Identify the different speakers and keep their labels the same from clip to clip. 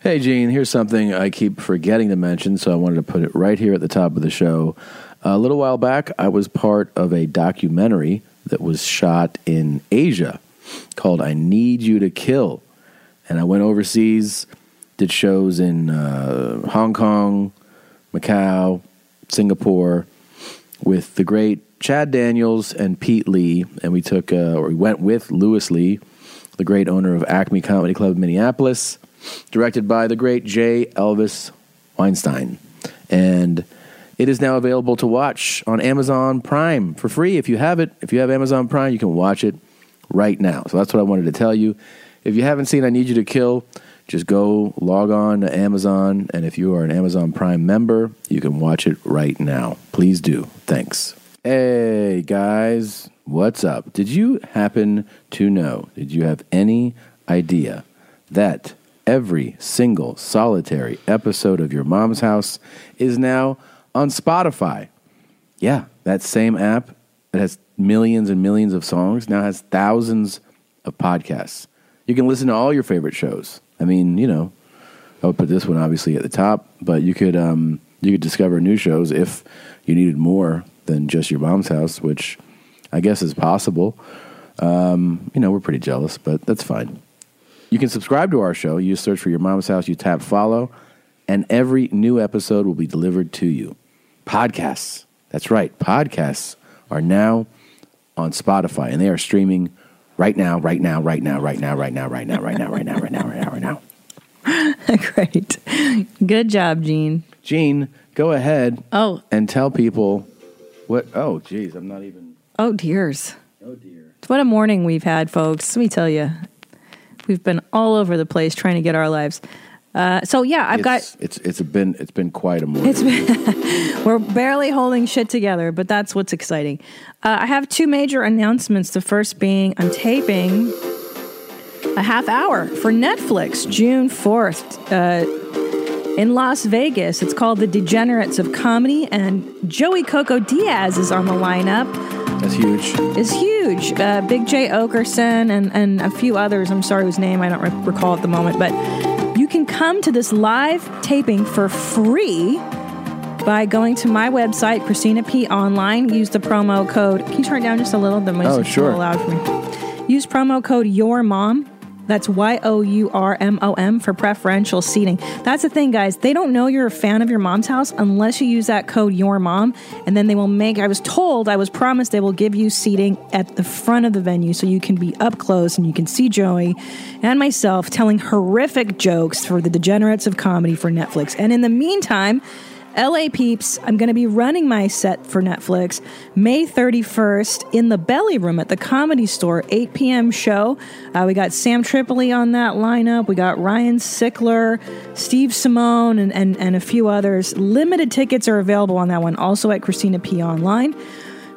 Speaker 1: Hey, Gene, here's something I keep forgetting to mention, so I wanted to put it right here at the top of the show. a little while back, I was part of a documentary that was shot in Asia called I Need You to Kill. And I went overseas, did shows in uh, Hong Kong, Macau, Singapore with the great Chad Daniels and Pete Lee. And we took, uh, or we went with Lewis Lee, the great owner of Acme Comedy Club in Minneapolis directed by the great J. Elvis Weinstein. And it is now available to watch on Amazon Prime for free if you have it. If you have Amazon Prime, you can watch it right now. So that's what I wanted to tell you. If you haven't seen I Need You to Kill, just go log on to Amazon. And if you are an Amazon Prime member, you can watch it right now. Please do. Thanks. Hey, guys, what's up? Did you happen to know? Did you have any idea that every single solitary episode of Your Mom's House is now on Spotify? Yeah, that same app that has millions and millions of songs now has thousands of podcasts. You can listen to all your favorite shows. I mean, you know, I would put this one obviously at the top, but you could um, you could discover new shows if you needed more than just your mom's house, which I guess is possible. Um, you know, we're pretty jealous, but that's fine. You can subscribe to our show. You just search for your mom's house, you tap follow, and every new episode will be delivered to you. Podcasts. That's right. Podcasts are now on Spotify and they are streaming right now, right now, right now, right now, right now, right now, right now, right now, right now, right now, right now.
Speaker 2: Great. Good job, Gene.
Speaker 1: Gene, go ahead
Speaker 2: Oh,
Speaker 1: and tell people what. Oh, geez, I'm not even.
Speaker 2: oh, dears.
Speaker 1: Oh, dear.
Speaker 2: What a morning we've had, folks. Let me tell you, we've been all over the place trying to get our lives. Uh, so yeah, I've got
Speaker 1: It's, it's, it's been, it's been quite a morning.
Speaker 2: It's been, we're barely holding shit together, but that's what's exciting. Uh, I have two major announcements. The first being I'm taping a half hour for Netflix June 4th uh, in Las Vegas. It's called The Degenerates of Comedy, and Joey Coco Diaz is on the lineup
Speaker 1: That's huge.
Speaker 2: is huge. Uh, Big J Okerson and, and a few others. I'm sorry whose name I don't re- recall at the moment, but you can come to this live taping for free by going to my website, Christina P Online. Use the promo code. Can you turn it down just a little? The music's
Speaker 1: Oh, sure.
Speaker 2: a little loud for me. Use promo code Your Mom. That's Y O U R M O M for preferential seating. That's the thing, guys. They don't know you're a fan of your mom's house unless you use that code Your Mom, and then they will make. I was told, I was promised, they will give you seating at the front of the venue so you can be up close and you can see Joey and myself telling horrific jokes for the degenerates of comedy for Netflix. And in the meantime. LA peeps, I'm going to be running my set for Netflix May 31st in the Belly Room at the Comedy Store, 8 p.m. show. Uh, we got Sam Tripoli on that lineup. We got Ryan Sickler, Steve Simone, and, and, and a few others. Limited tickets are available on that one, also at Christina P. Online.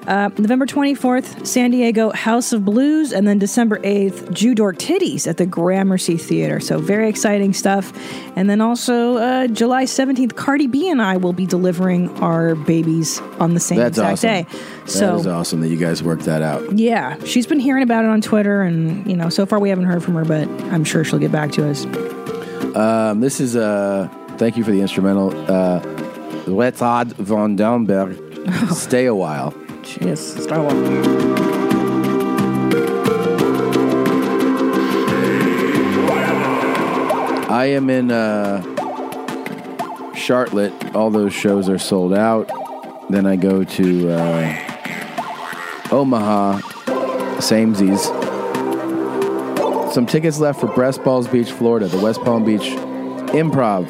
Speaker 2: Uh, November 24th, San Diego House of Blues, and then December 8th, Jew Dork Titties at the Gramercy Theater. So, very exciting stuff. And then also, uh, July 17th, Cardi B and I will be delivering our babies on the same
Speaker 1: That's
Speaker 2: exact
Speaker 1: awesome.
Speaker 2: day.
Speaker 1: that
Speaker 2: So,
Speaker 1: is awesome that you guys worked that out.
Speaker 2: yeah, she's been hearing about it on Twitter, and, you know, so far we haven't heard from her, but I'm sure she'll get back to us.
Speaker 1: Um, this is uh, thank you for the instrumental. Uh, Letzad von Domberg. Stay a while.
Speaker 2: Yes, Star Wars.
Speaker 1: I am in uh, Charlotte. All those shows are sold out. Then I go to uh, Omaha, Samesies. Some tickets left for Breast Balls Beach, Florida, the West Palm Beach Improv.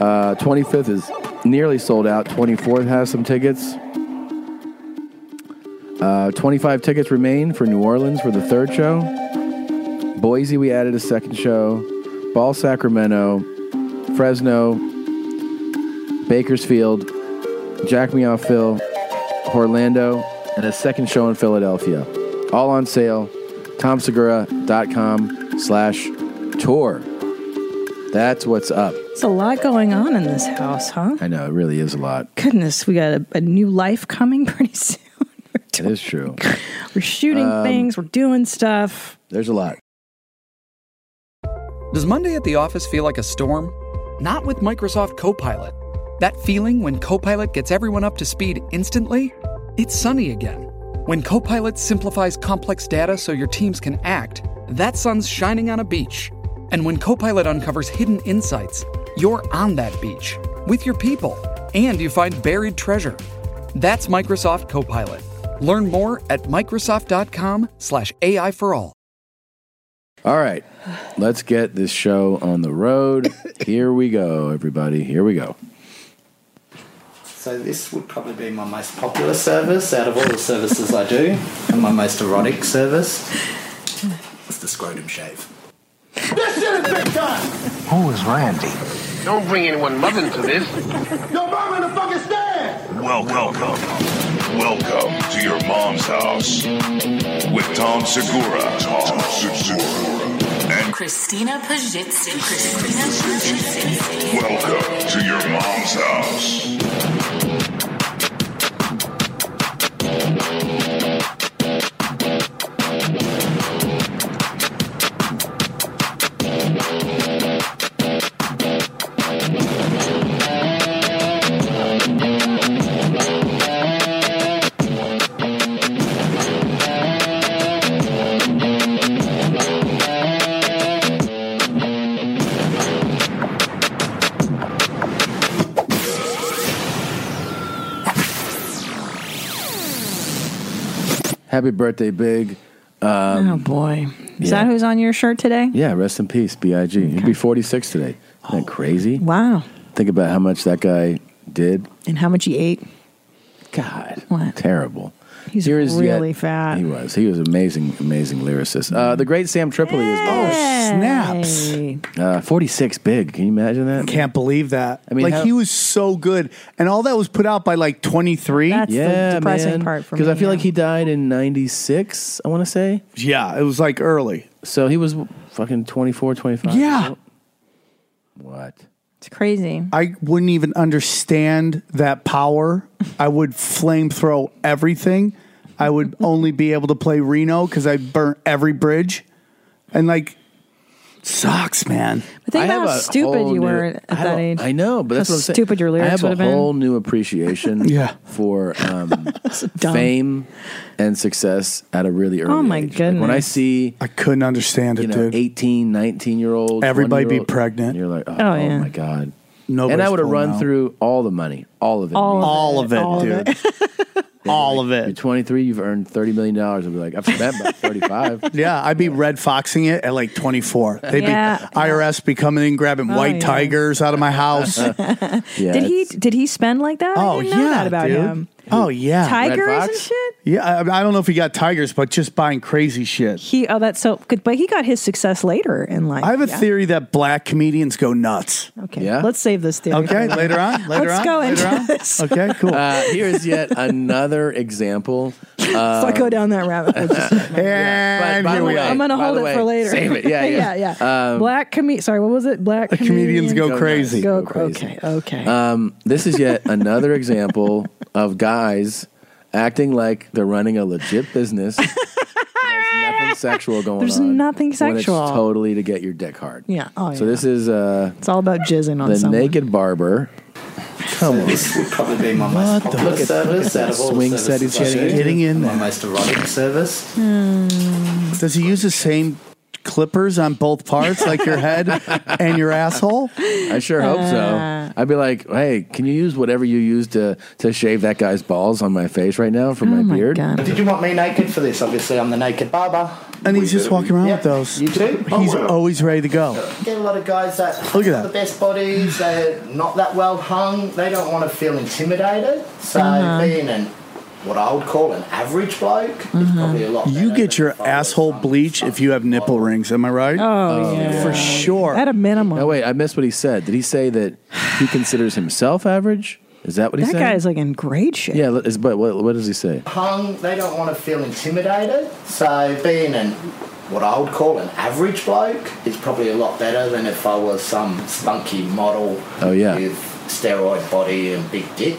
Speaker 1: Uh, 25th is nearly sold out. 24th has some tickets. Uh, 25 tickets remain for New Orleans for the third show. Boise, we added a second show. Ball, Sacramento, Fresno, Bakersfield, Jack Me Off Phil, Orlando, and a second show in Philadelphia. All on sale. TomSegura.com slash tour. That's what's up.
Speaker 2: It's a lot going on in this house, huh?
Speaker 1: I know, it really is a lot.
Speaker 2: Goodness, we got a, a new life coming pretty soon.
Speaker 1: It is true. Um,
Speaker 2: We're shooting things, we're doing stuff.
Speaker 1: There's a lot.
Speaker 3: Does Monday at the office feel like a storm? Not with Microsoft Copilot. That feeling when Copilot gets everyone up to speed instantly? It's sunny again. When Copilot simplifies complex data so your teams can act, that sun's shining on a beach. And when Copilot uncovers hidden insights, you're on that beach with your people and you find buried treasure. That's Microsoft Copilot. Learn more at Microsoft.com/slash AI for all.
Speaker 1: All right, let's get this show on the road. Here we go, everybody. Here we go.
Speaker 4: So this would probably be my most popular service out of all the services I do, and my most erotic service. It's the scrotum shave.
Speaker 5: This shit is big time!
Speaker 6: Who is Randy?
Speaker 7: Don't bring anyone loving to this.
Speaker 5: Yo, mom in the fucking stand!
Speaker 8: Welcome, welcome, welcome to your mom's house with Tom Segura, Tom Segura, and
Speaker 9: Christina Pajitsin. Christina Pajitsin.
Speaker 8: welcome to your mom's house.
Speaker 1: Happy birthday, Big. Um,
Speaker 2: oh boy, is
Speaker 1: yeah.
Speaker 2: that who's on your shirt today?
Speaker 1: Yeah, rest in peace, Big. He'd be 46 today. Isn't that crazy?
Speaker 2: Oh, Wow,
Speaker 1: Think about how much that guy did.
Speaker 2: and how much he ate?
Speaker 1: God,
Speaker 2: What?
Speaker 1: terrible.
Speaker 2: He's
Speaker 1: Here is
Speaker 2: really
Speaker 1: yet-
Speaker 2: fat.
Speaker 1: He was. He was amazing, amazing lyricist. Uh, the great Sam Tripoli is
Speaker 10: Snaps.
Speaker 2: Hey.
Speaker 1: uh, 46 big. Can you imagine that?
Speaker 10: Can't believe that.
Speaker 1: I mean,
Speaker 10: like
Speaker 1: how-
Speaker 10: he was so good, and all that was put out by like twenty three.
Speaker 2: That's the depressing part for me.
Speaker 1: Because I feel like
Speaker 2: yeah.
Speaker 1: he died in 96, I want to say.
Speaker 10: Yeah, it was like early.
Speaker 1: So he was fucking 24, 25.
Speaker 10: Yeah,
Speaker 1: What?
Speaker 2: it's crazy.
Speaker 10: I wouldn't even understand that power. I would flamethrow everything. I would only be able to play Reno because I burnt every bridge, and like sucks, man.
Speaker 2: But think about how
Speaker 1: a
Speaker 2: stupid
Speaker 1: whole
Speaker 2: you
Speaker 1: new-
Speaker 2: were at
Speaker 1: I
Speaker 2: that
Speaker 1: don't-
Speaker 2: age.
Speaker 1: I know, but that's
Speaker 2: how
Speaker 1: what I'm saying.
Speaker 2: stupid your lyrics
Speaker 1: I
Speaker 2: would
Speaker 1: have
Speaker 2: have
Speaker 1: a
Speaker 2: been.
Speaker 1: whole new appreciation
Speaker 10: Yeah.
Speaker 1: for um,
Speaker 2: dumb.
Speaker 1: fame and success at a really early
Speaker 2: Oh, my
Speaker 1: age. Like, when I
Speaker 2: goodness.
Speaker 1: see
Speaker 10: I couldn't understand it,
Speaker 1: you know,
Speaker 10: dude.
Speaker 1: 18, 19 year olds.
Speaker 10: Everybody be
Speaker 1: one-year-old,
Speaker 10: pregnant.
Speaker 1: and You're like, oh,
Speaker 2: Oh,
Speaker 1: oh
Speaker 2: yeah.
Speaker 1: my God.
Speaker 10: Nobody's
Speaker 1: and I would have
Speaker 10: pulling
Speaker 1: run
Speaker 10: out.
Speaker 1: through all the money, all of it.
Speaker 2: All of
Speaker 10: all of it, dude. all of
Speaker 1: You're
Speaker 10: it.
Speaker 1: 23, you've earned $30 million. I'd be like, I've spent about 35.
Speaker 10: Yeah, I'd be red foxing it at like 24. They'd
Speaker 2: Yeah.
Speaker 10: be IRS be coming in grabbing
Speaker 2: Oh,
Speaker 10: white
Speaker 2: yeah.
Speaker 10: tigers out of my house.
Speaker 1: Yeah,
Speaker 2: Did he?
Speaker 1: it's-
Speaker 2: Did he spend like that?
Speaker 10: oh
Speaker 2: I didn't know
Speaker 10: yeah,
Speaker 2: that about
Speaker 10: dude.
Speaker 2: him.
Speaker 10: Oh yeah,
Speaker 2: Tigers and
Speaker 1: Fox?
Speaker 2: shit.
Speaker 10: yeah. I, I don't know if he got tigers, but just buying crazy shit.
Speaker 2: He. Oh, that's so good. But he got his success later in life.
Speaker 10: I have a
Speaker 2: Yeah.
Speaker 10: theory that black comedians go nuts.
Speaker 2: Okay,
Speaker 1: Yeah?
Speaker 2: let's save this theory.
Speaker 10: Okay, later on. Later
Speaker 2: Let's
Speaker 10: on.
Speaker 2: go
Speaker 10: later
Speaker 2: into
Speaker 10: on.
Speaker 2: this.
Speaker 10: Okay, cool.
Speaker 1: Uh, here's yet another example.
Speaker 2: Let's not go down that rabbit hole. Just-
Speaker 10: and
Speaker 1: By- by
Speaker 10: here
Speaker 1: the
Speaker 10: we
Speaker 1: way-
Speaker 10: are.
Speaker 2: I'm gonna
Speaker 1: by
Speaker 2: hold
Speaker 1: the
Speaker 2: it
Speaker 1: way,
Speaker 2: for later.
Speaker 1: save it. Yeah, yeah. Um,
Speaker 2: yeah, yeah. Black comedian. Sorry, what was it? Black
Speaker 10: Comedians
Speaker 2: comedian-
Speaker 10: go,
Speaker 1: Go
Speaker 10: crazy.
Speaker 1: nuts.
Speaker 2: go.
Speaker 1: go
Speaker 2: Okay,
Speaker 1: crazy.
Speaker 2: okay.
Speaker 1: Um, this is yet another example of guys acting like they're running a legit business. There's nothing sexual going
Speaker 2: There's
Speaker 1: on.
Speaker 2: nothing
Speaker 1: when
Speaker 2: sexual.
Speaker 1: it's totally to get your dick hard.
Speaker 2: Yeah. Oh,
Speaker 1: So
Speaker 2: yeah.
Speaker 1: this is uh,
Speaker 2: it's all about jizzing on
Speaker 1: the
Speaker 2: someone.
Speaker 1: naked barber. Come
Speaker 4: So
Speaker 1: on.
Speaker 4: this would probably be my most popular
Speaker 1: Look at-
Speaker 4: service
Speaker 1: look at
Speaker 4: out of
Speaker 1: that
Speaker 4: all
Speaker 1: swing
Speaker 4: the
Speaker 1: set he's
Speaker 4: services I
Speaker 1: getting-
Speaker 4: do.
Speaker 10: getting in
Speaker 4: My
Speaker 10: there.
Speaker 4: most erotic service.
Speaker 2: Hmm.
Speaker 10: Does he use the same clippers on both parts, like your head and your asshole?
Speaker 1: I sure hope
Speaker 2: Uh.
Speaker 1: so. I'd be like, hey, can you use whatever you use to, to shave that guy's balls on my face right now for
Speaker 2: Oh
Speaker 1: my,
Speaker 2: my
Speaker 1: beard?
Speaker 2: god.
Speaker 4: Did you want me naked for this? Obviously, I'm the naked barber.
Speaker 10: And he's just walking around with those.
Speaker 4: You too?
Speaker 10: He's always ready to go.
Speaker 4: Get a lot of guys that
Speaker 10: Look at
Speaker 4: have
Speaker 10: that.
Speaker 4: the best bodies, they're not that well hung, they don't want to feel intimidated. So
Speaker 10: Uh-huh.
Speaker 4: being an what I would call an average bloke is
Speaker 2: Mm-hmm.
Speaker 10: Uh-huh.
Speaker 4: probably a lot.
Speaker 10: You
Speaker 4: better
Speaker 10: get
Speaker 4: than
Speaker 10: your
Speaker 4: if I was
Speaker 10: asshole
Speaker 4: some
Speaker 10: bleach if you have nipple rings. Am I right?
Speaker 2: Oh, yeah.
Speaker 10: For sure.
Speaker 2: At a minimum.
Speaker 1: No, Oh, wait, I missed what he said. Did he say that he considers himself average? Is that what he
Speaker 2: that
Speaker 1: said?
Speaker 2: guy's like in great shape.
Speaker 1: Yeah, is, but what, what does he say?
Speaker 4: hung, they don't want to feel intimidated. So being an what I would call an average bloke is probably a lot better than if I was some spunky model
Speaker 1: Oh, yeah.
Speaker 4: with steroid body and big dick.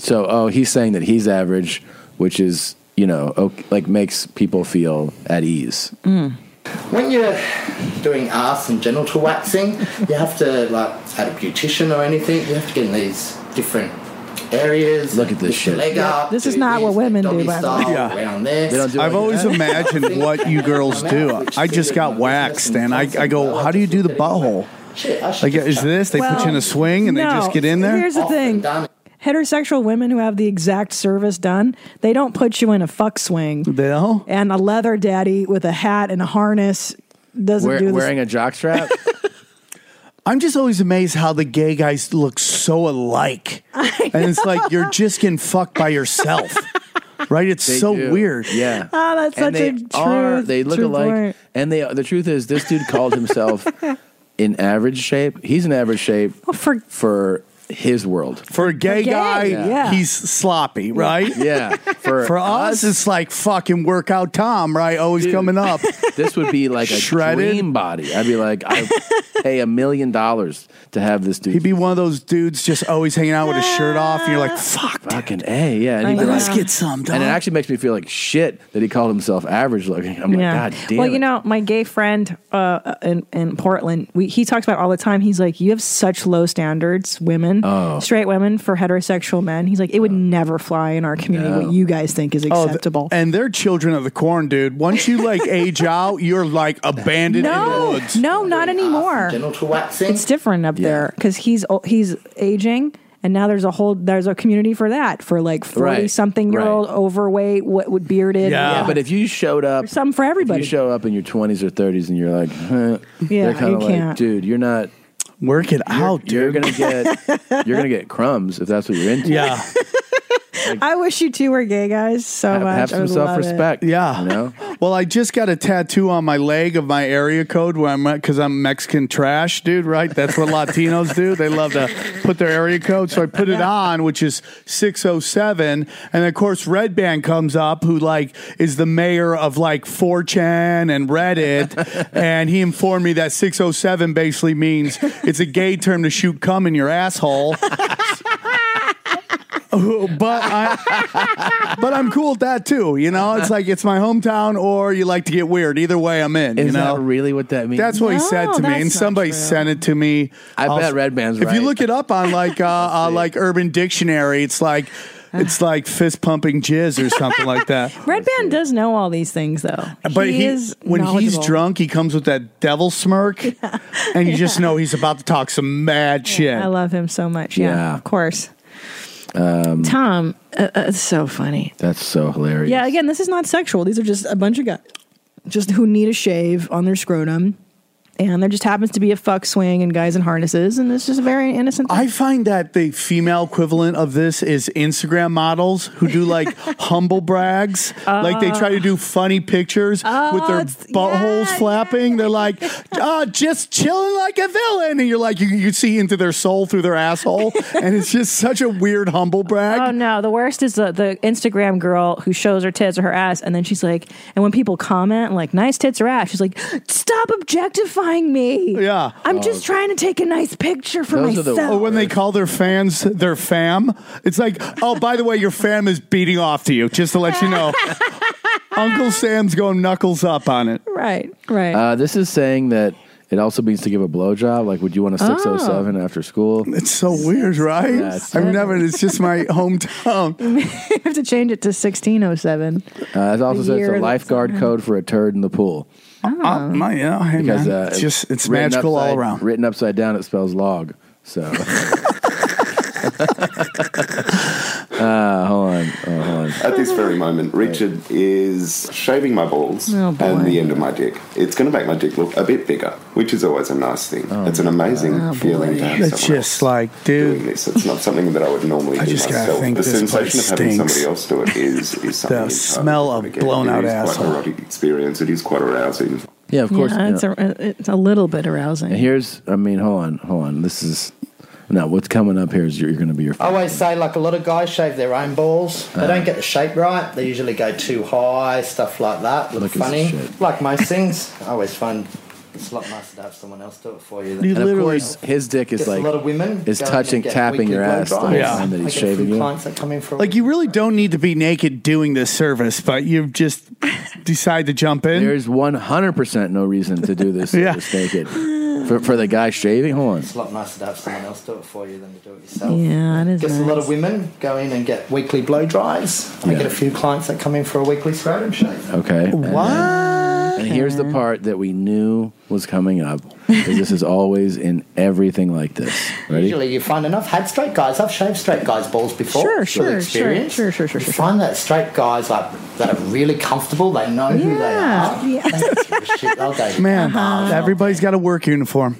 Speaker 1: So, oh, he's saying that he's average, which is, you know, o like makes people feel at ease.
Speaker 4: when you're doing ass and genital waxing, you have to like at a beautician or anything. You have to get in these different areas.
Speaker 1: Look at
Speaker 4: lift
Speaker 1: this
Speaker 4: your
Speaker 1: shit.
Speaker 4: Leg
Speaker 2: Yeah,
Speaker 4: up,
Speaker 2: this is
Speaker 4: do
Speaker 2: not what
Speaker 4: this,
Speaker 2: women do,
Speaker 4: doggy
Speaker 2: by the
Speaker 4: style,
Speaker 2: way.
Speaker 10: Yeah.
Speaker 4: Around this.
Speaker 1: They don't do
Speaker 10: I've
Speaker 1: like
Speaker 10: always
Speaker 1: that.
Speaker 10: imagined what you girls do. I just got waxed, and I, I go, how do you do the butthole?
Speaker 4: Shit, I should
Speaker 10: Like,
Speaker 4: just
Speaker 10: is
Speaker 4: start
Speaker 10: this? They put you in a swing, and they
Speaker 2: No,
Speaker 10: just get in there.
Speaker 2: Here's the
Speaker 4: off and
Speaker 2: thing.
Speaker 4: done.
Speaker 2: Heterosexual women who have the exact service done, they don't put you in a fuck swing.
Speaker 10: They'll.
Speaker 2: And a leather daddy with a hat and a harness doesn't
Speaker 1: Wear-
Speaker 2: do this.
Speaker 1: wearing a jockstrap.
Speaker 10: I'm just always amazed how the gay guys look so alike. And it's like you're just getting fucked by yourself. right? It's
Speaker 1: They
Speaker 10: so
Speaker 1: do.
Speaker 10: weird.
Speaker 1: Yeah.
Speaker 2: Ah, that's
Speaker 1: and
Speaker 2: such
Speaker 1: they
Speaker 2: a true-
Speaker 1: Are, they look
Speaker 2: true
Speaker 1: alike.
Speaker 2: point.
Speaker 1: And they the truth is this dude called himself in average shape. He's in average shape
Speaker 2: Oh, for-
Speaker 1: for his world.
Speaker 10: For a gay,
Speaker 2: gay,
Speaker 10: guy,
Speaker 2: yeah.
Speaker 10: he's sloppy, right?
Speaker 1: Yeah. For,
Speaker 10: For us, it's like fucking workout Tom, right? Always
Speaker 1: Dude.
Speaker 10: coming up.
Speaker 1: this would be like a
Speaker 10: Shredded.
Speaker 1: dream body. I'd be like, I pay a million dollars to have this dude.
Speaker 10: He'd be one of those dudes just always hanging out with his shirt off, and you're like, fuck,
Speaker 1: fucking a yeah. And he'd be
Speaker 2: know.
Speaker 1: like,
Speaker 10: let's get some, dog.
Speaker 1: and it actually makes me feel like shit that he called himself average looking. I'm like, God damn.
Speaker 2: Well,
Speaker 1: it."
Speaker 2: you know, my gay friend uh, in in Portland, we, he talks about it all the time. He's like, "You have such low standards, women, straight women for heterosexual men." He's like, "It would never fly in our community
Speaker 1: No.
Speaker 2: what you guys think is
Speaker 10: Oh, th-
Speaker 2: acceptable."
Speaker 10: and they're children of the corn, dude. Once you like age out, you're like abandoned in the
Speaker 2: no,
Speaker 10: woods.
Speaker 2: no, not
Speaker 4: Doing ass and
Speaker 2: anymore.
Speaker 4: Genital waxing.
Speaker 2: It's different up
Speaker 1: Yeah.
Speaker 2: there because he's o- he's aging. And now there's a whole there's a community for that for like forty
Speaker 1: Right.
Speaker 2: something year old
Speaker 1: Right.
Speaker 2: overweight what would bearded
Speaker 10: Yeah.
Speaker 1: yeah, but if you showed up,
Speaker 2: There's something for
Speaker 1: if
Speaker 2: everybody.
Speaker 1: you show up in your 20s or 30s and you're like, huh,
Speaker 2: Yeah,
Speaker 1: they're kind
Speaker 2: you
Speaker 1: of like,
Speaker 2: can't.
Speaker 1: dude, you're not.
Speaker 10: Work it out, dude.
Speaker 1: You're gonna get you're gonna get crumbs if that's what you're into.
Speaker 10: yeah.
Speaker 2: I wish you two were gay guys so
Speaker 1: have,
Speaker 2: much.
Speaker 1: have
Speaker 2: I
Speaker 1: some
Speaker 2: would love
Speaker 1: self respect.
Speaker 10: Yeah.
Speaker 1: you know.
Speaker 10: Well, I just got a tattoo on my leg of my area code where I'm because I'm Mexican trash, dude. Right? That's what Latinos do. They love to put their area code. So I put it on, which is 607, and of course Red Band comes up, who like is the mayor of like 4chan and Reddit, and he informed me that 607 basically means it's a gay term to shoot cum in your asshole. but I, but I'm cool with that too. You know, it's like it's my hometown, or you like to get weird. Either way, I'm in.
Speaker 1: Is
Speaker 10: you know,
Speaker 1: that really what that means?
Speaker 10: that's what he
Speaker 2: No,
Speaker 10: said to me,
Speaker 2: that's
Speaker 10: and
Speaker 2: not
Speaker 10: somebody
Speaker 2: true.
Speaker 10: sent it to me.
Speaker 1: I bet Red Band's
Speaker 10: If
Speaker 1: right.
Speaker 10: you look it up on like uh, uh like Urban Dictionary, it's like
Speaker 2: Uh-huh.
Speaker 10: it's like fist pumping jizz or something like that.
Speaker 2: Red Band does know all these things, though.
Speaker 1: Uh,
Speaker 10: But he,
Speaker 2: is
Speaker 10: when he's
Speaker 2: knowledgeable.
Speaker 10: drunk, he comes with that devil smirk, and you just know he's about to talk some mad shit.
Speaker 2: I love him so much. Yeah,
Speaker 1: Yeah. Um,
Speaker 2: of course. Tom, uh, uh, it's so funny.
Speaker 1: That's so hilarious.
Speaker 2: Yeah, again, this is not sexual. These are just a bunch of guys, just who need a shave on their scrotum, and there just happens to be a fuck swing and guys in harnesses, and it's just a very innocent. Thing.
Speaker 10: I find that the female equivalent of this is Instagram models who do like humble brags. like they try to do funny pictures with their
Speaker 2: Oh, it's-
Speaker 10: buttholes
Speaker 2: yeah,
Speaker 10: flapping. They're like, uh, just chilling like a villain. And you're like, you, you see into their soul through their asshole. and it's just such a weird humble brag.
Speaker 2: Oh no! The worst is the, the Instagram girl who shows her tits or her ass, and then she's like, and when people comment like "nice tits or ass," she's like, "Stop objectifying me."
Speaker 10: Yeah.
Speaker 2: I'm just trying to take a nice picture for
Speaker 1: Those are the-
Speaker 2: myself.
Speaker 10: Or Oh, when they call their fans their fam, it's like, oh, by the way, your fam is beating off to you, just to let you know. Uncle Sam's going knuckles up on it.
Speaker 2: Right, right.
Speaker 1: Uh, this is saying that it also means to give a blowjob. Like, would you want a 607 after school?
Speaker 10: It's so weird, right?
Speaker 1: Yes.
Speaker 10: I've never. It's just my hometown.
Speaker 2: I have to change it to 1607.
Speaker 1: Uh, it also
Speaker 2: The
Speaker 1: says
Speaker 2: year
Speaker 1: it's a
Speaker 2: that's
Speaker 1: lifeguard code for a turd in the pool.
Speaker 10: Uh, my, yeah, hey,
Speaker 1: Because
Speaker 10: man.
Speaker 1: uh,
Speaker 10: it's just it's
Speaker 1: written
Speaker 10: magical all
Speaker 1: upside-
Speaker 10: around.
Speaker 1: Written upside down, it spells log. So. uh, hold on. Oh, hold on.
Speaker 6: At this very moment, Richard is shaving my balls
Speaker 2: Oh, boy.
Speaker 6: and the end of my dick. It's going to make my dick look a bit bigger, which is always a nice thing.
Speaker 1: Oh,
Speaker 6: it's an amazing
Speaker 2: Oh,
Speaker 6: feeling to have
Speaker 10: It's
Speaker 6: someone
Speaker 10: just
Speaker 6: else
Speaker 10: like,
Speaker 6: doing
Speaker 10: dude,
Speaker 6: this. It's not something that I would normally
Speaker 10: I
Speaker 6: do
Speaker 10: just gotta
Speaker 6: myself.
Speaker 10: think
Speaker 6: the
Speaker 10: this
Speaker 6: sensation of
Speaker 10: place
Speaker 6: having
Speaker 10: stinks.
Speaker 6: somebody else do it is, is something entirely
Speaker 10: smell
Speaker 6: different
Speaker 10: of
Speaker 6: again.
Speaker 10: blown-out
Speaker 6: It is quite
Speaker 10: asshole.
Speaker 6: an erotic experience. It is quite arousing.
Speaker 1: Yeah, of course.
Speaker 2: yeah,
Speaker 1: you
Speaker 2: it's,
Speaker 1: know.
Speaker 2: a, it's a little bit arousing.
Speaker 1: And here's, I mean, hold on, hold on. This is, no, what's coming up here is you're, you're going to be your.
Speaker 4: I always say, like, a lot of guys shave their own balls. They don't get the shape right. They usually go too high, stuff like that. Look,
Speaker 1: Look at
Speaker 4: funny.
Speaker 1: this shit.
Speaker 4: Like most things, I always find It's a lot nicer to have someone else do it for you.
Speaker 1: You And of literally- course, his dick is
Speaker 4: Gets
Speaker 1: like-
Speaker 4: a lot of women
Speaker 1: is
Speaker 4: going
Speaker 1: touching-
Speaker 4: and get
Speaker 1: tapping
Speaker 4: weekly
Speaker 1: your ass the
Speaker 4: blowjobs.
Speaker 1: whole Yeah. time that he's
Speaker 4: I get a
Speaker 1: shaving
Speaker 4: few
Speaker 1: you.
Speaker 4: Clients that come in from
Speaker 10: Like you really don't need to be naked doing this service, but you just decide to jump in.
Speaker 1: There's 100% no reason to do this
Speaker 10: Yeah.
Speaker 1: just naked. For, for the guy shaving, hold on.
Speaker 4: It's a lot nicer to have someone else do it for you than to do it yourself.
Speaker 2: Yeah, it is
Speaker 4: Guess a lot
Speaker 2: nice.
Speaker 4: of women go in and get weekly blow dries. I get a few clients that come in for a weekly scrotum shave.
Speaker 1: Okay. What? And, here's the part that we knew was coming up. 'cause this is always in everything like this. Ready?
Speaker 4: Usually you find, and I've had straight guys, I've shaved straight guys' balls before.
Speaker 2: Sure,
Speaker 4: through
Speaker 2: sure,
Speaker 4: experience.
Speaker 2: sure, sure, sure, sure,
Speaker 4: You find that straight guys like, that are really comfortable, they know who they
Speaker 2: Yeah. uh-huh.
Speaker 4: are.
Speaker 2: yeah.
Speaker 4: Shit, they'll go,
Speaker 10: Man, everybody's got a work uniform.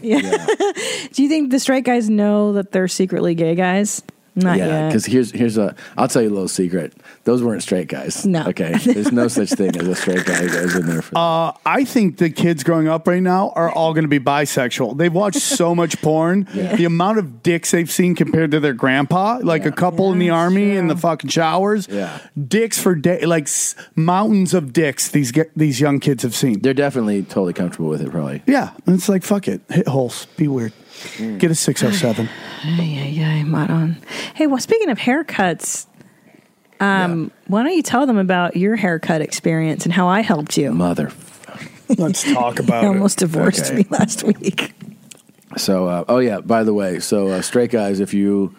Speaker 2: Do you think the straight guys know that they're secretly gay guys? Not
Speaker 1: yeah,
Speaker 2: yet.
Speaker 1: because here's here's a. I'll tell you a little secret. Those weren't straight guys.
Speaker 2: No.
Speaker 1: Okay. There's no such thing as a straight guy who goes in there for.
Speaker 10: Uh, I think the kids growing up right now are all going to be bisexual. They've watched so much porn. The amount of dicks they've seen compared to their grandpa, like a couple in the army in the fucking showers.
Speaker 1: Yeah.
Speaker 10: Dicks for day, like s- mountains of dicks these ge- these young kids have seen.
Speaker 1: They're definitely totally comfortable with it. Probably. Hmm.
Speaker 10: Yeah, and it's like fuck it, hit holes, be weird, get a six oh seven.
Speaker 2: Yeah, yeah, mod on. Hey, well, speaking of haircuts, um, why don't you tell them about your haircut experience and how I helped you?
Speaker 1: Mother.
Speaker 10: Let's talk about
Speaker 2: You almost divorced
Speaker 1: Okay.
Speaker 2: me last week.
Speaker 1: So, uh, oh yeah. By the way, so uh, straight guys, if you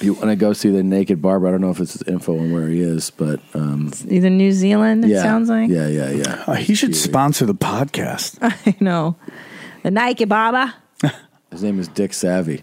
Speaker 1: you want to go see the naked barber, I don't know if it's info on where he is, but um,
Speaker 2: Either New Zealand, it
Speaker 1: yeah,
Speaker 2: sounds like.
Speaker 1: yeah, yeah, yeah.
Speaker 10: Uh, he should sponsor the podcast.
Speaker 2: I know. The Nike Baba,
Speaker 1: His name is Dick Savvy.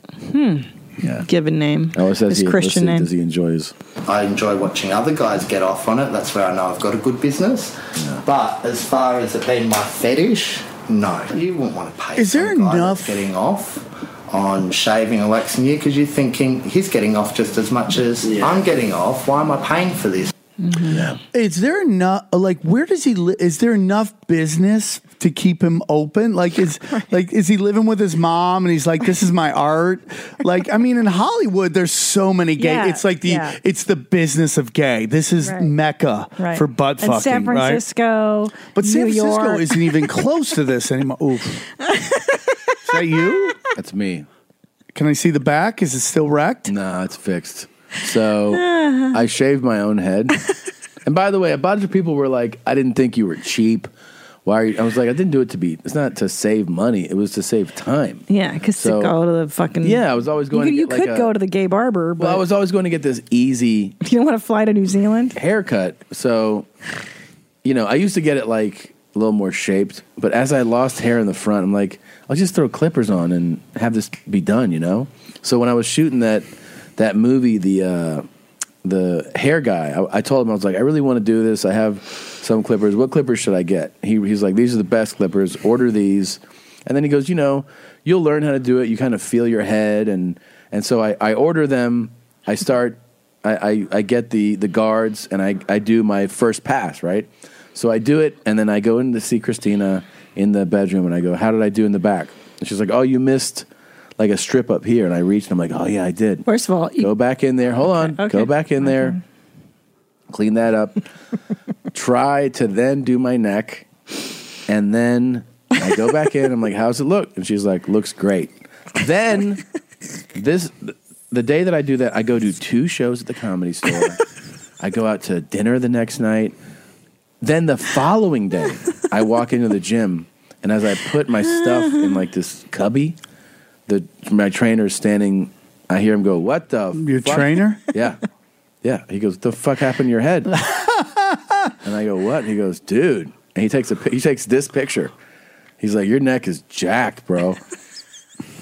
Speaker 2: given name.
Speaker 1: Oh, it says
Speaker 2: His
Speaker 1: he,
Speaker 2: Christian
Speaker 1: let's see,
Speaker 2: name.
Speaker 1: Does he enjoy his?
Speaker 4: I enjoy watching other guys get off on it. That's where I know I've got a good business. But as far as it being my fetish, no. You wouldn't want to pay.
Speaker 10: Is there
Speaker 4: some guy
Speaker 10: enough-
Speaker 4: that's getting off on shaving or waxing you because you're thinking he's getting off just as much as I'm getting off? Why am I paying for this?
Speaker 10: Is there enough? Like, where does he? Li- is there enough business to keep him open? Like, is like is he living with his mom and he's like, this is my art? Like, I mean, in Hollywood, there's so many gay.
Speaker 2: Yeah,
Speaker 10: it's like the
Speaker 2: yeah.
Speaker 10: it's the business of gay. This is
Speaker 2: Right.
Speaker 10: mecca
Speaker 2: Right.
Speaker 10: for butt
Speaker 2: and
Speaker 10: fucking.
Speaker 2: San
Speaker 10: right?
Speaker 2: Francisco.
Speaker 10: But San
Speaker 2: New
Speaker 10: Francisco
Speaker 2: York.
Speaker 10: isn't
Speaker 1: e-
Speaker 10: even close to this anymore. Oof. Is that you?
Speaker 1: That's me.
Speaker 10: Can I see the back? Is it still wrecked?
Speaker 1: No, it's fixed. So I shaved my own head. And by the way, a bunch of people were like, I didn't think you were cheap. Why are you? I was like, I didn't do it to be, it's not to save money, it was to save time.
Speaker 2: Yeah, because
Speaker 1: So-
Speaker 2: to go to the fucking.
Speaker 1: Yeah, I was always
Speaker 2: You
Speaker 1: going
Speaker 2: could,
Speaker 1: to
Speaker 2: you
Speaker 1: get like
Speaker 2: could
Speaker 1: a-
Speaker 2: go to the gay barber, but
Speaker 1: Well, I was always going to get this easy
Speaker 2: you don't want to fly to New Zealand.
Speaker 1: haircut. So, you know, I used to get it like a little more shaped, but as I lost hair in the front, I'm like, I'll just throw clippers on and have this be done, you know? So when I was shooting that that movie, the uh the hair guy, I, I told him I was like, I really want to do this. I have some clippers. What clippers should I get? He, he's like, these are the best clippers. Order these, and then he goes, you know, you'll learn how to do it. You kind of feel your head, and and so I, I order them. I start, I, I, I get the the guards, and I I do my first pass right. So I do it, and then I go in to see Christina in the bedroom, and I go, how did I do in the back? And she's like, oh, you missed like a strip up here, and I reached, and I'm like, oh yeah, I did.
Speaker 2: First of all, you,
Speaker 1: Go back in there. Hold on.
Speaker 2: okay,
Speaker 1: Go back in there. Clean that up. Try to then do my neck. And then I go back in. I'm like, how's it look? And she's like, looks great. Then this the day that I do that, I go do two shows at the comedy store. I go out to dinner the next night. Then the following day, I walk into the gym and as I put my stuff in like this cubby, the my trainer's standing I hear him go, What the
Speaker 10: Your
Speaker 1: fuck?"
Speaker 10: trainer?
Speaker 1: Yeah. Yeah. He goes, The fuck happened to your head? and I go, What? And he goes, Dude. And he takes a pi- he takes this picture. He's like, Your neck is jacked, bro.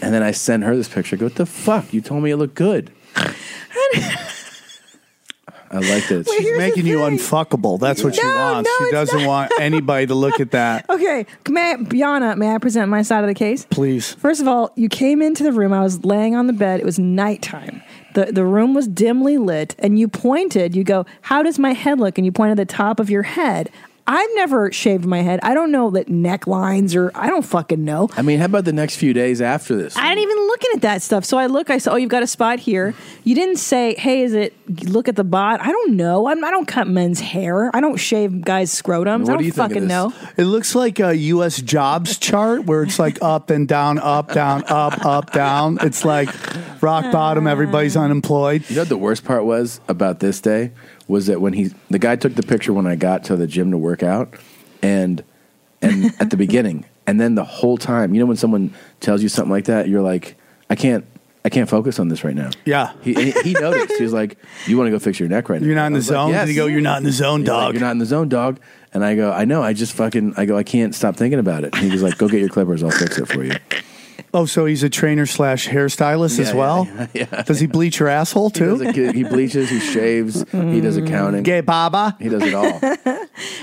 Speaker 1: and then I send her this picture. I go, What the fuck? You told me it looked good. I liked it.
Speaker 2: Wait,
Speaker 1: She's-
Speaker 2: here's the
Speaker 10: Making you
Speaker 2: thing.
Speaker 10: unfuckable. That's what she
Speaker 2: No,
Speaker 10: wants.
Speaker 2: no,
Speaker 10: she
Speaker 2: it's
Speaker 10: doesn't want anybody to look at that.
Speaker 2: Okay, may I, Biana, may I present my side of the case?
Speaker 10: Please.
Speaker 2: First of all, you came into the room. I was laying on the bed. It was nighttime. The, the room was dimly lit, and you pointed. You go, How does my head look? And you pointed the top of your head. I've never shaved my head. I don't know that necklines or I don't fucking know.
Speaker 1: I mean, how about the next few days after this?
Speaker 2: I didn't even looking at that stuff. So I look, I said, Oh, you've got a spot here. You didn't say, Hey, is it look at the bot. I don't know. I'm, I don't cut men's hair. I don't shave guys' scrotums. I don't fucking know.
Speaker 10: It looks like a U.S. jobs chart where it's like up and down, up, down, up, up, down. It's like rock bottom. Everybody's
Speaker 2: Ah.
Speaker 10: unemployed.
Speaker 1: You know what the worst part was about this day was that when he the guy took the picture when I got to the gym to work out, and and at the beginning, and then the whole time, you know when someone tells you something like that, you're like, I can't, I can't focus on this right now.
Speaker 10: Yeah.
Speaker 1: He and he noticed. He was like, "You want to go fix your neck right now?
Speaker 10: You're not in
Speaker 1: I
Speaker 10: the
Speaker 1: was like,
Speaker 10: zone.
Speaker 1: "Yes."
Speaker 10: And you go, you're not in the zone,
Speaker 1: He's like,
Speaker 10: dog.
Speaker 1: You're not in the zone, dog. And I go, I know. I just fucking, I go, I can't stop thinking about it. And he was like, Go get your clippers. I'll fix it for you.
Speaker 10: Oh, so he's a trainer slash hairstylist
Speaker 1: Yeah,
Speaker 10: as
Speaker 1: yeah,
Speaker 10: well. Does he bleach your asshole
Speaker 1: He, does
Speaker 10: too?
Speaker 1: ac- he bleaches. He shaves. He does accounting.
Speaker 10: Gay Baba.
Speaker 1: He does it all.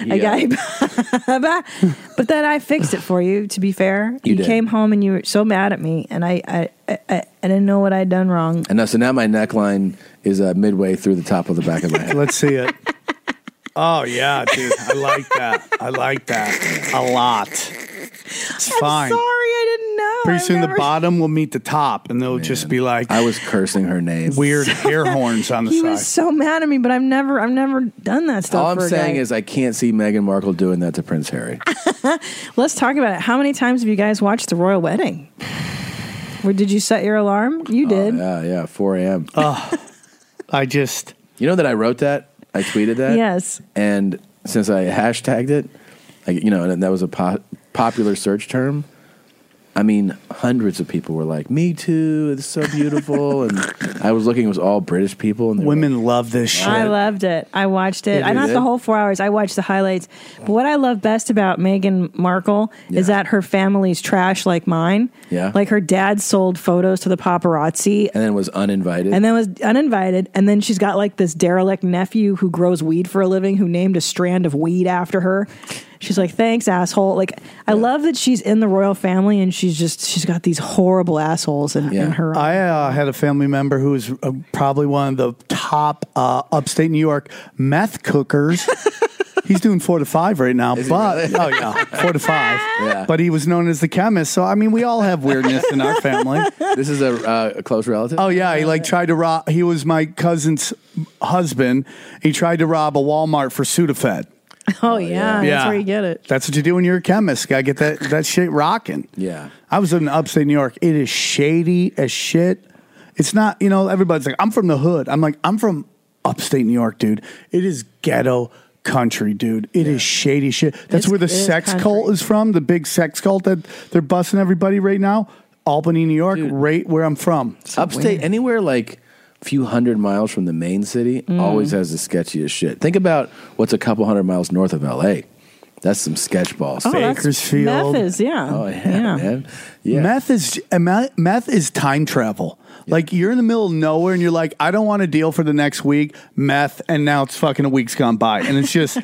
Speaker 2: I got it. but then I fixed it for you. To be fair,
Speaker 1: You did.
Speaker 2: came home and you were so mad at me, and I I, I, I didn't know what I'd done wrong.
Speaker 1: And now, so now my neckline is uh, midway through the top of the back of my head.
Speaker 10: Let's see it. Oh yeah, dude. I like that. I like that a lot. It's fine.
Speaker 2: I'm sorry, I didn't know.
Speaker 10: Pretty
Speaker 2: I've
Speaker 10: soon the
Speaker 2: never-
Speaker 10: bottom will meet the top, and they'll just be like
Speaker 1: I was cursing her name.
Speaker 10: weird hair horns on the
Speaker 2: He
Speaker 10: side.
Speaker 2: was so mad at me, but I've never I've never done that stuff.
Speaker 1: All I'm
Speaker 2: for a
Speaker 1: saying
Speaker 2: guy.
Speaker 1: is I can't see Meghan Markle doing that to Prince Harry.
Speaker 2: let's talk about it. How many times have you guys watched the royal wedding? Where did you set your alarm?
Speaker 1: Oh,
Speaker 2: You did.
Speaker 1: yeah, yeah, 4 a.m.
Speaker 10: I just
Speaker 1: You know that I wrote that? I tweeted that?
Speaker 2: Yes.
Speaker 1: And since I hashtagged it, I, you know, and that was a po- popular search term, I mean, hundreds of people were like, me too, it's so beautiful. and I was looking, it was all British people. And they were like,
Speaker 10: women love this shit.
Speaker 2: I loved it. I watched it.
Speaker 1: Yeah,
Speaker 2: I
Speaker 1: you
Speaker 2: not
Speaker 1: did?
Speaker 2: the whole four hours. I watched the highlights. But what I love best about Meghan Markle is
Speaker 1: Yeah.
Speaker 2: that her family's trash like mine.
Speaker 1: Yeah.
Speaker 2: Like her dad sold photos to the paparazzi
Speaker 1: and then was uninvited.
Speaker 2: and then was uninvited. And then she's got like this derelict nephew who grows weed for a living who named a strand of weed after her. She's like, thanks, asshole. Like, I love that she's in the royal family and she's just, she's got these horrible assholes in, in
Speaker 1: Yeah.
Speaker 2: her.
Speaker 10: I uh, had a family member who was uh, probably one of the top uh, upstate New York meth cookers. He's doing four to five right now, but oh yeah, four to five.
Speaker 1: Yeah.
Speaker 10: But he was known as the chemist, so I mean, we all have weirdness in our family.
Speaker 1: this is a, uh, a close relative.
Speaker 10: Oh yeah, he like tried to rob. He was my cousin's husband. He tried to rob a Walmart for Sudafed.
Speaker 2: oh, yeah,
Speaker 10: Yeah,
Speaker 2: That's where you get it.
Speaker 10: That's what you do when you're a chemist. Gotta get that that shit rocking.
Speaker 1: Yeah.
Speaker 10: I was in upstate New York. It is shady as shit. It's not, you know, everybody's like, I'm from the hood. I'm like, I'm from upstate New York, dude. It is ghetto country, dude. It is shady shit. That's
Speaker 2: It's-
Speaker 10: where the
Speaker 2: it is
Speaker 10: sex
Speaker 2: country.
Speaker 10: cult is from, the big sex cult that they're busting everybody right now. Albany, New York, right where I'm from.
Speaker 1: Upstate, anywhere like a few hundred miles from the main city,
Speaker 10: Mm.
Speaker 1: always has the sketchiest shit. Think about what's a couple hundred miles north of LA. That's some sketchballs.
Speaker 2: Oh, that's-
Speaker 10: Bakersfield.
Speaker 2: Meth is, yeah.
Speaker 1: Oh yeah, man. Yeah.
Speaker 10: Meth is eh, meth is time travel. Like you're in the middle of nowhere and you're like, I don't want a deal for the next week, meth, and now it's fucking a week's gone by, and it's just.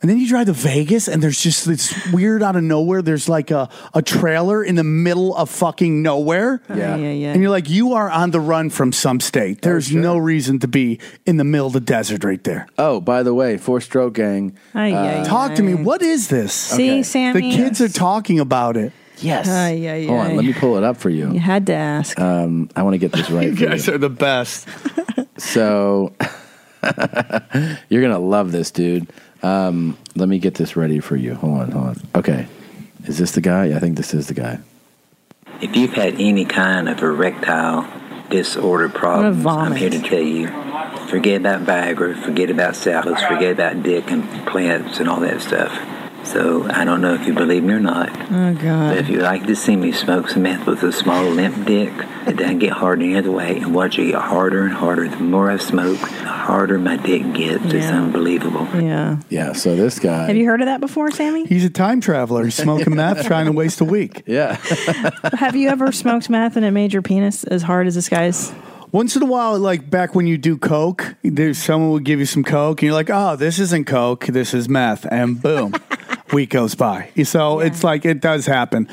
Speaker 10: And then you drive to Vegas, and there's just this weird out of nowhere. There's like a, a trailer in the middle of fucking nowhere.
Speaker 1: Yeah.
Speaker 2: yeah, yeah.
Speaker 10: And you're like, you are on the run from some state. There's no reason to be in the middle of the desert right there.
Speaker 1: Oh, by the way, four stroke gang. uh,
Speaker 2: Ay, ay,
Speaker 10: Talk to me.
Speaker 2: ay.
Speaker 10: What is this?
Speaker 2: See,
Speaker 1: Okay.
Speaker 10: The
Speaker 2: Sammy.
Speaker 10: kids are talking about it.
Speaker 1: Yes.
Speaker 2: Ay, ay,
Speaker 1: Hold
Speaker 2: ay.
Speaker 1: on, let me pull it up for you.
Speaker 2: You had to ask.
Speaker 1: Um, I want to get this right. for you.
Speaker 10: are the best.
Speaker 1: So you're gonna love this, dude. Um, let me get this ready for you. Hold on, hold on. Okay, is this the guy? Yeah, I think this is the guy.
Speaker 11: If you've had any kind of erectile disorder problems, I'm
Speaker 2: vomit.
Speaker 11: here to tell you, forget about Viagra, forget about salads, forget about dick and plants and all that stuff. So I don't know if you believe me or not,
Speaker 2: oh,
Speaker 11: but if
Speaker 2: God.
Speaker 11: you like to see me smoke some meth with a small limp dick, it doesn't get hard any other way. And watch it get harder and harder. The more I smoke, the harder my dick gets. It's
Speaker 2: Yeah.
Speaker 11: unbelievable.
Speaker 2: Yeah.
Speaker 1: Yeah. So this guy.
Speaker 2: Have you heard of that before, Sammy?
Speaker 10: He's a time traveler. He's smoking meth, trying to waste a week.
Speaker 1: yeah.
Speaker 2: Have you ever smoked meth and it made your penis as hard as this guy's?
Speaker 10: Once in a while, like back when you do coke, there's someone will give you some coke, and you're like, "Oh, this isn't coke. This is meth," and boom, week goes by. So it's like it does happen.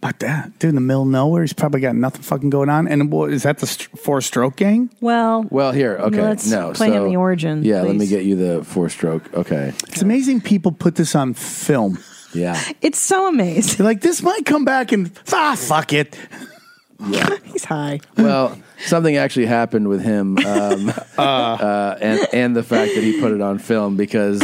Speaker 10: But that dude in the middle of nowhere, he's probably got nothing fucking going on. And what, is that the st- four stroke gang?
Speaker 2: Well,
Speaker 1: Well, here. Okay.
Speaker 2: Let's
Speaker 1: no.
Speaker 2: play
Speaker 1: so,
Speaker 2: him the origin,
Speaker 1: Yeah. Let me
Speaker 2: please.
Speaker 1: get you the four stroke. Okay.
Speaker 10: It's amazing people put this on film.
Speaker 1: Yeah.
Speaker 2: it's so amazing.
Speaker 10: They're like, "This might come back and ah, fuck it."
Speaker 2: He's high.
Speaker 1: Well, something actually happened with him, um, uh. and and the fact that he put it on film because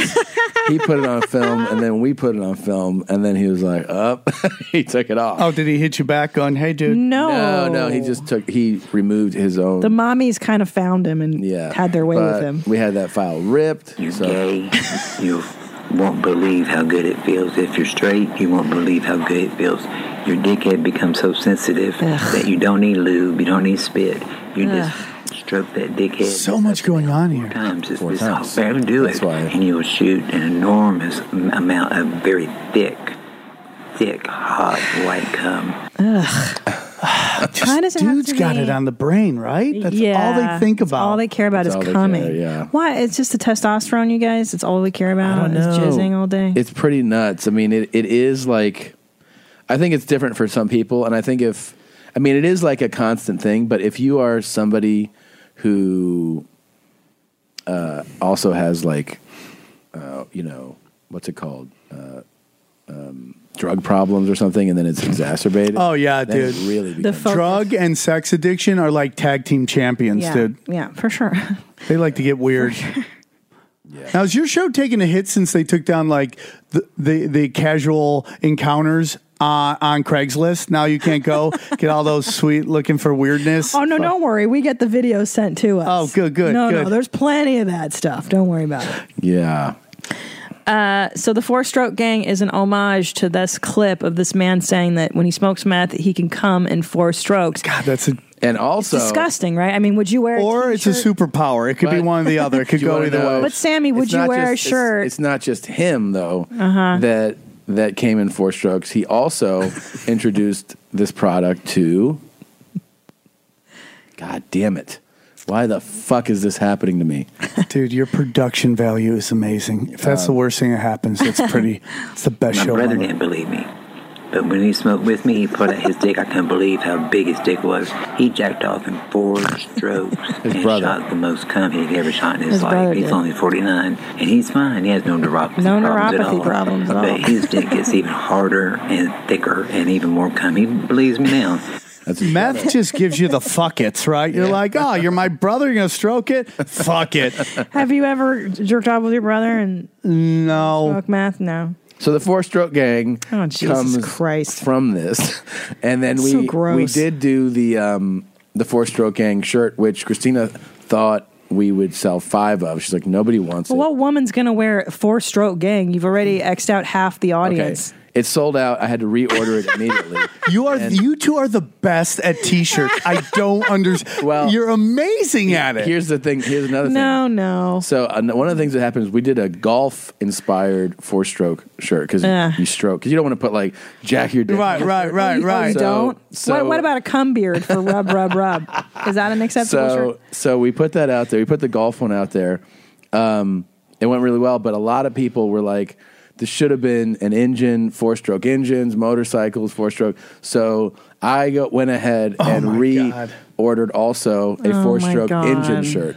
Speaker 1: he put it on film, and then we put it on film, and then he was like, "Up," he took it off.
Speaker 10: Oh, did he hit you back on? Hey, dude.
Speaker 1: no, no, he just took he removed his own.
Speaker 2: The mommies kind of found him and
Speaker 1: yeah,
Speaker 2: had their way with
Speaker 1: But
Speaker 2: him.
Speaker 1: We had that file ripped.
Speaker 11: You're
Speaker 1: so-
Speaker 11: gay. you won't believe how good it feels. If you're straight, you won't believe how good it feels. Your dickhead becomes so sensitive that you don't need lube, you don't need spit. You just stroke that dickhead.
Speaker 10: So much going on here.
Speaker 11: times. It's, it's how fair to do it. And you'll shoot an enormous am- amount of very thick, thick, hot white cum.
Speaker 2: Ugh. Why does it have
Speaker 10: Dude's
Speaker 2: to
Speaker 10: got
Speaker 2: be-
Speaker 10: it on the brain, right? That's all
Speaker 2: Yeah,
Speaker 10: they think
Speaker 2: it's
Speaker 10: about.
Speaker 2: all they care about
Speaker 10: That's all
Speaker 2: is
Speaker 10: they
Speaker 2: coming.
Speaker 10: care, yeah.
Speaker 2: Why? It's just the testosterone, you guys. It's all we care about.
Speaker 1: I
Speaker 2: It's
Speaker 1: know.
Speaker 2: jizzing all day.
Speaker 1: It's pretty nuts. I mean, it, it is like, I think it's different for some people. And I think if, I mean, it is like a constant thing, but if you are somebody who uh, also has like, uh, you know, what's it called? Uh, um, drug problems or something, and then it's exacerbated.
Speaker 10: Oh yeah,
Speaker 1: then it
Speaker 10: dude.
Speaker 1: really
Speaker 2: The focus-
Speaker 10: drug and sex addiction are like tag team champions,
Speaker 2: yeah,
Speaker 10: dude.
Speaker 2: yeah, for sure.
Speaker 10: They like to get weird. Now is your show taking a hit since they took down like the the, the casual encounters uh, on Craigslist? Now you can't go get all those sweet looking for weirdness.
Speaker 2: Oh no, don't worry. We get the video sent to us.
Speaker 10: Oh, good, good,
Speaker 2: No, no,
Speaker 10: good.
Speaker 2: there's plenty of that stuff. Don't worry about it.
Speaker 1: Yeah.
Speaker 2: Uh, so the Four Stroke Gang is an homage to this clip of this man saying that when he smokes meth, he can come in four strokes. God,
Speaker 10: that's a
Speaker 1: And also,
Speaker 2: disgusting, right? I mean, would you wear?
Speaker 10: Or
Speaker 2: a
Speaker 10: it's a
Speaker 2: t-shirt?
Speaker 10: superpower. It could be
Speaker 1: But-
Speaker 10: one or the other. It could
Speaker 1: You
Speaker 10: go
Speaker 1: wanna
Speaker 10: either
Speaker 1: know-
Speaker 10: way.
Speaker 2: But Sammy, would
Speaker 1: It's
Speaker 2: you
Speaker 1: not
Speaker 2: wear
Speaker 1: just-
Speaker 2: a
Speaker 1: it's-
Speaker 2: shirt?
Speaker 1: It's, not just him though
Speaker 2: Uh-huh.
Speaker 1: that that came in four strokes. He also introduced this product to. God damn it! Why the fuck is this happening to me?
Speaker 10: Dude, your production value is amazing. If that's the worst thing that happens, it's pretty. It's the best
Speaker 11: Um, My
Speaker 10: show.
Speaker 11: brother
Speaker 10: ever.
Speaker 11: didn't believe me. But when he smoked with me, he put out his dick. I couldn't believe how big his dick was. He jacked off in four strokes and shot the most cum he'd ever shot in his,
Speaker 2: His brother
Speaker 11: life. He's
Speaker 2: did.
Speaker 11: only 49, and he's fine. He has no neuropathy
Speaker 2: No
Speaker 11: problems at
Speaker 2: neuropathy
Speaker 11: all.
Speaker 2: problems at
Speaker 11: but
Speaker 2: all.
Speaker 11: his dick gets even harder and thicker and even more cum. He believes me now.
Speaker 10: Meth just gives you the fuck it's, right? You're like, oh, you're my brother. You're going to stroke it? Fuck it.
Speaker 2: Have you ever jerked off with your brother and
Speaker 10: no
Speaker 2: smoke meth? No.
Speaker 1: So the four stroke gang
Speaker 2: Oh, Jesus
Speaker 1: comes from this, and then
Speaker 2: That's
Speaker 1: we
Speaker 2: so gross.
Speaker 1: we did do the um, the four stroke gang shirt, which Christina thought we would sell five of. She's like, nobody wants
Speaker 2: Well,
Speaker 1: it.
Speaker 2: what woman's gonna wear four stroke gang? You've already xed out half the audience.
Speaker 1: It sold out. I had to reorder it immediately.
Speaker 10: You are you two are the best at t-shirts. I don't understand. Well, you're amazing at it.
Speaker 1: Here's the thing. Here's another thing.
Speaker 2: No, no.
Speaker 1: So uh, one of the things that happens, we did a golf inspired four stroke shirt because
Speaker 2: Yeah.
Speaker 1: you stroke because you don't want to put like jack your dick.
Speaker 10: Right, right, right,
Speaker 2: Oh, you don't. what, what about a cum beard for rub, rub, rub? Is that an acceptable
Speaker 1: so
Speaker 2: shirt?
Speaker 1: so we put that out there. We put the golf one out there. Um, it went really well, but a lot of people were like, "This should have been an engine, four stroke engines, motorcycles, four stroke." So I go, went ahead and reordered also a
Speaker 12: Oh
Speaker 1: four
Speaker 12: my
Speaker 1: stroke
Speaker 12: God.
Speaker 1: engine shirt.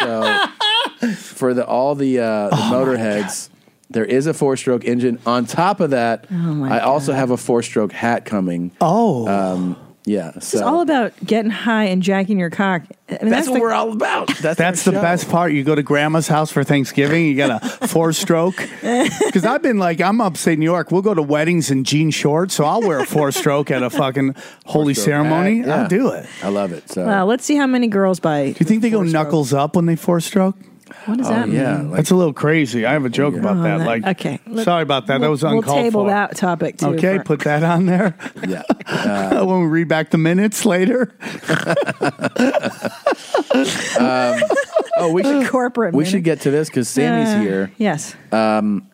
Speaker 1: So for the all the uh, the motorheads. There is a four-stroke engine. On top of that,
Speaker 2: Oh my
Speaker 1: I also have a four-stroke hat coming.
Speaker 10: Oh,
Speaker 1: um, yeah.
Speaker 2: This is all about getting high and jacking your cock. I mean,
Speaker 1: That's what
Speaker 2: the-
Speaker 1: we're all about. That's,
Speaker 10: the best part. You go to grandma's house for Thanksgiving. You got a four stroke. Because I've been like, I'm upstate New York. We'll go to weddings in jean shorts, so I'll wear a four stroke at a fucking holy ceremony.
Speaker 1: Yeah.
Speaker 10: I'll do it.
Speaker 1: I love it. So
Speaker 2: Well, let's see how many girls bite. Do
Speaker 10: you think they go knuckles up when they four stroke?
Speaker 2: What
Speaker 1: Oh,
Speaker 2: does that mean?
Speaker 10: that's a little crazy. I have a joke about
Speaker 2: Oh,
Speaker 10: that.
Speaker 2: that-
Speaker 10: Like,
Speaker 2: okay. Let-
Speaker 10: sorry about that. that
Speaker 2: we'll-
Speaker 10: was uncalled
Speaker 2: We'll table
Speaker 10: for.
Speaker 2: that topic too.
Speaker 10: Okay,
Speaker 2: for-
Speaker 10: put that on there.
Speaker 1: Yeah. uh,
Speaker 10: when we read back the minutes later.
Speaker 1: Um, oh, we should
Speaker 2: corporate.
Speaker 1: We
Speaker 2: minute.
Speaker 1: should get to this because Sammy's
Speaker 2: Uh,
Speaker 1: here.
Speaker 2: Yes.
Speaker 1: Um,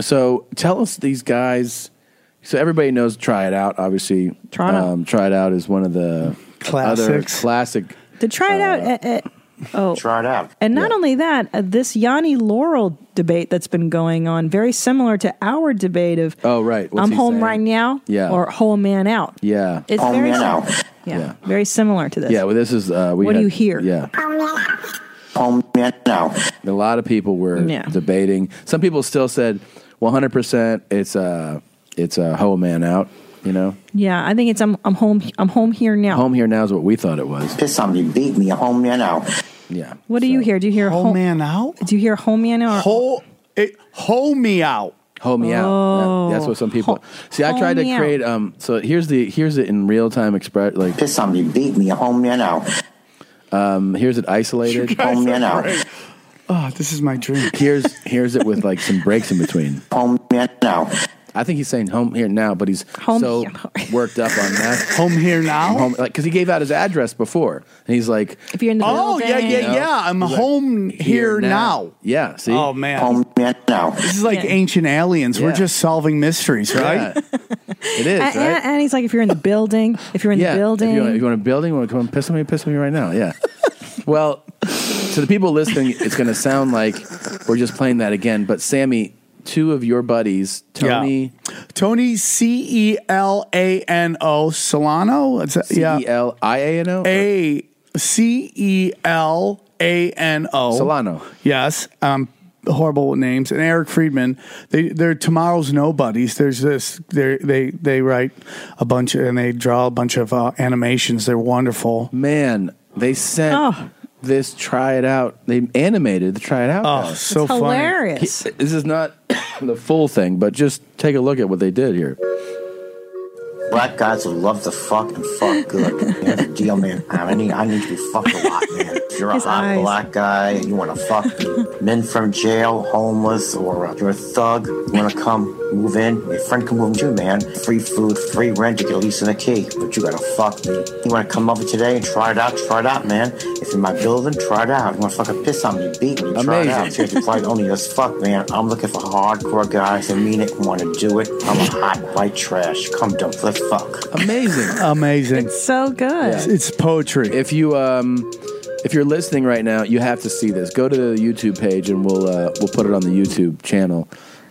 Speaker 1: so tell us these guys. So everybody knows. Try it out. Obviously,
Speaker 2: Try It Out.
Speaker 1: Um, try it out is one of the other
Speaker 2: Classics.
Speaker 1: classic.
Speaker 2: To try it out. uh, uh, oh,
Speaker 1: Try it out.
Speaker 2: And not only that, uh, this Yanni Laurel debate that's been going on, very similar to our debate of
Speaker 1: Oh right. What's
Speaker 2: "I'm
Speaker 1: he
Speaker 2: home
Speaker 1: saying?
Speaker 2: right now"
Speaker 1: Yeah.
Speaker 2: or "whole man out."
Speaker 1: Yeah.
Speaker 2: It's very similar. Yeah, very similar to this.
Speaker 1: Yeah, well, this is. Uh, we
Speaker 2: What do
Speaker 1: had-
Speaker 2: you hear?
Speaker 1: Yeah. Home now. A lot of people were
Speaker 2: Yeah.
Speaker 1: uh, debating. Some people still said 100%. It's a it's a hoe man out. You know,
Speaker 2: Yeah, I think it's I'm, I'm home. I'm home here now.
Speaker 1: home here now is what we thought it was. Piss on me, beat me, home here now. Yeah.
Speaker 2: What do you hear? Do you hear home man out? Do you hear home man out?
Speaker 10: Hole it home me out.
Speaker 1: Home me out. That- that's what some people. See, I
Speaker 2: Oh. home
Speaker 1: tried
Speaker 2: me
Speaker 1: to
Speaker 2: out.
Speaker 1: create. Um. So here's the here's it in real time express. Like piss on me, beat me, home me out. Um. Here's it isolated.
Speaker 10: You guys Home me are out. great. Oh, this is my dream.
Speaker 1: Here's here's it with like some breaks in between. Home me now. I think he's saying home here now, but he's so worked up on that.
Speaker 10: home here now.
Speaker 1: Home, like because he gave out his address before, and he's like,
Speaker 2: if you're in
Speaker 10: the Oh, yeah, building. yeah, yeah, I'm home here now.
Speaker 1: Yeah. See.
Speaker 10: Oh, man. Home
Speaker 1: me now.
Speaker 10: This is like ancient aliens. We're
Speaker 1: Yeah.
Speaker 10: just solving mysteries, right?
Speaker 1: It is.
Speaker 2: and,
Speaker 1: right?
Speaker 2: and- and he's like, if you're in the building, if you're in
Speaker 1: yeah.
Speaker 2: the building,
Speaker 1: If you, want, if you want a building, you want to come and piss on me, piss on me right now. Yeah. well, to the people listening, it's going to sound like we're just playing that again. But Sammy, two of your buddies, Tony,
Speaker 10: Tony C E L A N O Solano. It's a- yeah.
Speaker 1: C E L I A N O?
Speaker 10: A C E L A N O.
Speaker 1: Solano.
Speaker 10: Yes. Um horrible with names. And Eric Friedman. They they're tomorrow's nobodies. There's this they they they write a bunch and they draw a bunch of uh, animations. They're wonderful.
Speaker 1: Man, they sent this try it out. They animated the try it out.
Speaker 10: Oh,
Speaker 1: guys.
Speaker 10: so That's funny. hilarious.
Speaker 1: He- this is not the full thing, but just take a look at what they did here.
Speaker 12: Black guys who love to fuck and fuck good. Here's the deal, man. I need, I need to be fucked a lot, man. If you're a
Speaker 13: His
Speaker 12: hot
Speaker 13: eyes.
Speaker 12: black guy and you want to fuck men from jail, homeless, or uh, you're a thug, you want to come move in, your friend can move in too, man. Free food, free rent, you get a lease and a key, but you got to fuck me. You want to come over today and try it out, try it out, man. If you're in my building, try it out. You want to fucking piss on me, beat me, try it out.
Speaker 1: Amazing.
Speaker 12: Seriously, fight only as fuck, man. I'm looking for hardcore guys that mean it and want to do it. I'm a hot white trash. Come dump the fuck.
Speaker 1: Amazing.
Speaker 10: Amazing.
Speaker 2: It's so good.
Speaker 10: It's poetry.
Speaker 1: If you um if you're listening right now, you have to see this. Go to the YouTube page and we'll uh, we'll put it on the YouTube channel.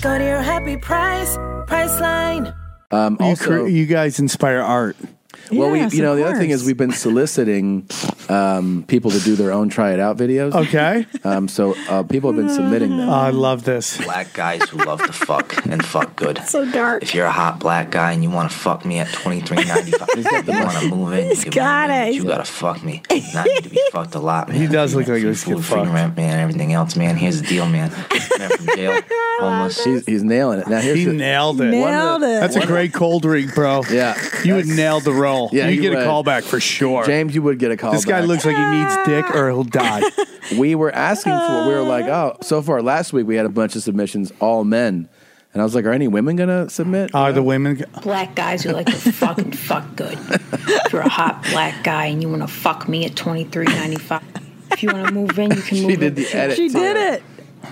Speaker 14: Go to your happy price, Priceline.
Speaker 1: Um,
Speaker 10: you,
Speaker 1: also-
Speaker 10: cre- you guys inspire art.
Speaker 1: well, we, you know the other thing is we've been soliciting um, people to do their own try it out videos.
Speaker 10: Okay.
Speaker 1: Um, so uh, people have been submitting them.
Speaker 10: Oh, I love this.
Speaker 15: Black guys who love to fuck and fuck good.
Speaker 2: So dark.
Speaker 15: If you're a hot black guy and you want to fuck me at twenty three ninety five, you want to move in.
Speaker 2: He's
Speaker 15: you can
Speaker 2: got
Speaker 15: move in,
Speaker 2: it.
Speaker 15: You gotta fuck me. And I need to be fucked a lot, man.
Speaker 10: He does look like he was
Speaker 15: Free
Speaker 10: getting
Speaker 15: food, free
Speaker 10: fucked.
Speaker 15: rent, man. Everything else, man. Here's the deal, man. Man from jail, homeless.
Speaker 1: He's, he's nailing it. Now here's
Speaker 10: He
Speaker 1: the-
Speaker 10: nailed it.
Speaker 1: One of the-
Speaker 10: That's
Speaker 1: one
Speaker 10: a
Speaker 1: of the-
Speaker 10: great cold read, bro.
Speaker 1: Yeah.
Speaker 10: You would nail the role.
Speaker 1: Yeah,
Speaker 10: You'd
Speaker 1: you
Speaker 10: get a
Speaker 1: would.
Speaker 10: callback for sure.
Speaker 1: James, you would get a call.
Speaker 10: This guy
Speaker 1: back.
Speaker 10: looks like he needs dick or he'll die.
Speaker 1: we were asking for. We were like, oh, so far last week we had a bunch of submissions, all men, and I was like, are any women gonna submit?
Speaker 10: Are the women?
Speaker 16: Black guys who like to fuck and fuck good. If you're a hot black guy and you want to fuck me at twenty three ninety five, if you want to move in, you can
Speaker 1: She
Speaker 16: move in.
Speaker 1: did the
Speaker 16: too.
Speaker 1: edit, She too. did
Speaker 2: it.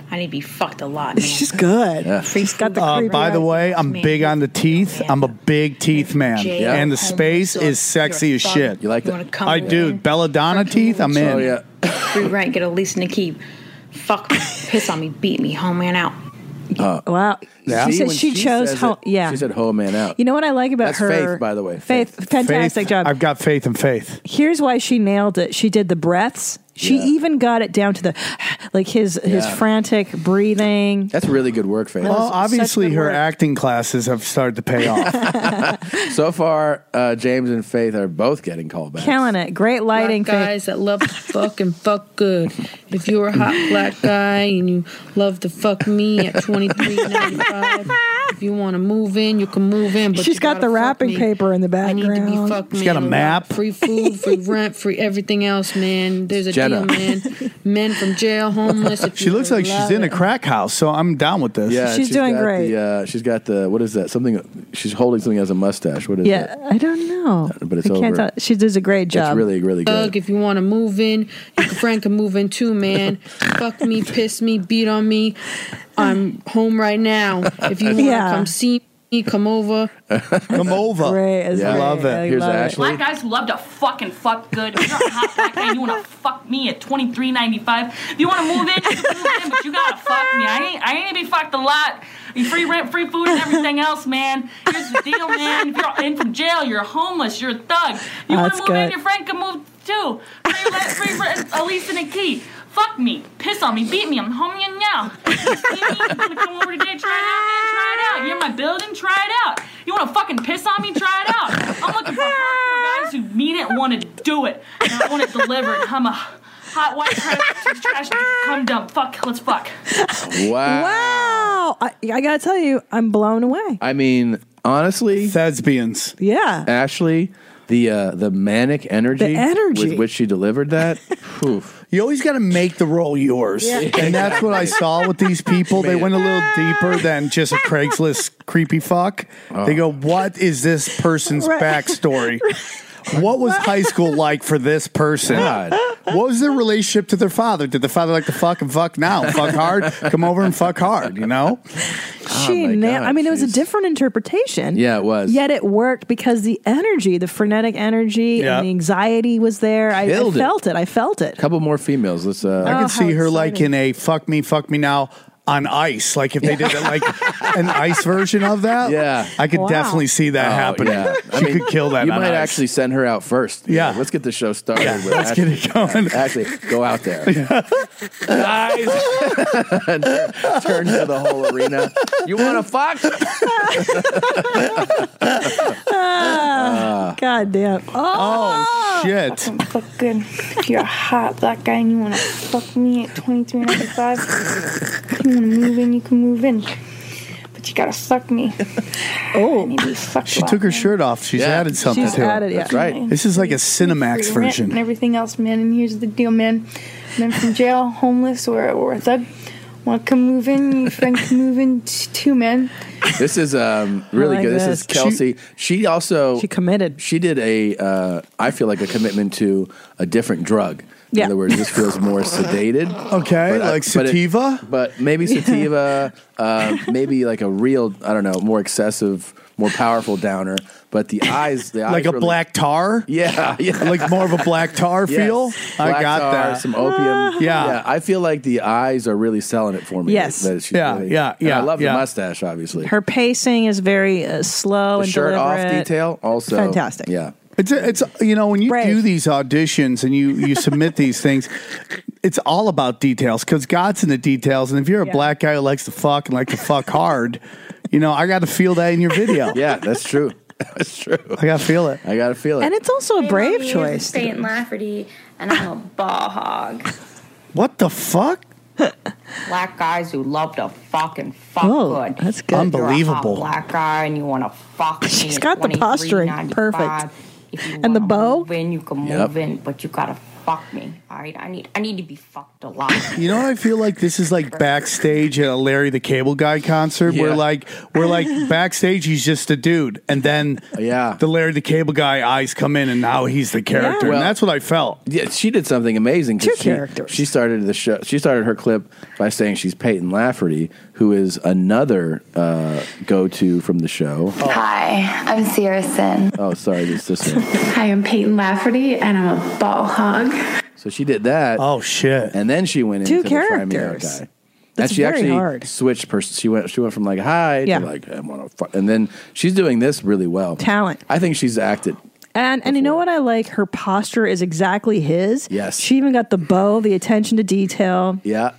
Speaker 16: I need to be fucked a lot. Man.
Speaker 2: She's good.
Speaker 1: Yeah.
Speaker 2: She's got the
Speaker 10: Uh,
Speaker 2: creepy
Speaker 10: by the
Speaker 2: eyes.
Speaker 10: way, I'm big on the teeth. I'm a big teeth man,
Speaker 2: Yeah.
Speaker 10: and the space is sexy as shit.
Speaker 1: You like
Speaker 10: that? I do. Belladonna teeth. I'm in.
Speaker 1: Oh yeah.
Speaker 16: Free rent, get a lease and a key. Fuck me, piss on me, beat me, home man out.
Speaker 1: Uh,
Speaker 2: wow.
Speaker 1: Yeah.
Speaker 2: She
Speaker 1: See,
Speaker 2: said
Speaker 1: when
Speaker 2: she chose
Speaker 1: says
Speaker 2: ho-
Speaker 1: it,
Speaker 2: yeah.
Speaker 1: She said "Home man out."
Speaker 2: You know what I like about
Speaker 1: That's
Speaker 2: her?
Speaker 1: Faith, by the way.
Speaker 2: Faith, fantastic
Speaker 10: Faith-
Speaker 2: job.
Speaker 10: I've got faith in faith.
Speaker 2: Here's why she nailed it. She did the breaths. She even got it down to the like his his
Speaker 10: Yeah.
Speaker 2: frantic breathing.
Speaker 1: That's really good work, Faith.
Speaker 10: Well, obviously her acting classes have started to pay off.
Speaker 1: so far, uh, James and Faith are both getting called back.
Speaker 2: Killing it. Great lighting.
Speaker 17: Black guys that love to fuck and fuck good. If you're a hot black guy and you love to fuck me at twenty three ninety five, If you want to move in, you can move in. But
Speaker 2: She's
Speaker 17: you
Speaker 2: got
Speaker 17: gotta
Speaker 2: the
Speaker 17: fuck
Speaker 2: wrapping
Speaker 17: me.
Speaker 2: paper in the
Speaker 17: I need
Speaker 2: background.
Speaker 17: to be fucked.
Speaker 10: She's
Speaker 17: man,
Speaker 10: got a
Speaker 17: lot.
Speaker 10: map.
Speaker 17: Free food, free rent, free everything else, man. There's a
Speaker 10: Jenna.
Speaker 17: deal, man. Men from jail, homeless. If
Speaker 10: She
Speaker 17: you
Speaker 10: looks like she's
Speaker 17: love
Speaker 10: in
Speaker 17: it.
Speaker 10: a crack house, so I'm down with this.
Speaker 1: Yeah, got The, uh, she's got the what is that? Something. She's holding something as a mustache. What is Uh,
Speaker 2: yeah, I don't know.
Speaker 1: But it's
Speaker 2: I can't
Speaker 1: over.
Speaker 2: tell. She does a great
Speaker 1: It's
Speaker 2: job.
Speaker 1: really, really good.
Speaker 17: Ugh, if you want to move in, your friend can move in too, man. Fuck me, piss me, beat on me. I'm home right now. If you want to
Speaker 2: Yeah.
Speaker 17: come see me, come over.
Speaker 1: that?
Speaker 10: Come over.
Speaker 2: it's
Speaker 1: Yeah.
Speaker 10: great. Love it. I
Speaker 1: Here's
Speaker 10: love it.
Speaker 1: Ashley.
Speaker 13: Black guys love to fucking fuck good. If you're a hot black guy, you wanna fuck me at twenty three ninety five. If you wanna move in, you can move in, but you gotta fuck me. I ain't I ain't gonna be fucked a lot. You Free rent, free food, and everything else, man. Here's the deal, man. If you're in from jail, you're homeless, you're a thug. You wanna
Speaker 2: That's
Speaker 13: move
Speaker 2: good.
Speaker 13: in, your friend can move too. Free rent, free rent, Elise and a key. Fuck me, piss on me, beat me, I'm home in now. You see me? You wanna come over today? Try it out, man. Try it out. You're in my building. Try it out. You wanna fucking piss on me? Try it out. I'm looking for hardcore guys who mean it, and want to do it, and I want it delivered. I'm a hot white trash, trash come dumb. Fuck. Let's fuck.
Speaker 1: Wow.
Speaker 2: Wow. I, I got to tell you, I'm blown away.
Speaker 1: I mean, honestly,
Speaker 10: thespians.
Speaker 2: Yeah.
Speaker 1: Ashley, the uh, the manic energy,
Speaker 10: The energy.
Speaker 1: with which she delivered that. Oof.
Speaker 10: You always got to make the role yours.
Speaker 1: Yeah.
Speaker 10: And that's what I saw with these people. They went a little deeper than just a Craigslist creepy fuck.
Speaker 1: Oh.
Speaker 10: They go, What is this person's
Speaker 2: Right.
Speaker 10: backstory? What was high school like for this person?
Speaker 1: God.
Speaker 10: What was their relationship to their father? Did the father like to fuck and fuck now? Fuck hard? Come over and fuck hard, you know?
Speaker 1: Oh
Speaker 2: She nailed. I mean, it was a different interpretation.
Speaker 10: Yeah, it was.
Speaker 2: Yet it worked because the energy, the frenetic energy,
Speaker 1: Yeah.
Speaker 2: and the anxiety was there. I, I
Speaker 1: Killed it.
Speaker 2: felt it. I felt it.
Speaker 1: couple more females. Let's. Uh,
Speaker 10: I
Speaker 2: Oh,
Speaker 10: can see
Speaker 2: how
Speaker 10: her like in a fuck me, fuck me now on ice. Like if they did it, like an ice version of that. Yeah. I could
Speaker 1: Wow.
Speaker 10: definitely see that
Speaker 1: Oh,
Speaker 10: happening.
Speaker 1: yeah. I
Speaker 10: She
Speaker 1: mean,
Speaker 10: could kill that.
Speaker 1: You
Speaker 10: on
Speaker 1: might
Speaker 10: ice.
Speaker 1: actually send her out first. Yeah, let's get the show started.
Speaker 10: Yeah,
Speaker 1: with
Speaker 10: let's
Speaker 1: Ashley.
Speaker 10: get it going.
Speaker 1: Ashley, go out there. and turn, turn to the whole arena. You want to fuck?
Speaker 2: Ah, God damn. Oh,
Speaker 10: Uh. shit.
Speaker 18: Fuck good. If you're a hot black guy and you want to fuck me at 2395, if you want to move in, you can move in. But you gotta fuck me. Oh. I need to be fucked
Speaker 10: She
Speaker 18: a lot,
Speaker 10: took her
Speaker 18: man.
Speaker 10: shirt off. She's added something
Speaker 18: She's
Speaker 10: to
Speaker 18: added,
Speaker 10: it.
Speaker 18: yeah. That's right.
Speaker 10: This is like a
Speaker 18: Free
Speaker 10: Cinemax
Speaker 18: rent
Speaker 10: version.
Speaker 18: And everything else, man. And here's the deal, man. Men from jail, homeless, or, or a thug want to come move in. Your friend can move in t- too, man.
Speaker 1: This is um, really
Speaker 18: like
Speaker 1: good. This,
Speaker 18: this.
Speaker 1: is Kelsey. She, also she
Speaker 2: committed.
Speaker 1: She did a. Uh, I feel like a commitment to a different drug. In
Speaker 2: Yeah.
Speaker 1: other words, this feels more sedated.
Speaker 10: Okay,
Speaker 1: I-
Speaker 10: like
Speaker 1: it-
Speaker 10: sativa?
Speaker 1: But, maybe
Speaker 10: Yeah.
Speaker 1: sativa. uh, maybe like a real. I don't know. More excessive. More powerful downer. But the eyes. The eyes
Speaker 10: like a
Speaker 1: really-
Speaker 10: black tar?
Speaker 1: Yeah, yeah.
Speaker 10: Like more of a black tar
Speaker 1: Yes.
Speaker 10: feel? I
Speaker 1: Black
Speaker 10: got
Speaker 1: tar,
Speaker 10: that.
Speaker 1: Some
Speaker 18: Ah.
Speaker 1: opium.
Speaker 10: Yeah.
Speaker 1: I feel like the eyes are really selling it for me.
Speaker 2: Yes.
Speaker 1: That she's
Speaker 10: Yeah,
Speaker 1: really-
Speaker 10: yeah,
Speaker 1: and
Speaker 10: yeah,
Speaker 1: I love
Speaker 10: yeah.
Speaker 1: the mustache, obviously.
Speaker 2: Her pacing is very uh, slow
Speaker 1: The
Speaker 2: and
Speaker 1: shirt off
Speaker 2: deliberate.
Speaker 1: detail also
Speaker 2: fantastic.
Speaker 1: Yeah.
Speaker 10: It's a, it's you know when you do these auditions and you you submit these things, it's all about details because God's in the details. And if you're a black guy who likes to fuck and like to fuck hard, you know I got to feel that in your video.
Speaker 1: Yeah, that's true. That's true.
Speaker 10: I got to feel it.
Speaker 1: I got to feel it.
Speaker 2: And it's also a brave
Speaker 19: Here's
Speaker 2: choice.
Speaker 19: Saint Lafferty, and I'm a ball hog.
Speaker 10: What the fuck?
Speaker 20: black guys who love to fucking fuck good. That's
Speaker 10: good. Oh, Unbelievable.
Speaker 20: black guy and you want to fuck.
Speaker 2: She's got the posturing. Perfect.
Speaker 20: and the bow. When you can move
Speaker 10: Yep.
Speaker 20: in, but you gotta fuck me. All right, I need I need to be fucked a lot.
Speaker 10: You know what I feel like this is like backstage at a Larry the Cable Guy concert where
Speaker 20: Yeah.
Speaker 10: like we're like backstage he's just a dude and then yeah the Larry the Cable Guy eyes come in and now he's the character
Speaker 1: Well-
Speaker 10: and that's what I felt.
Speaker 1: Yeah, she did something amazing. 'cause
Speaker 10: Two
Speaker 1: she,
Speaker 10: characters.
Speaker 1: She started the show. She started her clip by saying she's Peyton Lafferty, who is another uh, go-to from the show.
Speaker 21: Hi, I'm Sierra Sin.
Speaker 1: Oh, sorry, this this one.
Speaker 21: Hi, I'm Peyton Lafferty, and I'm a ball hog.
Speaker 1: So she did that.
Speaker 10: Oh shit!
Speaker 1: And then she went
Speaker 21: Two
Speaker 1: into the Crimea
Speaker 21: characters.
Speaker 1: guy.
Speaker 21: That's
Speaker 1: and she
Speaker 21: very
Speaker 1: actually
Speaker 21: hard.
Speaker 1: switched. Pers- she went. She went from like hi
Speaker 2: Yeah.
Speaker 1: to like I want to. Fu-. And then she's doing this really well.
Speaker 2: Talent.
Speaker 1: I think she's acted.
Speaker 2: And and you know what I like? Her posture is exactly his.
Speaker 1: Yes.
Speaker 2: She even got the bow, the attention to detail.
Speaker 1: Yeah.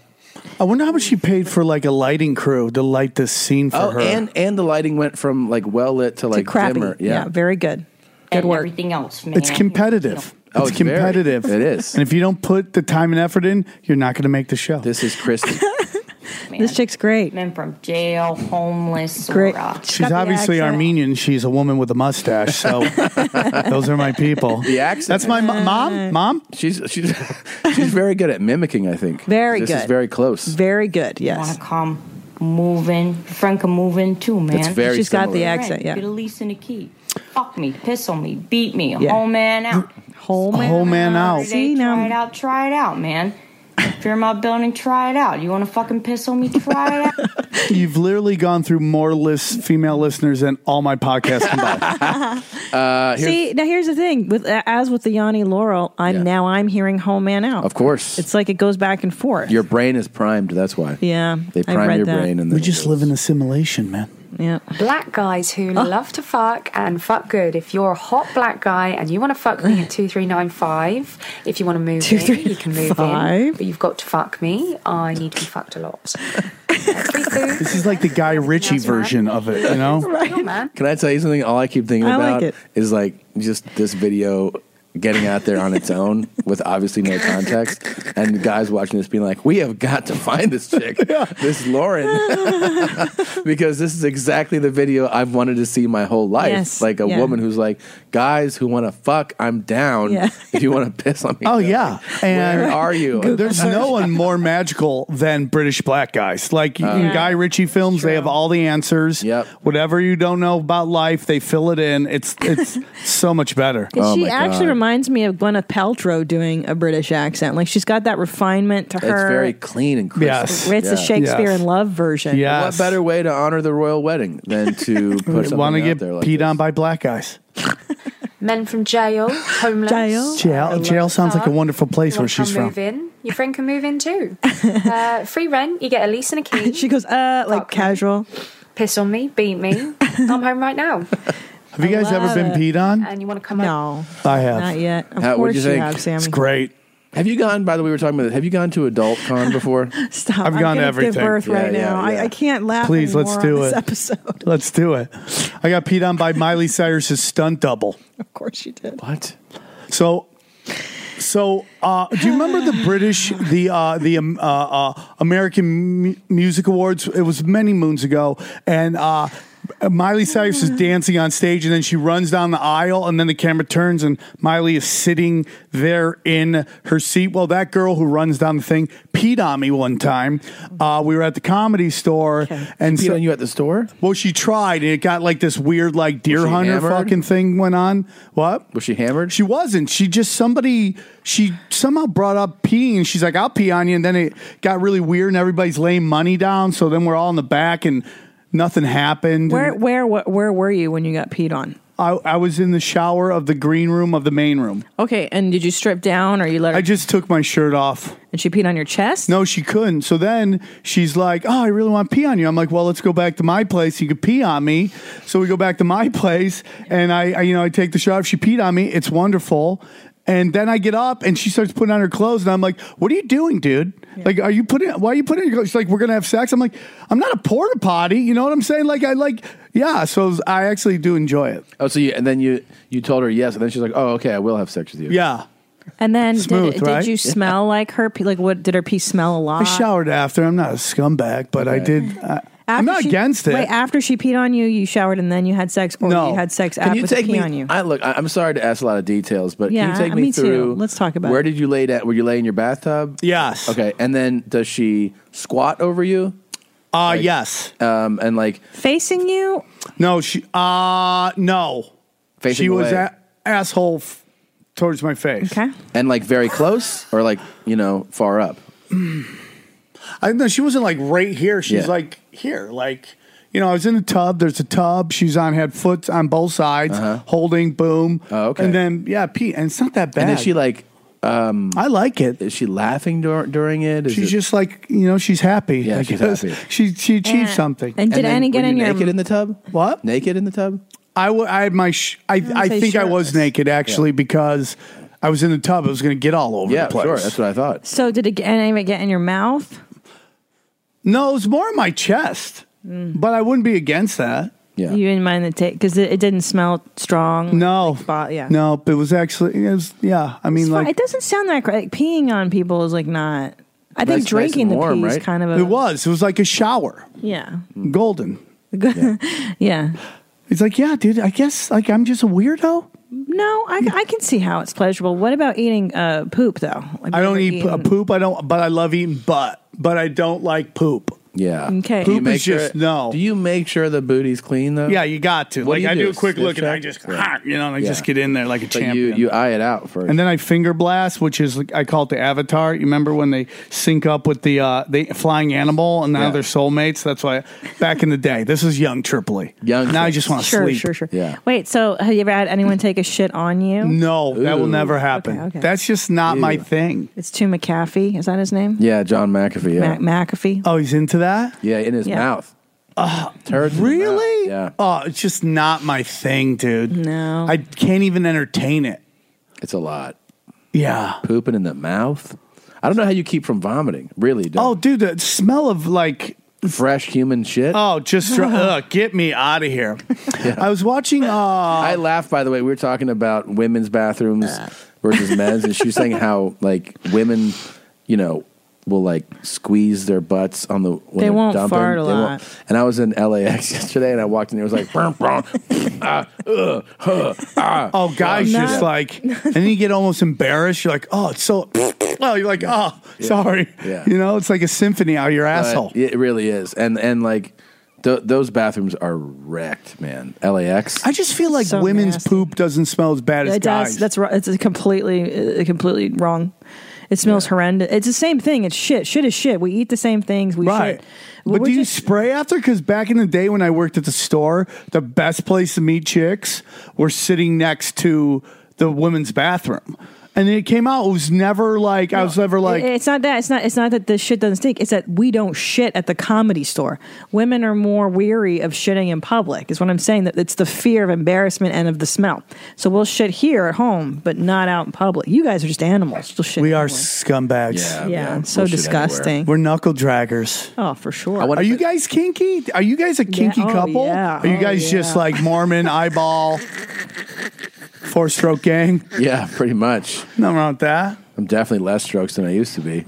Speaker 10: I wonder how much she paid for like a lighting crew to light this scene for
Speaker 1: oh,
Speaker 10: her.
Speaker 1: and and the lighting went from like well lit to like
Speaker 2: crappy.
Speaker 1: dimmer.
Speaker 2: Yeah, very good.
Speaker 20: Good work. Everything else, man.
Speaker 10: it's competitive.
Speaker 1: Oh,
Speaker 10: it's,
Speaker 1: it's very-
Speaker 10: competitive.
Speaker 1: it is.
Speaker 10: And if you don't put the time and effort in, you're not going to make the show.
Speaker 1: This is Christy.
Speaker 2: This chick's great.
Speaker 20: Men from jail, homeless,
Speaker 2: Great.
Speaker 20: or, uh,
Speaker 10: She's obviously Armenian. She's a woman with a mustache. So those are my people. The
Speaker 1: accent.
Speaker 10: That's my mo- mom. Mom.
Speaker 1: She's she's she's very good at mimicking. I think
Speaker 20: Very
Speaker 1: this is
Speaker 20: good.
Speaker 1: very close.
Speaker 2: Very good.
Speaker 20: You want to come moving, Franca moving too, man.
Speaker 1: It's very She's got the similar. accent,
Speaker 20: Friend,
Speaker 1: yeah.
Speaker 20: Be the least in the key. Fuck me, piss on me, beat me,
Speaker 2: Yeah.
Speaker 20: whole man out.
Speaker 2: Whole
Speaker 10: man Whole man out. out.
Speaker 20: See, try it out, try it out, man. If you're in my building, try it out. You want to fucking piss on me? Try it out.
Speaker 10: You've literally gone through more list, female listeners than all my podcasts combined.
Speaker 1: uh,
Speaker 2: Uh-huh. See, now here's the thing. With as with the Yanni Laurel, I'm now I'm hearing whole man out.
Speaker 1: Of course.
Speaker 2: it's like it goes back and forth.
Speaker 1: Your brain is primed. That's why.
Speaker 2: Yeah,
Speaker 1: They
Speaker 2: I
Speaker 1: prime
Speaker 2: read
Speaker 1: your
Speaker 2: that.
Speaker 1: brain and
Speaker 10: we
Speaker 1: then
Speaker 10: just live in assimilation, man.
Speaker 2: Yeah. Oh.
Speaker 3: Black guys who love to fuck and fuck good. If you're a hot black guy and you want to fuck me at 2395, if you want to move
Speaker 2: Two,
Speaker 3: in,
Speaker 2: three,
Speaker 3: you can move in.
Speaker 10: five.
Speaker 3: But you've got to fuck me. I need to be fucked a lot.
Speaker 10: This is like the Guy Ritchie version of it, you know?
Speaker 3: Cool, man.
Speaker 1: Can I tell you something? All I keep thinking
Speaker 3: I like
Speaker 1: about
Speaker 3: it.
Speaker 1: is like just this video getting out there on its own with obviously no context, and guys watching this being like, "We have got to find this chick, this Lauren," because this is exactly the video I've wanted to see my whole life.
Speaker 10: Yes,
Speaker 1: Like a
Speaker 10: yeah.
Speaker 1: woman who's like, "Guys who want to fuck, I'm down.
Speaker 10: Yeah.
Speaker 1: If you want to piss on me,
Speaker 10: Oh yeah, and
Speaker 1: where are you?
Speaker 10: There's no one more magical than British black guys. Like
Speaker 1: Uh,
Speaker 10: in
Speaker 1: Yeah.
Speaker 10: Guy Ritchie films, they have all the answers. Yep. Whatever you don't know about life, they fill it in. It's it's so much better.
Speaker 1: Oh
Speaker 2: she actually reminds me of Gwyneth Paltrow doing a British accent. Like she's got that refinement to
Speaker 1: It's
Speaker 2: her.
Speaker 1: very clean and crisp.
Speaker 10: Yes.
Speaker 2: It's
Speaker 1: Yeah.
Speaker 2: the Shakespeare in Love version.
Speaker 1: What better way to honor the royal wedding than to put something
Speaker 10: Want to get
Speaker 1: out there like
Speaker 10: peed on by black guys?
Speaker 3: Men from jail, homeless.
Speaker 10: Jail, jail sounds like a wonderful place where
Speaker 3: Your friend
Speaker 10: she's
Speaker 3: can
Speaker 10: from.
Speaker 3: move in. Your friend can move in too. Uh, free rent. You get a lease and a key.
Speaker 2: she goes, uh, like casual.
Speaker 3: Piss on me, beat me. I'm home right now.
Speaker 10: Have you guys ever been peed on?
Speaker 3: And you want to come
Speaker 2: No.
Speaker 10: I have.
Speaker 2: Not yet. Of
Speaker 1: How-
Speaker 2: course
Speaker 1: what'd you think?
Speaker 2: have, Sammy.
Speaker 10: great.
Speaker 1: Have you gone? By the way, we were talking about. Have you gone to Adult Con before?
Speaker 2: Stop. I'm gonna Give birth right now. I, I can't laugh.
Speaker 10: Please, let's
Speaker 2: anymore on
Speaker 10: do
Speaker 2: this
Speaker 10: it.
Speaker 2: Episode.
Speaker 10: Let's do it. I got peed on by Miley Cyrus's stunt double.
Speaker 2: Of course you did.
Speaker 1: What?
Speaker 10: So, so uh, do you remember the British, the uh, the um, uh, uh, American Mu- Music Awards? It was many moons ago, and. Uh, Miley Cyrus is dancing on stage and then she runs down the aisle and then the camera turns and Miley is sitting there in her seat. Well, that girl who runs down the thing peed on me one time. Uh, we were at the comedy store and
Speaker 1: She peed on you at the store?
Speaker 10: Well, she tried and it got like this weird like deer
Speaker 1: she
Speaker 10: hunter
Speaker 1: hammered?
Speaker 10: fucking thing went on. What?
Speaker 1: Was she hammered?
Speaker 10: She wasn't. She just somebody she somehow brought up peeing and she's like, I'll pee on you and then it got really weird and everybody's laying money down, so then we're all in the back and nothing happened.
Speaker 2: Where, where, where, where were you when you got peed on?
Speaker 10: I, I was in the shower of the green room of the main room.
Speaker 2: Okay, and did you strip down or you let her?
Speaker 10: I just took my shirt off.
Speaker 2: And she peed on your chest?
Speaker 10: No, she couldn't. So then she's like, Oh, I really want to pee on you. I'm like, Well, let's go back to my place. You could pee on me. So we go back to my place and I, I you know, I take the shot off. She peed on me. It's wonderful. And then I get up and she starts putting on her clothes and I'm like, What are you doing, dude? Like, are you putting why are you putting on your clothes? She's like, We're gonna have sex. I'm like, I'm not a porta potty, you know what I'm saying? Like I like yeah, so I actually do enjoy it.
Speaker 1: Oh, so you and then you you told her yes, and then she's like, "Oh, okay, I will have sex with you."
Speaker 10: Yeah.
Speaker 2: And then
Speaker 10: Smooth,
Speaker 2: did,
Speaker 10: right?
Speaker 2: did you smell like her? pee? Like what? Did her pee smell a lot?
Speaker 10: I showered after. I'm not a scumbag, but I did. I, I'm not
Speaker 2: she-
Speaker 10: against it.
Speaker 2: Wait, after she peed on you, you showered and then you had sex, or
Speaker 1: No.
Speaker 2: you had sex
Speaker 1: Can
Speaker 2: after
Speaker 1: you
Speaker 2: she
Speaker 1: take
Speaker 2: pee
Speaker 1: me
Speaker 2: on you?
Speaker 1: I look. I, I'm sorry to ask a lot of details, but can
Speaker 2: Yeah,
Speaker 1: you take me,
Speaker 2: me too.
Speaker 1: through?
Speaker 2: Let's talk about
Speaker 1: Where
Speaker 2: it.
Speaker 1: did you lay at? Were you laying in your bathtub?
Speaker 10: Yes.
Speaker 1: Okay, and then does she squat over you?
Speaker 10: Uh yes.
Speaker 1: Um, and like
Speaker 2: Facing you?
Speaker 10: No, she. Uh no.
Speaker 1: Facing
Speaker 10: she was
Speaker 1: away.
Speaker 10: a- asshole f- towards my face. Okay.
Speaker 1: and like very close or like you know far up.
Speaker 10: I know she wasn't like right here. She's
Speaker 1: Yeah.
Speaker 10: like here, like. You know, I was in the tub. There's a tub. She's on had foot on both sides, holding. Boom. Oh,
Speaker 1: Uh-huh. okay.
Speaker 10: And then yeah, Pete, and it's not that bad.
Speaker 1: And is she like? Um,
Speaker 10: I like it.
Speaker 1: Is she laughing dur- during it? Is
Speaker 10: she's
Speaker 1: it-
Speaker 10: just like you know, she's happy.
Speaker 1: Yeah,
Speaker 10: I
Speaker 1: she's
Speaker 10: guess.
Speaker 1: happy.
Speaker 10: She she
Speaker 2: And-
Speaker 10: achieved something.
Speaker 2: Uh, and did And then any get were you in your-
Speaker 1: naked in the tub?
Speaker 10: What?
Speaker 1: Naked in the tub?
Speaker 10: I wa- I had my sh- I
Speaker 1: gonna
Speaker 10: I
Speaker 1: say
Speaker 10: think I was
Speaker 1: shirtless.
Speaker 10: naked actually because I was in the tub. It was going to get all over
Speaker 1: Yeah,
Speaker 10: the place.
Speaker 1: sure. That's what I thought.
Speaker 2: So did it get, any of it get in your mouth?
Speaker 10: No, it was more on my chest,
Speaker 2: Mm.
Speaker 10: but I wouldn't be against that.
Speaker 1: Yeah.
Speaker 2: You didn't mind the taste because it, it didn't smell strong.
Speaker 10: No.
Speaker 2: like bo- Uh, yeah.
Speaker 10: No, it was actually it was yeah. I mean,
Speaker 2: It's fine.
Speaker 10: like
Speaker 2: it doesn't sound that great. Like, peeing on people is like not. I think drinking the pee is kind of a
Speaker 10: it was. It was like a shower.
Speaker 2: yeah.
Speaker 1: Mm.
Speaker 10: Golden.
Speaker 2: Yeah. yeah.
Speaker 10: It's like, yeah, dude. I guess like I'm just a weirdo.
Speaker 2: No, I, I can see how it's pleasurable. What about eating uh, poop though? Like,
Speaker 10: I don't
Speaker 2: remember
Speaker 10: eat p-
Speaker 2: eating-
Speaker 10: poop. I don't, but I love eating butt. But I don't like poop.
Speaker 1: Yeah.
Speaker 2: Okay.
Speaker 1: Do you
Speaker 10: Poop
Speaker 1: make
Speaker 10: is
Speaker 1: sure-
Speaker 10: just no.
Speaker 1: Do you make sure the booty's clean though?
Speaker 10: Yeah, you got to.
Speaker 1: What
Speaker 10: like
Speaker 1: you
Speaker 10: I do a quick
Speaker 1: sniff
Speaker 10: look and I
Speaker 1: check?
Speaker 10: just,
Speaker 1: Yeah.
Speaker 10: "Ah," you know, and I
Speaker 1: Yeah.
Speaker 10: just get in there like a
Speaker 1: But you-
Speaker 10: champion.
Speaker 1: you eye it out first.
Speaker 10: and then I finger blast, which is like- I call it the avatar. You remember when they sync up with the uh, the flying animal, and now
Speaker 1: Yeah.
Speaker 10: they're soulmates. That's why back in the day, this is young Tripoli. Young. Now I just want to
Speaker 2: Sure,
Speaker 10: sleep.
Speaker 2: sure, sure.
Speaker 10: Yeah.
Speaker 2: Wait, so have you ever had anyone take a shit on you?
Speaker 10: No, that will never happen.
Speaker 2: okay.
Speaker 10: That's just not my thing.
Speaker 2: It's too McAfee. Is that his name?
Speaker 1: Yeah, John McAfee. Yeah.
Speaker 2: Ma- McAfee.
Speaker 10: Oh, he's into that.
Speaker 1: yeah, in his
Speaker 2: Yeah.
Speaker 1: mouth.
Speaker 10: Oh,
Speaker 1: Turds in the
Speaker 10: really?
Speaker 1: mouth,
Speaker 10: Oh, it's just not my thing, dude.
Speaker 2: No.
Speaker 10: I can't even entertain it.
Speaker 1: It's a lot.
Speaker 10: Yeah.
Speaker 1: Pooping in the mouth. I don't know how you keep from vomiting. Really? Don't.
Speaker 10: Oh, dude, the smell of like
Speaker 1: fresh human shit.
Speaker 10: Oh, just ugh, get me out of here. I was watching. Uh, I
Speaker 1: laughed. By the way, we were talking about women's bathrooms versus men's, and she was saying how like women, you know, will like squeeze their butts on the. When
Speaker 2: They
Speaker 1: they're
Speaker 2: won't
Speaker 1: dumping.
Speaker 2: fart a
Speaker 1: won't-
Speaker 2: lot.
Speaker 1: And I was in LAX yesterday, and I walked in there. It was like, brum, brum, ah, ugh, huh, ah.
Speaker 10: Oh, guys,
Speaker 1: Yeah.
Speaker 10: just like, and then you get almost embarrassed. You're like, oh, it's so. Oh, you're like, oh, sorry.
Speaker 1: Yeah.
Speaker 10: You know, it's like a symphony out of your
Speaker 1: But
Speaker 10: asshole.
Speaker 1: It really is, and and like. Th- those bathrooms are wrecked, man. LAX.
Speaker 10: I just feel like
Speaker 2: So
Speaker 10: women's
Speaker 2: nasty.
Speaker 10: poop doesn't smell as bad as
Speaker 2: It
Speaker 10: guys.
Speaker 2: does. That's right. It's a completely, uh, completely wrong. It smells horrendous. It's the same thing. It's shit. Shit is shit. We eat the same things. We
Speaker 10: Right.
Speaker 2: shit.
Speaker 10: But
Speaker 2: We're
Speaker 10: do you
Speaker 2: just-
Speaker 10: spray after? Because back in the day when I worked at the store, the best place to meet chicks were sitting next to the women's bathroom. And then it came out, it was never like, I was never like,
Speaker 2: It- it's not that. It's not. It's not that the shit doesn't stink. It's that we don't shit at the comedy store. Women are more weary of shitting in public. Is what I'm saying. That it's the fear of embarrassment and of the smell. So we'll shit here at home, but not out in public. You guys are just animals. You'll shit.
Speaker 10: we are scumbags.
Speaker 2: Yeah, Yeah, yeah. so Bullshit disgusting. everywhere.
Speaker 10: We're knuckle draggers.
Speaker 2: Oh, for sure.
Speaker 10: Are you guys kinky? Are you guys a kinky
Speaker 2: oh,
Speaker 10: couple?
Speaker 2: yeah.
Speaker 10: Are you
Speaker 2: Oh,
Speaker 10: guys just
Speaker 2: yeah.
Speaker 10: like Mormon eyeball, four stroke gang?
Speaker 1: Yeah, pretty much.
Speaker 10: Nothing wrong with that.
Speaker 1: I'm definitely less strokes than I used to be.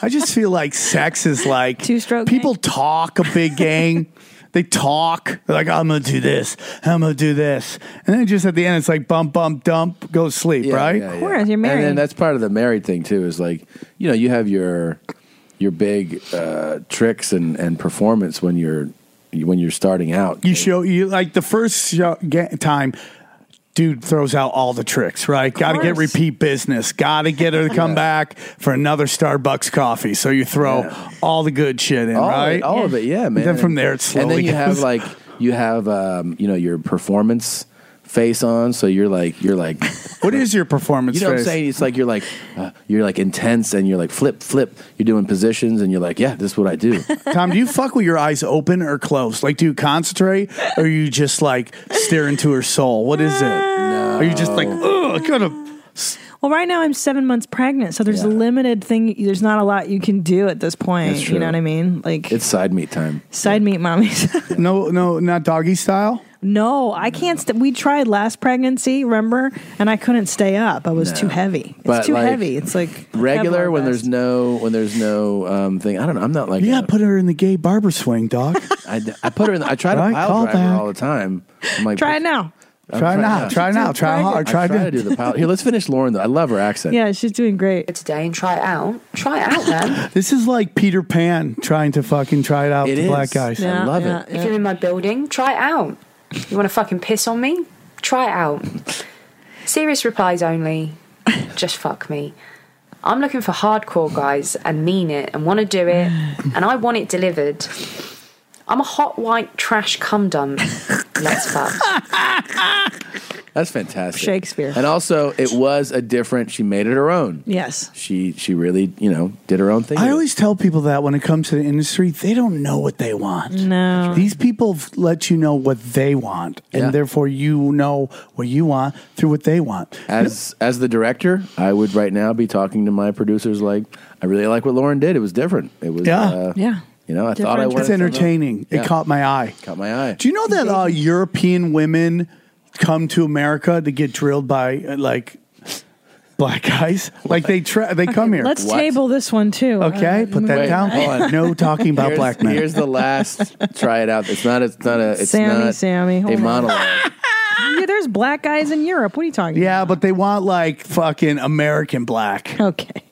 Speaker 10: I just feel like sex is like two stroke. People talk a big gang. They talk. They're like, I'm gonna do this. I'm gonna do this. And then just at the end, it's like bump, bump, dump, go to sleep. right?
Speaker 1: yeah,
Speaker 10: Yeah,
Speaker 2: course,
Speaker 1: yeah.
Speaker 2: you're
Speaker 1: And then
Speaker 2: married.
Speaker 1: that's part of the married thing too. Is like you know you have your your big uh, tricks and and performance when you're when you're starting out.
Speaker 10: You show you like the first show, ga- time. Dude throws out all the tricks, right? Got to get
Speaker 1: course.
Speaker 10: repeat business. Got to get her to come
Speaker 1: Yeah.
Speaker 10: back for another Starbucks coffee. So you throw all the good shit in,
Speaker 1: all,
Speaker 10: right?
Speaker 1: all of it, yeah, man.
Speaker 10: then from there, it
Speaker 1: and
Speaker 10: slowly
Speaker 1: then you have
Speaker 10: goes.
Speaker 1: like you have um, you know your performance face on, so you're like you're like
Speaker 10: what is your performance?
Speaker 1: You know what I'm
Speaker 10: face?
Speaker 1: saying? It's like you're like uh, you're like intense, and you're like flip flip. You're doing positions, and you're like, yeah, this is what I do.
Speaker 10: Tom, do you fuck with your eyes open or closed? Like, do you concentrate or you just like stare into her soul? What is it?
Speaker 2: Uh,
Speaker 10: Are you just like, ugh, kind of.
Speaker 2: Well, right now I'm seven months pregnant, so there's a limited thing. There's not a lot you can do at this point.
Speaker 1: That's
Speaker 2: You know
Speaker 1: true.
Speaker 2: what I mean? Like
Speaker 1: It's side meat time.
Speaker 2: side meat mommies.
Speaker 10: No, no, not doggy style.
Speaker 2: No, I can't. St- we tried last pregnancy, remember? And I couldn't stay up. I was
Speaker 1: No.
Speaker 2: too heavy. It's
Speaker 1: But,
Speaker 2: too
Speaker 1: like,
Speaker 2: heavy. It's like
Speaker 1: Regular
Speaker 2: Kevlar
Speaker 1: when
Speaker 2: vest.
Speaker 1: there's no when there's no um, thing. I don't know. I'm not like
Speaker 10: Yeah, put her in the gay barber swing, dog.
Speaker 1: I, I put her in. The, I try to
Speaker 10: Right,
Speaker 1: pile
Speaker 10: call
Speaker 1: drive her
Speaker 10: back.
Speaker 1: all the time. I'm like,
Speaker 2: Try it now.
Speaker 1: I'm
Speaker 10: Try it
Speaker 1: trying
Speaker 10: now, try it now, try hard,
Speaker 1: I
Speaker 10: try
Speaker 1: try
Speaker 10: to-
Speaker 1: to do the pile. Here, let's finish Lauren though. I love her accent.
Speaker 2: Yeah, she's doing great.
Speaker 3: Today and try it out. Try it out, man.
Speaker 10: This is like Peter Pan trying to fucking try it out
Speaker 1: It
Speaker 10: to
Speaker 1: is.
Speaker 10: black guys.
Speaker 1: I love it.
Speaker 3: If you're in my building, try it out. You want to fucking piss on me? Try it out. Serious replies only. Just fuck me. I'm looking for hardcore guys and mean it and want to do it and I want it delivered. I'm a hot white trash cum dump. Let's fuck.
Speaker 1: That's fantastic.
Speaker 2: Shakespeare.
Speaker 1: And also, it was a different. She made it her own.
Speaker 2: Yes.
Speaker 1: She she really you know did her own thing.
Speaker 10: I always tell people that when it comes to the industry, they don't know what they want.
Speaker 2: No.
Speaker 10: These people f- let you know what they want, and
Speaker 1: Yeah.
Speaker 10: therefore you know what you want through what they want.
Speaker 1: As as the director, I would right now be talking to my producers like, I really like what Lauren did. It was different. It was
Speaker 10: Yeah.
Speaker 1: uh,
Speaker 10: Yeah.
Speaker 1: You know, I thought I wanted
Speaker 10: It's
Speaker 1: something else.
Speaker 10: entertaining.
Speaker 1: Yeah.
Speaker 10: It caught my eye.
Speaker 1: Caught my eye.
Speaker 10: Do you know that uh, European women come to America to get drilled by uh, like black guys. Like they tra- they come here.
Speaker 2: Let's table this one too.
Speaker 10: Okay, put that
Speaker 2: moving
Speaker 10: down.
Speaker 2: on.
Speaker 10: No talking about
Speaker 1: Here's-
Speaker 10: black men.
Speaker 1: Here's the last. Try it out. It's not. It's not a. It's
Speaker 2: Sammy,
Speaker 1: not
Speaker 2: Sammy, hold
Speaker 1: a
Speaker 2: on.
Speaker 1: monologue.
Speaker 2: Yeah, there's black guys in Europe. What are you talking
Speaker 10: Yeah, but they want like fucking American black.
Speaker 2: Okay.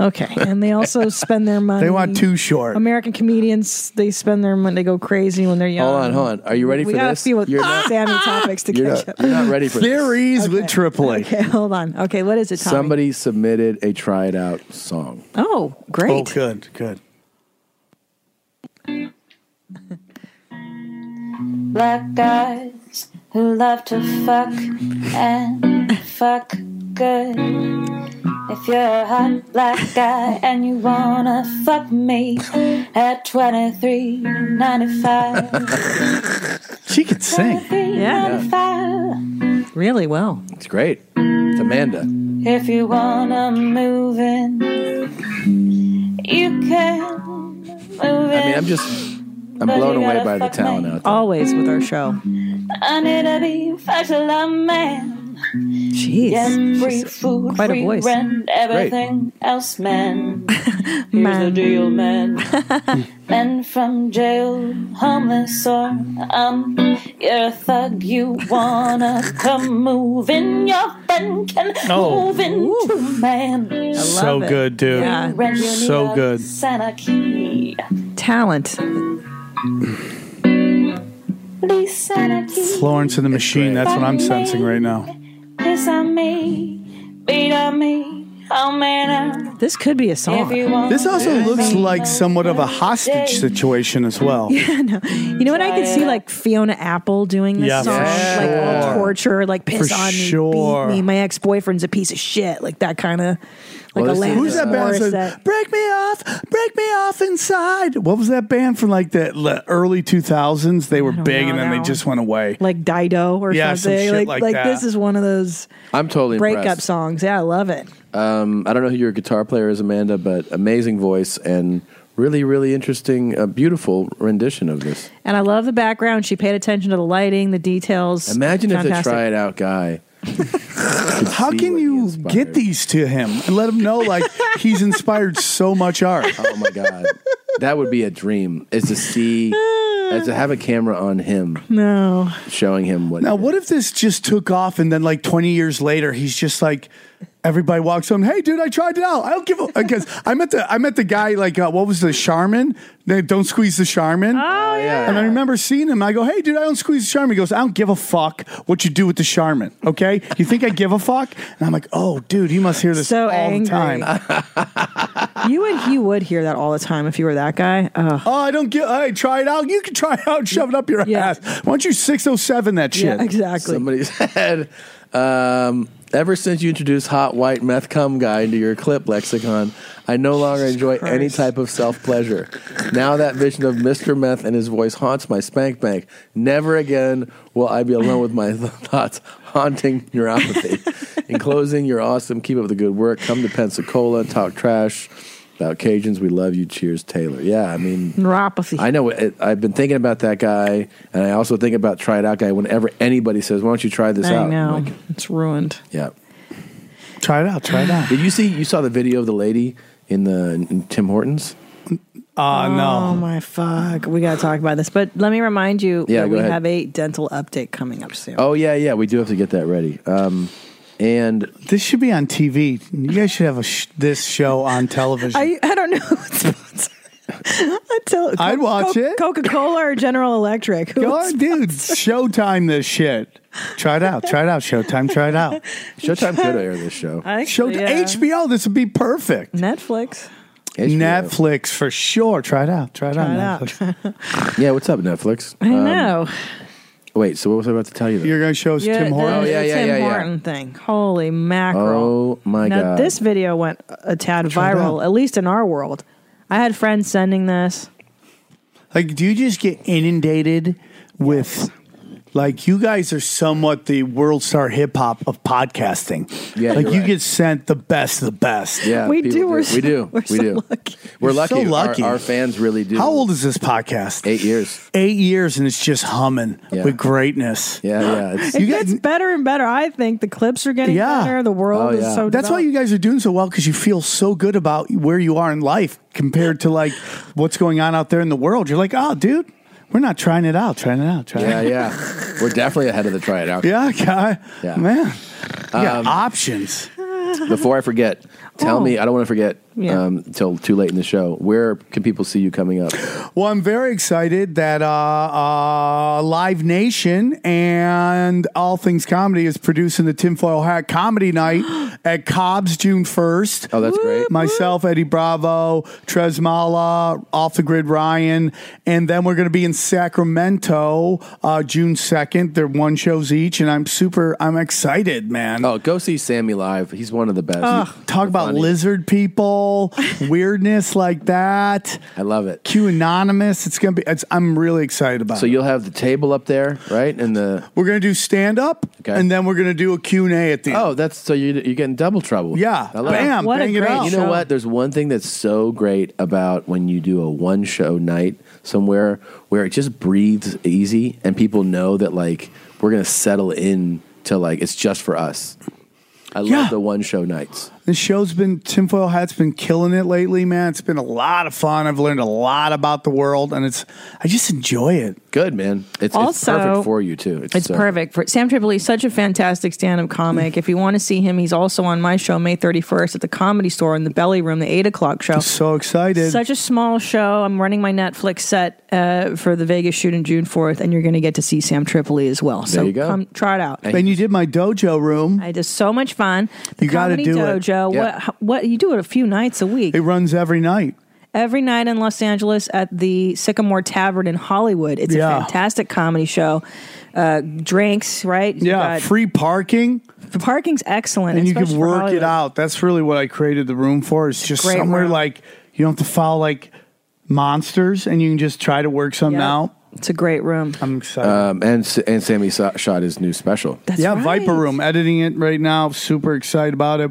Speaker 2: Okay. And they also spend their money.
Speaker 10: They want too short.
Speaker 2: American comedians, they spend their money. They go crazy when they're young.
Speaker 1: Hold on, hold on. Are you ready
Speaker 2: we
Speaker 1: for
Speaker 2: gotta
Speaker 1: this?
Speaker 2: see what
Speaker 1: You're not-
Speaker 2: Sammy topics to
Speaker 1: You're
Speaker 2: catch
Speaker 1: not,
Speaker 2: up.
Speaker 1: you're not ready for
Speaker 10: theories with Triple A.
Speaker 2: Okay, hold on. Okay, what is it, Tommy?
Speaker 1: Somebody submitted a try it out song.
Speaker 2: Oh, great.
Speaker 1: Oh,
Speaker 10: good, good.
Speaker 5: black guys who love to fuck and fuck good. If you're a hot black guy and you wanna fuck me at 23.95,
Speaker 10: She could sing.
Speaker 1: Yeah.
Speaker 5: 95.
Speaker 2: Really well.
Speaker 1: It's great. It's Amanda.
Speaker 5: If you wanna move in, you can move
Speaker 1: I mean,
Speaker 5: in.
Speaker 1: I'm just. I'm
Speaker 5: But
Speaker 1: blown
Speaker 5: you
Speaker 1: away
Speaker 5: gotta
Speaker 1: by the
Speaker 5: fuck
Speaker 1: talent
Speaker 5: me.
Speaker 1: out there.
Speaker 2: Always with our
Speaker 5: I
Speaker 2: show.
Speaker 5: need to be fashion love man.
Speaker 2: Jeez.
Speaker 5: Yeah, free food,
Speaker 2: quite a
Speaker 5: free
Speaker 2: voice.
Speaker 5: rent,
Speaker 2: Great.
Speaker 5: everything else, man. Here's the deal, man. men from jail, homeless or um, you're a thug. You wanna come move in? Your friend can
Speaker 10: Oh.
Speaker 5: move into man.
Speaker 10: So good, dude.
Speaker 5: Free rent, you need
Speaker 10: So
Speaker 5: a
Speaker 10: good.
Speaker 5: Santa key.
Speaker 2: Talent.
Speaker 5: Please, Santa key.
Speaker 10: Florence and the Machine. That's what I'm sensing right now.
Speaker 5: Piss on me, beat on me, oh man.
Speaker 2: This could be a
Speaker 5: If you want
Speaker 10: This also
Speaker 5: to
Speaker 10: looks
Speaker 5: be
Speaker 10: like somewhat of a hostage situation as well.
Speaker 2: Yeah, no. You know what? I could see like Fiona Apple doing this
Speaker 10: Yeah, for
Speaker 2: song, like all
Speaker 10: sure.
Speaker 2: torture, like piss
Speaker 10: For
Speaker 2: on
Speaker 10: sure.
Speaker 2: me, beat me. My ex boyfriend's a piece of shit, like that kind of like
Speaker 10: Well,
Speaker 2: a
Speaker 10: this is,
Speaker 2: Alanis
Speaker 10: Who's that band? that says,
Speaker 2: Morissette.
Speaker 10: break me off, break me off inside. What was that band from like the le- early 2000s? They were big and then they just went away.
Speaker 2: like Dido or
Speaker 10: Yeah, some
Speaker 2: something.
Speaker 10: shit
Speaker 2: like
Speaker 10: like
Speaker 2: like
Speaker 10: that.
Speaker 2: this is one of those
Speaker 1: I'm totally
Speaker 2: breakup
Speaker 1: impressed.
Speaker 2: songs. Yeah, I love it.
Speaker 1: Um, I don't know who your guitar player is, Amanda, but amazing voice and really, really interesting, uh, beautiful rendition of this.
Speaker 2: And I love the background. She paid attention to the lighting, the details.
Speaker 1: Imagine if the
Speaker 2: Fantastic.
Speaker 1: try it out guy.
Speaker 10: How can you get these to him and let him know like he's inspired so much art?
Speaker 1: Oh my god, that would be a dream. Is to see, is to have a camera on him,
Speaker 2: No.
Speaker 1: showing him what.
Speaker 10: Now, what if this just took off and then like 20 years later, he's just like, everybody walks on, hey, dude, I tried it out. I don't give a, because I met the, I met the guy like, uh, what was the Charmin? They don't squeeze the Charmin. Oh,
Speaker 1: yeah.
Speaker 10: And I remember seeing him. I go, hey, dude, I don't squeeze the Charmin. He goes, I don't give a fuck what you do with the Charmin. Okay. You think I give a fuck? And I'm like, oh, dude, he must hear this all the time.
Speaker 2: you and he would hear that all the time if you were that guy. Ugh.
Speaker 10: Oh, I don't get. Hey, try it out. You can try it out. and Shove it up your ass. Why don't you six oh seven that shit?
Speaker 2: Yeah, exactly.
Speaker 1: Somebody said, um, ever since you introduced hot white meth cum guy into your clip lexicon, I no longer enjoy any type of self pleasure. Now that vision of Mr. Meth and his voice haunts my spank bank. Never again will I be alone with my thoughts haunting neuropathy. In closing, you're awesome. Keep up the good work. Come to Pensacola, talk trash about Cajuns. We love you. Cheers, Taylor. Yeah, I mean,
Speaker 2: Neuropathy.
Speaker 1: I know. It, I've been thinking about that guy, and I also think about try it out guy. Whenever anybody says, "Why don't you try this
Speaker 2: I
Speaker 1: out?" I'm
Speaker 2: know.
Speaker 1: like,
Speaker 2: it's ruined.
Speaker 1: yeah,
Speaker 10: try it out. Try it out.
Speaker 1: Did you see? You saw the video of the lady in the in Tim Hortons?
Speaker 10: Uh,
Speaker 2: Oh my fuck. We got to talk about this. But let me remind you
Speaker 1: Yeah,
Speaker 2: that
Speaker 1: go
Speaker 2: we
Speaker 1: ahead.
Speaker 2: have a dental update coming up soon.
Speaker 1: Oh yeah, yeah. We do have to get that ready. Um, and
Speaker 10: this should be on TV. You guys should have a sh- this show on television.
Speaker 2: I, I don't know. what's sponsored. Until
Speaker 10: I'd
Speaker 2: Co-
Speaker 10: watch
Speaker 2: Co-
Speaker 10: it.
Speaker 2: Coca Cola or General Electric. Who
Speaker 10: God,
Speaker 2: is-
Speaker 10: dude, Showtime this shit. Try it out. Try it out. Showtime. Try it out.
Speaker 1: Showtime could air this show.
Speaker 2: I think so,
Speaker 10: Showtime.
Speaker 2: yeah.
Speaker 10: HBO. This would be perfect.
Speaker 2: Netflix.
Speaker 10: Netflix for sure. Try it out. Try it
Speaker 2: Try
Speaker 10: out.
Speaker 2: it out.
Speaker 10: Netflix.
Speaker 1: yeah, what's up, Netflix?
Speaker 2: I
Speaker 1: Um,
Speaker 2: know.
Speaker 1: Wait, so what was I about to tell you?
Speaker 10: You're going to show us
Speaker 2: Oh. Yeah,
Speaker 10: Tim
Speaker 2: the-
Speaker 10: Hortons.
Speaker 1: Oh, yeah,
Speaker 2: the
Speaker 1: yeah,
Speaker 2: Tim
Speaker 1: yeah, yeah.
Speaker 2: Horton thing. Holy mackerel.
Speaker 1: Oh, my
Speaker 2: now,
Speaker 1: God.
Speaker 2: This video went a tad
Speaker 10: Try it
Speaker 2: viral,
Speaker 10: out.
Speaker 2: at least in our world. I had friends sending this.
Speaker 10: Like, do you just get inundated with Like you guys are somewhat the world star hip hop of podcasting.
Speaker 1: Yeah,
Speaker 10: like
Speaker 1: you're
Speaker 10: you
Speaker 1: right.
Speaker 10: get sent the best of the best.
Speaker 1: Yeah, people We do. we do.
Speaker 10: You're
Speaker 1: We're lucky.
Speaker 10: So
Speaker 1: Our-
Speaker 10: lucky.
Speaker 1: Our, fans really do.
Speaker 10: How old is this podcast?
Speaker 1: Eight years.
Speaker 10: Eight years, and it's just humming
Speaker 1: Yeah.
Speaker 10: with greatness.
Speaker 1: Yeah, yeah.
Speaker 2: it gets better and better. I think the clips are getting
Speaker 10: Yeah.
Speaker 2: better. The
Speaker 1: Oh,
Speaker 2: world is so.
Speaker 10: That's why you guys are doing so well because you feel so good about where you are in life compared to like what's going on out there in the world. You're like, oh, dude, we're not trying it out, trying it out, trying
Speaker 1: Yeah,
Speaker 10: it out.
Speaker 1: yeah. We're definitely ahead of the try it out.
Speaker 10: Yeah, guy.
Speaker 1: Yeah.
Speaker 10: Man. You got
Speaker 1: Um,
Speaker 10: options.
Speaker 1: Before I forget, tell
Speaker 10: Oh.
Speaker 1: me. I don't want to forget
Speaker 10: Yeah.
Speaker 1: um, till too late in the show. Where can people see you coming up?
Speaker 10: Well, I'm very excited that uh, uh, Live Nation and All Things Comedy is producing the Tinfoil Hat Comedy Night at Cobb's June 1st.
Speaker 1: Oh, that's great.
Speaker 10: Myself, Eddie Bravo, Trez Mala, Off the Grid Ryan. And then we're going to be in Sacramento uh, June 2nd. They're one shows each, and I'm super, I'm excited, man.
Speaker 1: Oh, go see Sammy live. He's one of the best.
Speaker 10: Ugh, talk about lizard people, weirdness like that.
Speaker 1: I love it.
Speaker 10: Q anonymous. It's gonna be. It's, I'm really excited about.
Speaker 1: So
Speaker 10: it.
Speaker 1: you'll have the table up there, right? And the
Speaker 10: we're gonna do stand up, and then we're gonna do a Q and A at the end.
Speaker 1: Oh, that's so you you're getting double trouble.
Speaker 10: Yeah,
Speaker 1: I love
Speaker 10: bam,
Speaker 1: it.
Speaker 10: What a bang it great out.
Speaker 1: You know
Speaker 10: show.
Speaker 1: what? There's one thing that's so great about when you do a one show night somewhere where it just breathes easy and people know that like we're gonna settle in to like it's just for us. I love the one show nights.
Speaker 10: This show's been Tinfoil Hat's been killing it lately, man. It's been a lot of fun. I've learned a lot about the world, and it's I just enjoy it.
Speaker 1: Good man. It's,
Speaker 2: Also-
Speaker 1: it's uh, perfect for you too.
Speaker 2: It's
Speaker 10: uh,
Speaker 1: so-
Speaker 2: perfect for Sam Tripoli. is Such a fantastic stand-up comic. If you want to see him, he's also on my show May thirty-first at the Comedy Store in the Belly Room, the eight o'clock show.
Speaker 10: So excited!
Speaker 2: Such a small show. I'm running my Netflix set uh, for the Vegas shoot on June fourth, and you're going to get to see Sam Tripoli as well. So
Speaker 10: There you go.
Speaker 2: come try it out.
Speaker 10: Then you did my dojo room.
Speaker 2: I just so much fun. The
Speaker 10: You gotta
Speaker 2: Comedy
Speaker 10: do it.
Speaker 2: Dojo.
Speaker 10: Yeah.
Speaker 2: What? how- What? You do it a few nights a week. It
Speaker 10: runs every night.
Speaker 2: Every night in Los Angeles at the Sycamore Tavern in Hollywood. It's
Speaker 10: Yeah.
Speaker 2: a fantastic comedy show. Uh, drinks, right?
Speaker 10: Yeah, free parking.
Speaker 2: The parking's excellent,
Speaker 10: and you
Speaker 2: especially
Speaker 10: can
Speaker 2: for
Speaker 10: work
Speaker 2: Hollywood.
Speaker 10: it out. That's really what I created the room for. It's just
Speaker 2: Great
Speaker 10: somewhere
Speaker 2: room.
Speaker 10: like you don't have to follow like monsters, and you can just try to work something
Speaker 2: Yeah.
Speaker 10: out.
Speaker 2: It's a great room. Oh,
Speaker 10: I'm excited.
Speaker 1: Um, and S- and Sammy so- shot his new special.
Speaker 10: yeah, Viper Room. Editing it right now. Super excited about it.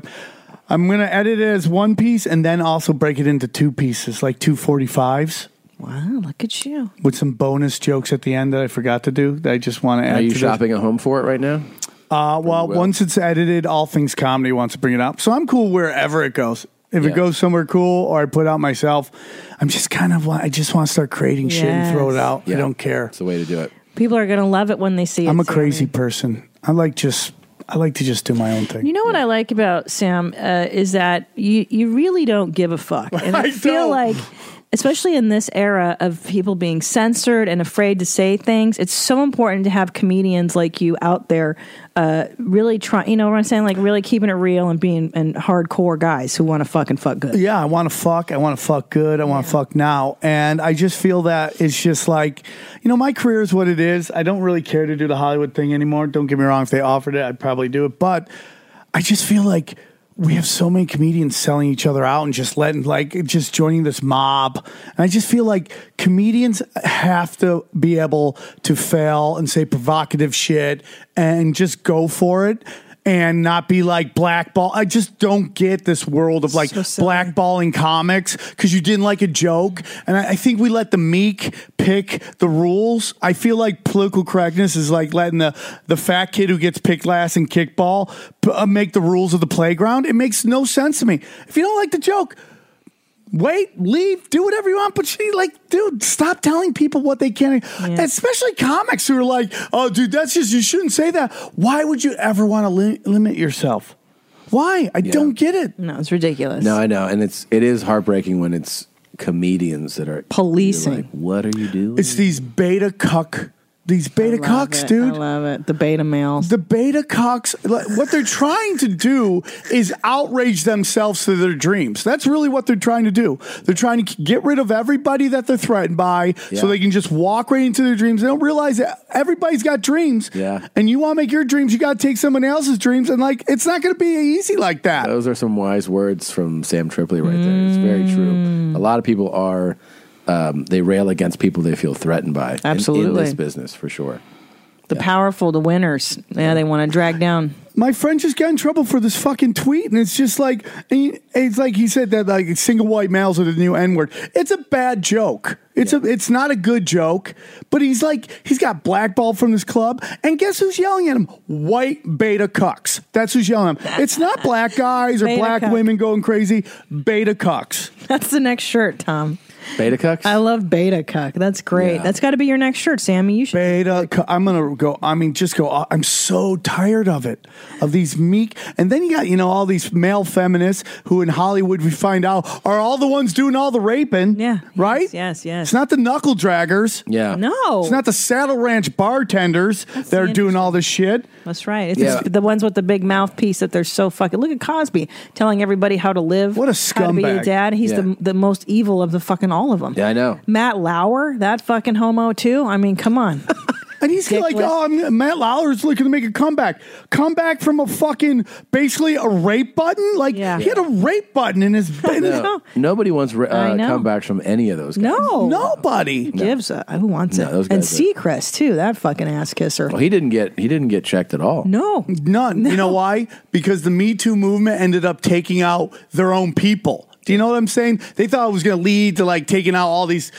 Speaker 10: I'm gonna edit it as one piece and then also break it into two pieces, like two forty fives.
Speaker 2: Wow, look at you.
Speaker 10: With some bonus jokes at the end that I forgot to do that I just want to add.
Speaker 1: Are you
Speaker 10: to this.
Speaker 1: shopping at home for it right now?
Speaker 10: Uh, well,
Speaker 1: well.
Speaker 10: once it's edited, all things comedy wants to bring it up. So I'm cool wherever it goes. If
Speaker 1: Yeah.
Speaker 10: it goes somewhere cool or I put it out myself, I'm just kind of like, I just want to start creating shit and throw it
Speaker 2: Yes.
Speaker 10: out.
Speaker 1: Yeah.
Speaker 10: I don't care.
Speaker 1: It's the way to do it.
Speaker 2: People are going to love it when they see it.
Speaker 10: I'm a
Speaker 2: Sammy.
Speaker 10: crazy person. I like just, I like to just do my own thing.
Speaker 2: You know what I like about Sam uh, is that you you really don't give a fuck, and I,
Speaker 10: I
Speaker 2: feel
Speaker 10: don't.
Speaker 2: like. Especially in this era of people being censored and afraid to say things, it's so important to have comedians like you out there, uh, really trying. You know what I'm saying? Like really keeping it real and being and hardcore guys who want to fucking fuck good.
Speaker 10: Yeah, I want to fuck. I want to fuck good. I want to fuck now. And I just feel that it's just like, you know, my career is what it is. I don't really care to do the Hollywood thing anymore. Don't get me wrong. If they offered it, I'd probably do it. But I just feel like we have so many comedians selling each other out and just letting, like, just joining this mob. And I just feel like comedians have to be able to fail and say provocative shit and just go for it. And not be like blackball. I just don't get this world of like blackballing comics because you didn't like a joke. And I, I think we let the meek pick the rules. I feel like political correctness is like letting the, the fat kid who gets picked last in kickball p- uh, make the rules of the playground. It makes no sense to me. If you don't like the joke, wait, leave, do whatever you want. But she like, dude, stop telling people what they can. not Especially comics who are like, oh, dude, that's just you shouldn't say that. Why would you ever want to lim- limit yourself? Why? I don't get it.
Speaker 2: No, it's ridiculous.
Speaker 1: No, I know, and it's it is heartbreaking when it's comedians that are
Speaker 2: Policing.
Speaker 1: you're like, what are you doing?
Speaker 10: It's these beta cuck, these beta
Speaker 2: love
Speaker 10: cucks,
Speaker 2: it.
Speaker 10: dude.
Speaker 2: I love it. The beta males.
Speaker 10: The beta cocks, like, what they're trying to do is outrage themselves to their dreams. That's really what they're trying to do. They're trying to get rid of everybody that they're threatened by
Speaker 1: Yeah.
Speaker 10: so they can just walk right into their dreams. They don't realize that everybody's got dreams.
Speaker 1: Yeah.
Speaker 10: And you want to make your dreams, you got to take someone else's dreams. And like, it's not going to be easy like that.
Speaker 1: Those are some wise words from Sam Tripoli right there. It's
Speaker 2: Mm.
Speaker 1: very true. A lot of people are um, they rail against people they feel threatened by. in- in
Speaker 2: Absolutely.
Speaker 1: this business for sure.
Speaker 2: The powerful, the winners. Yeah, they want to drag down.
Speaker 10: My friend just got in trouble for this fucking tweet, and it's just like he- it's like he said that like single white males are the new N word. It's a bad joke. It's a it's not a good joke. But he's like he's got blackballed from this club, and guess who's yelling at him? White beta cucks. That's who's yelling at him. It's not black guys or
Speaker 2: Beta
Speaker 10: black
Speaker 2: cuck.
Speaker 10: women going crazy. Beta cucks.
Speaker 2: That's the next shirt, Tom.
Speaker 1: Beta cucks.
Speaker 2: I love beta cuck. That's great.
Speaker 10: Yeah.
Speaker 2: That's got to be your next shirt, Sammy. You should.
Speaker 10: Beta. cu- I'm gonna go. I mean, just go. I'm so tired of it. Of these meek, and then you got you know all these male feminists who in Hollywood we find out are all the ones doing all the raping. Yeah. Right. Yes.
Speaker 2: Yes, yes.
Speaker 10: It's not the knuckle draggers.
Speaker 1: Yeah.
Speaker 2: No.
Speaker 10: It's not the Saddle Ranch bartenders that are doing all this shit.
Speaker 2: That's right. It's
Speaker 10: Yeah.
Speaker 2: the ones with the big mouthpiece that they're so fucking. Look at Cosby telling everybody how to live. What a scumbag! How to be a
Speaker 1: scumbag.
Speaker 2: dad. He's
Speaker 1: Yeah.
Speaker 2: the the most evil of the fucking all of them.
Speaker 1: Yeah, I know.
Speaker 2: Matt Lauer, that fucking homo too. I mean, come on.
Speaker 10: And he's like, oh, I'm, Matt Lauer's looking to make a comeback. Comeback from a fucking, basically a rape button? Like, he had a rape button in his. In his
Speaker 1: No, nobody wants re-
Speaker 2: I
Speaker 1: uh,
Speaker 2: know.
Speaker 1: comebacks from any of those guys.
Speaker 2: No,
Speaker 10: nobody
Speaker 2: Who gives a who wants
Speaker 1: No,
Speaker 2: it.
Speaker 1: those
Speaker 2: And
Speaker 1: guys are-
Speaker 2: Seacrest too. That fucking ass kisser.
Speaker 1: Well, he didn't get he didn't get checked at all.
Speaker 2: No.
Speaker 10: None. You know why? Because the Me Too movement ended up taking out their own people. Do you know what I'm saying? They thought it was going to lead to like taking out all these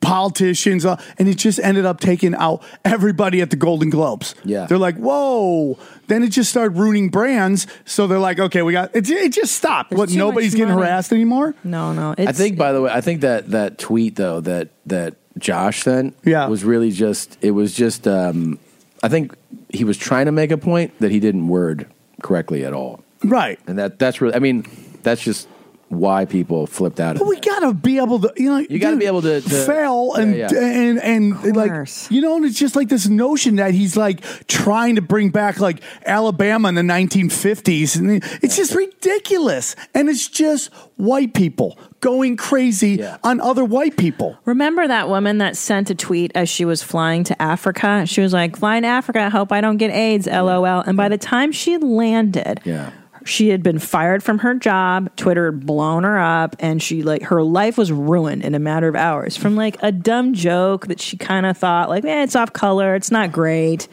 Speaker 10: politicians, uh, and it just ended up taking out everybody at the Golden Globes.
Speaker 1: Yeah.
Speaker 10: They're like, whoa. Then it just started ruining brands. So they're like, okay, we got it. It just stopped. what?
Speaker 2: too
Speaker 10: Nobody's
Speaker 2: much
Speaker 10: getting
Speaker 2: money.
Speaker 10: harassed anymore?
Speaker 2: No, no.
Speaker 1: I think, by the way, I think that that tweet though that that Josh sent, yeah. was really just it was just um, I think he was trying to make a point that he didn't word correctly at all,
Speaker 10: Right.
Speaker 1: and that that's really I mean that's just why people flipped out. At
Speaker 10: But we gotta be able to, you know,
Speaker 1: You gotta
Speaker 10: dude,
Speaker 1: be able to- to-
Speaker 10: fail
Speaker 1: Yeah,
Speaker 10: and
Speaker 1: yeah.
Speaker 10: and and, like, you know, and it's just like this notion that he's like trying to bring back like Alabama in the 1950s, and it's just ridiculous, and it's just white people going crazy on other white people.
Speaker 2: Remember that woman that sent a tweet as she was flying to Africa? She was like, "Flying to Africa, hope I don't get AIDS." LOL. And by the time she landed,
Speaker 1: yeah.
Speaker 2: she had been fired from her job. Twitter had blown her up, and she like her life was ruined in a matter of hours from like a dumb joke that she kind of thought like, "Eh, it's off color. It's not great."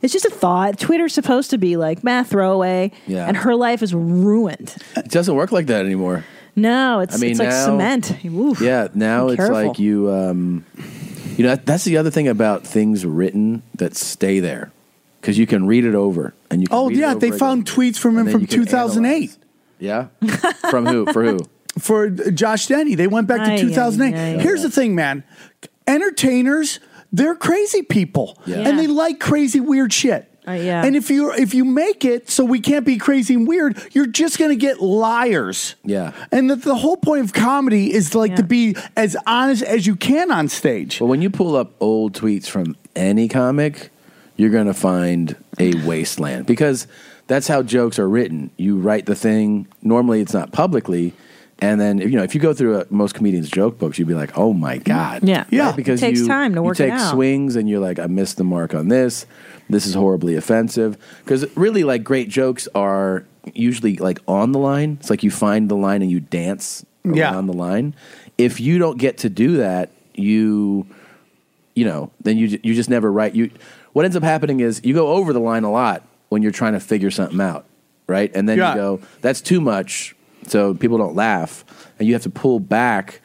Speaker 2: It's just a thought. Twitter's supposed to be like, "Meh, throwaway,"
Speaker 1: Yeah.
Speaker 2: and her life is ruined.
Speaker 1: It doesn't work like that anymore.
Speaker 2: No, it's
Speaker 1: I mean,
Speaker 2: it's like
Speaker 1: now-
Speaker 2: cement. Oof.
Speaker 1: Yeah, now
Speaker 2: Be
Speaker 1: it's
Speaker 2: careful.
Speaker 1: like you, um, you know, that, that's the other thing about things written that stay there because you can read it over and you. Can
Speaker 10: Oh
Speaker 1: read it
Speaker 10: yeah,
Speaker 1: over
Speaker 10: they
Speaker 1: again.
Speaker 10: found tweets from
Speaker 1: And
Speaker 10: him
Speaker 1: then
Speaker 10: from
Speaker 1: you can
Speaker 10: 2008
Speaker 1: Yeah, from who? For who?
Speaker 10: for uh, Josh Denny. They went back
Speaker 1: Aye,
Speaker 10: to 2008.
Speaker 1: aye, aye.
Speaker 10: Here's the thing, man. Entertainers, they're crazy people,
Speaker 1: Yeah.
Speaker 10: and they like crazy weird shit.
Speaker 2: Uh, yeah.
Speaker 10: And if you if you make it so we can't be crazy and weird, you're just gonna get liars.
Speaker 1: Yeah.
Speaker 10: And the, the whole point of comedy is like to be as honest as you can on stage.
Speaker 1: Well, when you pull up old tweets from any comic, you're going to find a wasteland because that's how jokes are written. You write the thing. Normally, it's not publicly. And then, you know, if you go through uh most comedians' joke books, you'd be like, "Oh my god,
Speaker 2: Yeah. Yeah.
Speaker 1: Right? because
Speaker 2: It takes
Speaker 1: you,
Speaker 2: time to
Speaker 1: you
Speaker 2: work it
Speaker 1: take
Speaker 2: out.
Speaker 1: swings, and you're like, "I missed the mark on this. This is horribly offensive." Because really, like great jokes are usually like on the line. It's like you find the line and you dance around
Speaker 10: Yeah.
Speaker 1: the line. If you don't get to do that, you you know, then you ju- you just never write. You what ends up happening is you go over the line a lot when you're trying to figure something out, right? And then
Speaker 10: Yeah.
Speaker 1: you go, that's too much, so people don't laugh, and you have to pull back.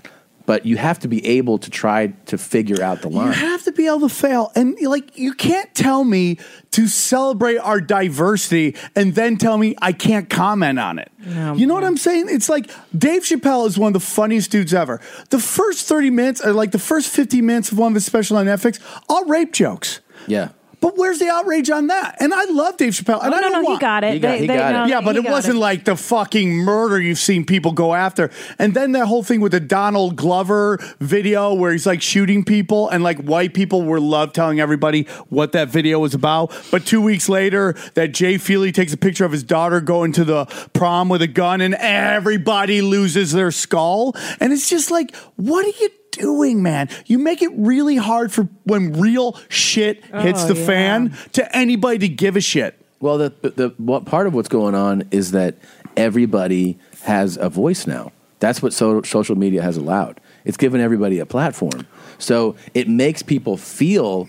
Speaker 1: But you have to be able to try to figure out the
Speaker 10: You
Speaker 1: line.
Speaker 10: have to be able to fail. And like you can't tell me to celebrate our diversity and then tell me I can't comment on it. you know what I'm saying? It's like Dave Chappelle is one of the funniest dudes ever. The first 30 minutes or like the first 50 minutes of one of his special on Netflix, all rape jokes.
Speaker 1: Yeah.
Speaker 10: But where's the outrage on that? And I love Dave Chappelle. And
Speaker 2: Oh,
Speaker 10: I
Speaker 2: no,
Speaker 10: don't
Speaker 2: no, he
Speaker 10: want-
Speaker 2: got it. He got- They- he they- got it. no,
Speaker 10: yeah,
Speaker 2: no,
Speaker 10: but
Speaker 2: he
Speaker 10: it
Speaker 2: got
Speaker 10: wasn't
Speaker 2: it.
Speaker 10: like the fucking murder you've seen people go after. And then that whole thing with the Donald Glover video where he's like shooting people and like white people were love telling everybody what that video was about. But two weeks later, that Jay Feely takes a picture of his daughter going to the prom with a gun and everybody loses their skull. And it's just like, what are you doing, man? You make it really hard for when real shit hits
Speaker 1: Oh,
Speaker 10: the
Speaker 1: yeah.
Speaker 10: fan to anybody to give a shit.
Speaker 1: Well, the the what part of what's going on is that everybody has a voice now. That's what so, social media has allowed. It's given everybody a platform, so it makes people feel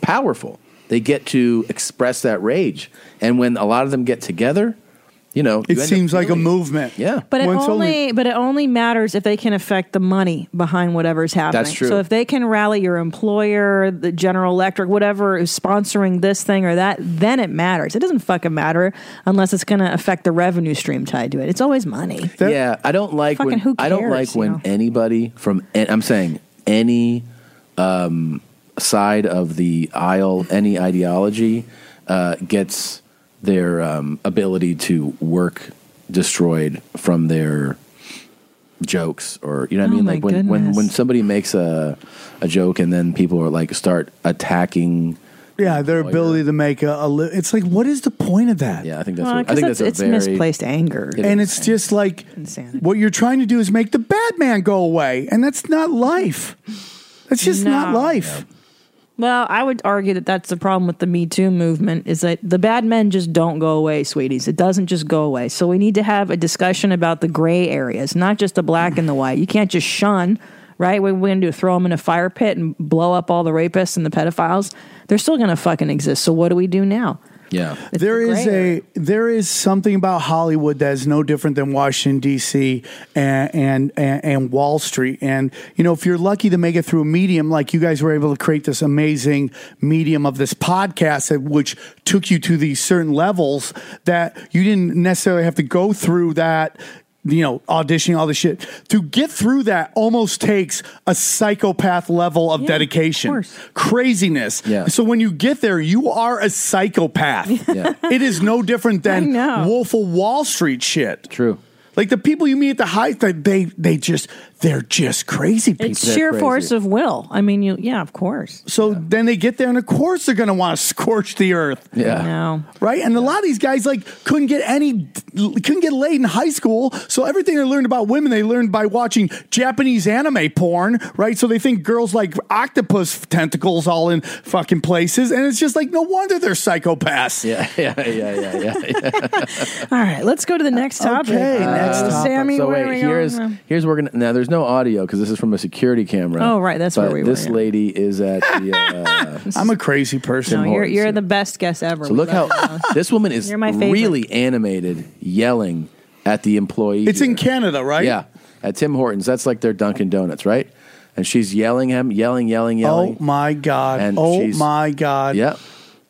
Speaker 1: powerful. They get to express that rage, and when a lot of them get together, you know,
Speaker 10: It seems like a movement.
Speaker 1: Yeah,
Speaker 2: But it only, but it only matters if they can affect the money behind whatever's happening.
Speaker 1: That's true.
Speaker 2: So if they can rally your employer, the General Electric, whatever is sponsoring this thing or that, then it matters. It doesn't fucking matter unless it's going to affect the revenue stream tied to it. It's always money.
Speaker 1: yeah, I don't like
Speaker 2: Fucking
Speaker 1: when
Speaker 2: who
Speaker 1: I don't
Speaker 2: cares,
Speaker 1: like
Speaker 2: you
Speaker 1: when
Speaker 2: know?
Speaker 1: anybody from an- I'm saying any um, side of the aisle, any ideology uh, gets their um, ability to work destroyed from their jokes or you know what
Speaker 2: Oh
Speaker 1: I mean
Speaker 2: my
Speaker 1: like when, when
Speaker 2: goodness.
Speaker 1: when somebody makes a a joke and then people are like start attacking
Speaker 10: Yeah, their ability to make a, a li- it's like what is the point of that?
Speaker 1: Yeah, I think that's Well, what- I 'cause think that's that's- a it's very- misplaced
Speaker 2: anger.
Speaker 1: It
Speaker 10: and it's just like what you're trying to do is make the bad man go away, and that's not life. That's just not
Speaker 2: No.
Speaker 10: life.
Speaker 2: Well, I would argue that that's the problem with the Me Too movement is that the bad men just don't go away, sweeties. It doesn't just go away. So we need to have a discussion about the gray areas, not just the black and the white. You can't just shun, right? What we're going to do, throw them in a fire pit and blow up all the rapists and the pedophiles. They're still going to fucking exist. So what do we do now?
Speaker 1: Yeah.
Speaker 10: there
Speaker 2: the
Speaker 10: is
Speaker 2: gray
Speaker 10: a there is something about Hollywood that is no different than Washington D.C. And, and and and Wall Street. And you know, if you're lucky to make it through a medium, like you guys were able to create this amazing medium of this podcast, that- which took you to these certain levels that you didn't necessarily have to go through that. You know, auditioning all this shit to get through that almost takes a psychopath level of dedication, craziness. Yeah. So when you get there, you are a psychopath.
Speaker 1: Yeah.
Speaker 10: It is no different than Wolf of Wall Street shit.
Speaker 1: True.
Speaker 10: Like the people you meet at the high, they they, they just they're just crazy people.
Speaker 2: It's sheer force of will. I mean, you, yeah, of course.
Speaker 10: So then they get there, and of course they're going to want to scorch the earth.
Speaker 1: Yeah.
Speaker 10: Right, and a lot of these guys like couldn't get any, couldn't get laid in high school. So everything they learned about women, they learned by watching Japanese anime porn. Right, so they think girls like octopus tentacles all in fucking places, and it's just like no wonder they're psychopaths.
Speaker 1: Yeah, yeah, yeah, yeah, yeah.
Speaker 2: All right, let's go to the next topic.
Speaker 10: Okay, next
Speaker 2: Uh,
Speaker 10: topic.
Speaker 2: Sammy,
Speaker 1: so
Speaker 2: where
Speaker 1: wait,
Speaker 2: are we
Speaker 1: here's
Speaker 2: going?
Speaker 1: here's we're gonna now. There's no audio because this is from a security camera.
Speaker 2: Oh, right, that's
Speaker 1: but
Speaker 2: where we were,
Speaker 1: This
Speaker 2: yeah.
Speaker 1: lady is at the. Uh,
Speaker 10: I'm a crazy person.
Speaker 2: No, you're, you're the best guest ever.
Speaker 1: so
Speaker 2: We
Speaker 1: look how
Speaker 2: love you.
Speaker 1: this woman is
Speaker 2: You're my favorite.
Speaker 1: really animated, yelling at the employee.
Speaker 10: It's in Canada, right?
Speaker 1: Yeah, at Tim Hortons. That's like their Dunkin' Donuts, right? And she's yelling at him, yelling, yelling, yelling.
Speaker 10: Oh my god!
Speaker 1: And
Speaker 10: oh
Speaker 1: she's-
Speaker 10: my god!
Speaker 1: Yep.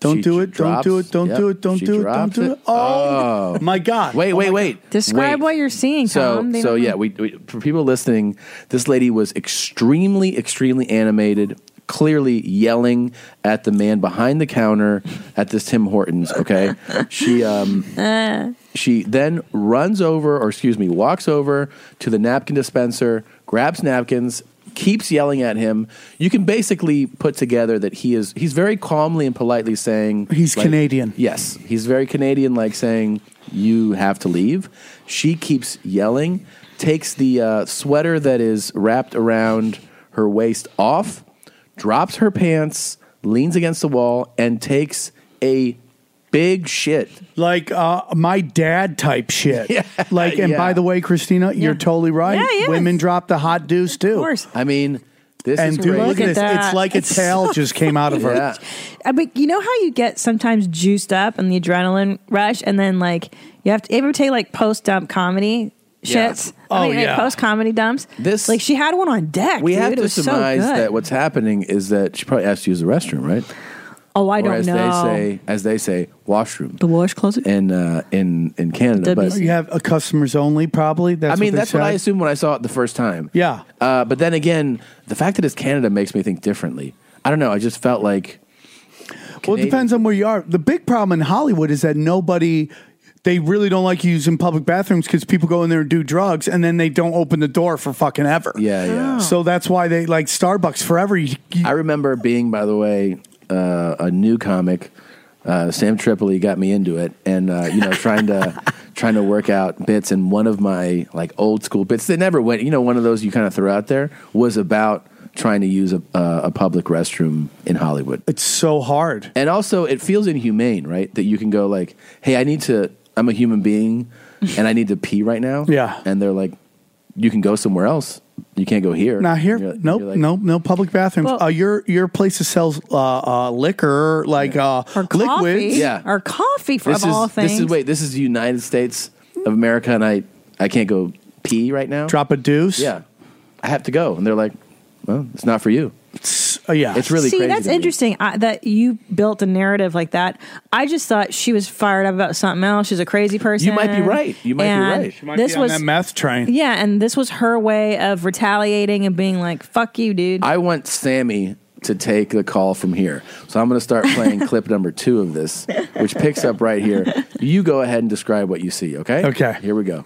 Speaker 10: Don't
Speaker 1: She
Speaker 10: do it!
Speaker 1: drops-
Speaker 10: don't do it! Don't
Speaker 1: yep,
Speaker 10: do it! Don't
Speaker 1: she
Speaker 10: do it! Don't
Speaker 1: drops
Speaker 10: do it!
Speaker 1: it.
Speaker 10: Oh, my god!
Speaker 1: Wait,
Speaker 10: Oh
Speaker 1: wait,
Speaker 10: my
Speaker 1: wait.
Speaker 2: Describe
Speaker 1: Wait.
Speaker 2: what you're seeing,
Speaker 1: So,
Speaker 2: Tom. They
Speaker 1: so
Speaker 2: don't
Speaker 1: yeah,
Speaker 2: know.
Speaker 1: we, we for people listening, this lady was extremely, extremely animated, clearly yelling at the man behind the counter at this Tim Hortons. Okay, she um, she then runs over, or excuse me, walks over to the napkin dispenser, grabs napkins, keeps yelling at him. You can basically put together that he is he's very calmly and politely saying
Speaker 10: He's
Speaker 1: like,
Speaker 10: Canadian.
Speaker 1: Yes, he's very Canadian, like saying you have to leave. She keeps yelling, takes the uh, sweater that is wrapped around her waist off, drops her pants, leans against the wall, and takes a big shit.
Speaker 10: Like uh, my dad type shit. Like, and
Speaker 1: yeah.
Speaker 10: by the way, Christina, you're totally right.
Speaker 1: Yeah, yes.
Speaker 10: Women drop the hot deuce too. Of course.
Speaker 1: I mean, this
Speaker 10: and
Speaker 1: is
Speaker 10: dude,
Speaker 1: crazy.
Speaker 10: look at this. It's like a tail just came out of her.
Speaker 1: Yeah.
Speaker 2: I mean, Uh, you know how you get sometimes juiced up and the adrenaline rush, and then like you have to ever take like post dump comedy
Speaker 1: Yeah.
Speaker 2: shits.
Speaker 1: Oh,
Speaker 2: I mean,
Speaker 1: yeah.
Speaker 2: like, post comedy dumps.
Speaker 1: This-
Speaker 2: like she had one on deck.
Speaker 1: We
Speaker 2: dude.
Speaker 1: have
Speaker 2: it
Speaker 1: to
Speaker 2: was
Speaker 1: surmise
Speaker 2: so good.
Speaker 1: that what's happening is that she probably asked to use the restroom, right?
Speaker 2: oh, I
Speaker 1: Or
Speaker 2: don't
Speaker 1: as
Speaker 2: know.
Speaker 1: They say, as they say, washroom. The
Speaker 2: wash closet
Speaker 1: in uh, in in Canada. But
Speaker 10: You have a customers only, probably. That's
Speaker 1: I
Speaker 10: what
Speaker 1: mean,
Speaker 10: they
Speaker 1: that's what I
Speaker 10: said.
Speaker 1: assumed when I saw it the first time.
Speaker 10: Yeah.
Speaker 1: Uh, but then again, the fact that it's Canada makes me think differently. I don't know. I just felt like
Speaker 10: Well, it depends on where you are. The big problem in Hollywood is that nobody. They really don't like using public bathrooms because people go in there and do drugs, and then they don't open the door for fucking ever.
Speaker 1: Yeah, yeah.
Speaker 10: So that's why they like Starbucks forever. You, you-
Speaker 1: I remember being, by the way, uh, a new comic. Uh, Sam Tripoli got me into it, and uh, you know, trying to trying to work out bits. And one of my like old school bits that never went, you know, one of those you kind of threw out there was about trying to use a, uh, a public restroom in Hollywood.
Speaker 10: It's so hard,
Speaker 1: and also it feels inhumane, right? That you can go like, "Hey, I need to. I'm a human being, and I need to pee right now." Yeah, and they're like, "You can go somewhere else." You can't go here.
Speaker 10: Not here. nope. nope. No public bathrooms.
Speaker 2: Well-
Speaker 10: uh, your your place that sells uh, uh, liquor, like uh,
Speaker 2: Coffee
Speaker 10: liquids.
Speaker 2: or coffee for
Speaker 1: this
Speaker 2: of
Speaker 1: is
Speaker 2: all things.
Speaker 1: this is wait. This is the United States of America, and I I can't go pee right now.
Speaker 10: Drop a deuce.
Speaker 1: Yeah, I have to go, and they're like, well, it's not for you.
Speaker 10: oh, yeah,
Speaker 1: it's really
Speaker 2: See,
Speaker 1: crazy
Speaker 2: that's
Speaker 1: to me.
Speaker 2: interesting I, that you built a narrative like that. I just thought she was fired up about something else. She's a crazy person.
Speaker 10: You might be right. You might be
Speaker 2: And
Speaker 10: right. She might
Speaker 2: this
Speaker 10: be on
Speaker 2: was
Speaker 10: that meth train.
Speaker 2: Yeah, and this was her way of retaliating and being like, "Fuck you, dude."
Speaker 1: I want Sammy to take the call from here, so I'm going to start playing clip number two of this, which picks up right here. You go ahead and describe what you see. Okay. Okay. Here we go.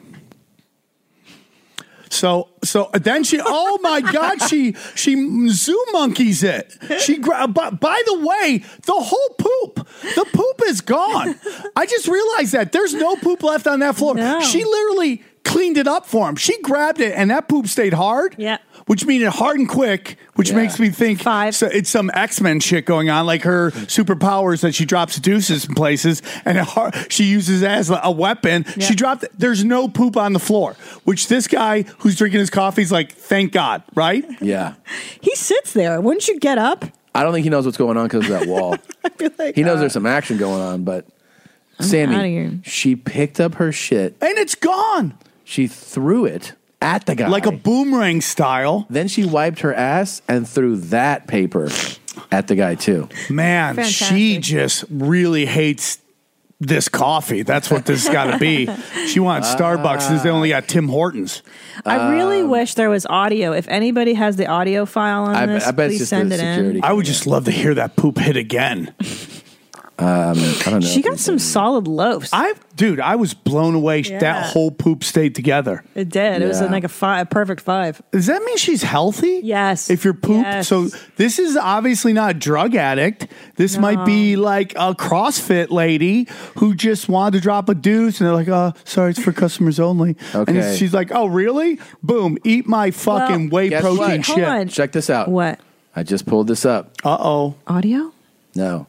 Speaker 10: So so then she oh my god she she zoo monkeys it. She gra- by, by the way the whole poop the poop is gone. I just realized that there's no poop left on that floor. She literally cleaned it up for him. She grabbed it and that poop stayed hard. Yeah. Which means it hardened quick, which makes me think so it's some X Men shit going on, like her superpowers that she drops deuces in places, and it har- she uses it as a weapon. She dropped. There's no poop on the floor, which this guy who's drinking his coffee is like, thank God, right?
Speaker 1: Yeah.
Speaker 2: He sits there. Wouldn't you get up?
Speaker 1: I don't think he knows what's going on because of that wall. he knows there's some action going on, but
Speaker 10: Uh, I'm outta here.
Speaker 1: Sammy, she picked up her shit
Speaker 10: and it's gone.
Speaker 1: She threw it at the guy
Speaker 10: Like a boomerang style.
Speaker 1: Then she wiped her ass and threw that paper at the guy too.
Speaker 10: Man, she just really hates this coffee. That's what this has got to be. She wants Starbucks since they only got Tim Hortons.
Speaker 2: I really wish there was audio. If anybody has the audio file on
Speaker 10: um, I-
Speaker 2: this,
Speaker 10: I bet it's
Speaker 2: please
Speaker 10: just the
Speaker 2: send it
Speaker 10: security
Speaker 2: in.
Speaker 10: I would just love to hear that poop hit again.
Speaker 1: Um, I don't
Speaker 2: She got some solid loaves.
Speaker 10: I dude, I was blown away.
Speaker 2: Yeah.
Speaker 10: That whole poop stayed together.
Speaker 2: It did. It was
Speaker 10: Yeah.
Speaker 2: like a, fi- a perfect five.
Speaker 10: Does that mean she's healthy?
Speaker 2: Yes.
Speaker 10: If you're pooped,
Speaker 2: Yes.
Speaker 10: so this is obviously not a drug addict. This might be like a CrossFit lady who just wanted to drop a deuce, and they're like, "Uh, sorry, it's for customers only." And
Speaker 1: Okay.
Speaker 10: she's like, "Oh, really? Boom! Eat my fucking whey
Speaker 1: Guess
Speaker 10: protein
Speaker 1: what?
Speaker 10: shit."
Speaker 1: Check this out.
Speaker 2: What?
Speaker 1: I just pulled this up.
Speaker 10: Uh oh.
Speaker 2: Audio?
Speaker 1: No.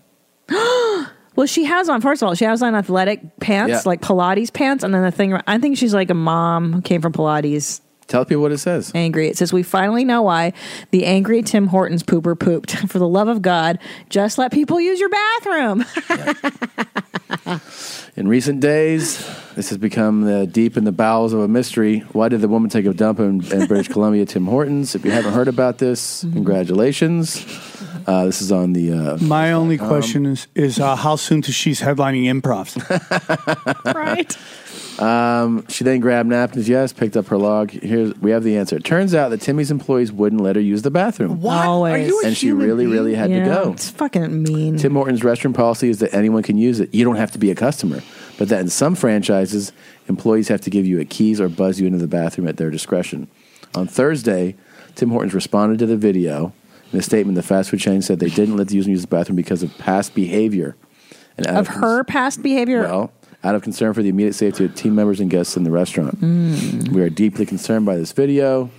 Speaker 2: well, she has on. First of all, she has on athletic pants,
Speaker 1: Yeah.
Speaker 2: like Pilates pants, and then the thing. I think she's like a mom who came from Pilates.
Speaker 1: Tell people what it says.
Speaker 2: Angry. It says, "We finally know why the angry Tim Hortons pooper pooped. For the love of God, just let people use your bathroom."
Speaker 1: In recent days, this has become the deep in the bowels of a mystery. Why did the woman take a dump in, in British Columbia, Tim Hortons? If you haven't heard about this,
Speaker 2: Mm-hmm.
Speaker 1: congratulations. Uh, this is on the. Uh,
Speaker 10: My only
Speaker 1: Um,
Speaker 10: question is: is uh, how soon to she's headlining improvs?
Speaker 2: right.
Speaker 1: Um, she then grabbed napkins. Yes, picked up her log. Here's we have the answer. It turns out that Timmy's employees wouldn't let her use the bathroom.
Speaker 2: What? Always. Are you a
Speaker 1: and she
Speaker 2: human
Speaker 1: really, really had
Speaker 2: Yeah,
Speaker 1: to go.
Speaker 2: It's fucking mean.
Speaker 1: Tim Horton's restroom policy is that anyone can use it. You don't have to be a customer. But that in some franchises, employees have to give you a keys or buzz you into the bathroom at their discretion. On Thursday, Tim Hortons responded to the video. In a statement, the fast food chain said they didn't let the user use the bathroom because of past behavior. And out
Speaker 2: of
Speaker 1: cons-
Speaker 2: her past behavior.
Speaker 1: well, out of concern for the immediate safety of team members and guests in the restaurant.
Speaker 2: Mm.
Speaker 1: We are deeply concerned by this video,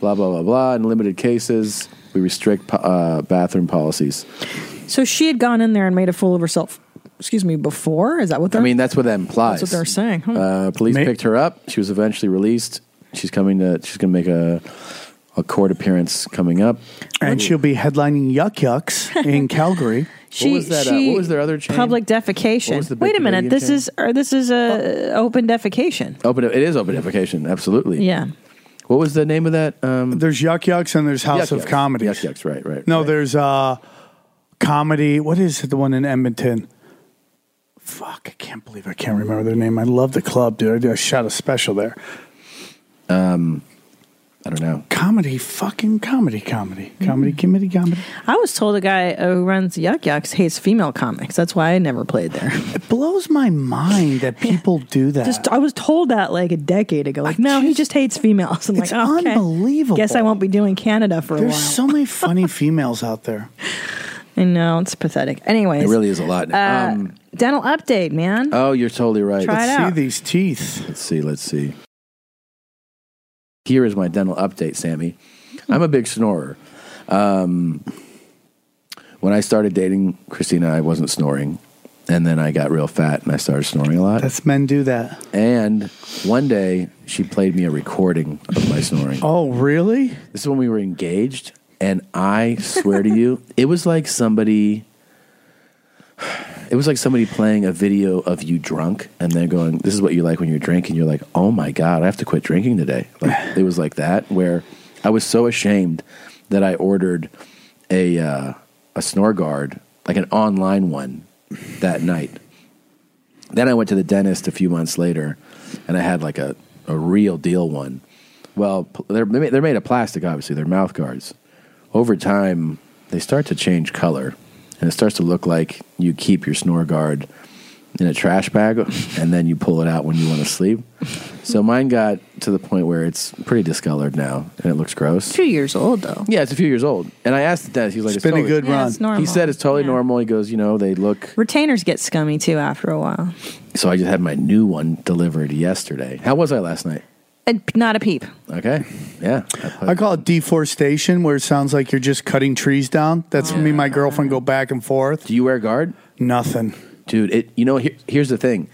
Speaker 1: blah, blah, blah, blah. In limited cases, we restrict po- uh, bathroom policies.
Speaker 2: so she had gone in there and made a fool of herself. Excuse me. Before is that what
Speaker 1: I
Speaker 2: they're?
Speaker 1: mean, that's what that implies.
Speaker 2: that's what they're saying. Oh
Speaker 10: Hmm.
Speaker 2: huh?
Speaker 1: Uh, police picked her up. She was eventually released. She's coming to, she's going to make a, a court appearance coming up.
Speaker 10: and she'll be headlining Yuck Yucks in Calgary.
Speaker 2: She,
Speaker 1: uh,
Speaker 2: she- Public defecation.
Speaker 1: What was the big
Speaker 2: Wait a minute.
Speaker 1: Canadian
Speaker 2: This
Speaker 1: chain? Oh.
Speaker 2: is or this is a open defecation.
Speaker 1: Open, it is open defecation, absolutely.
Speaker 2: Yeah.
Speaker 1: What was the name of that? Um,
Speaker 10: there's Yuck Yucks and there's House
Speaker 1: Yuck
Speaker 10: of
Speaker 1: Yucks.
Speaker 10: Comedy.
Speaker 1: Yuck Yucks, right, right.
Speaker 10: No, there's uh comedy. What is it, the one in Edmonton? Fuck, I can't believe I can't remember their name. I love the club, dude. I, did- I shot a special there.
Speaker 1: Um, I don't know. Mm.
Speaker 10: Comedy, fucking comedy, comedy, comedy, comedy, comedy.
Speaker 2: I was told a guy who runs Yuck Yucks hates female comics. That's why I never played there.
Speaker 10: It blows my mind that people do that.
Speaker 2: Just I was told that like a decade ago. Like, no, he just hates females. I'm
Speaker 10: It's
Speaker 2: like, okay.
Speaker 10: unbelievable.
Speaker 2: Guess I won't be doing Canada for a
Speaker 10: There's
Speaker 2: while.
Speaker 10: so many funny females out there.
Speaker 2: I know it's pathetic. Anyways,
Speaker 1: It really is a lot.
Speaker 2: Uh,
Speaker 1: Um,
Speaker 2: dental update, man.
Speaker 1: Oh, you're totally right.
Speaker 2: Try Let's it see out.
Speaker 10: these teeth.
Speaker 1: Let's see. Let's see. Here is my dental update, Sammy. I'm a big snorer. Um, when I started dating Christina, I wasn't snoring. And then I got real fat and I started snoring a lot.
Speaker 10: That's men do that.
Speaker 1: And one day she played me a recording of my snoring.
Speaker 10: Oh, really?
Speaker 1: This is when we were engaged, and I swear to you, it was like somebody. It was like somebody playing a video of you drunk, and they're going, "This is what you like when you're drinking." You're like, "Oh my god, I have to quit drinking today." Like it was like that, where I was so ashamed that I ordered a uh, a snore guard, like an online one, that night. Then I went to the dentist a few months later, and I had like a, a real deal one. Well, pl- they're they're made- they're made of plastic, obviously. They're mouth guards. Over time, they start to change color, and it starts to look like you keep your snore guard in a trash bag, and then you pull it out when you want to sleep. So mine got to the point where it's pretty discolored now, and it looks gross.
Speaker 2: Two years old though.
Speaker 1: Yeah, it's a few years old. And I asked the dentist. He's like,
Speaker 10: It's been a
Speaker 1: totally-
Speaker 10: good Yeah, run. it's normal.
Speaker 1: He said it's totally normal. He goes, you know, they look.
Speaker 2: Retainers get scummy too after a while.
Speaker 1: So I just had my new one delivered yesterday. How was I last night?
Speaker 2: And not a peep.
Speaker 1: Okay. Yeah.
Speaker 10: I call it deforestation, where it sounds like you're just cutting trees down. That's me and my girlfriend go back and forth. Do
Speaker 1: you wear a guard?
Speaker 10: Nothing.
Speaker 1: Dude, it. You know, here, here's the thing.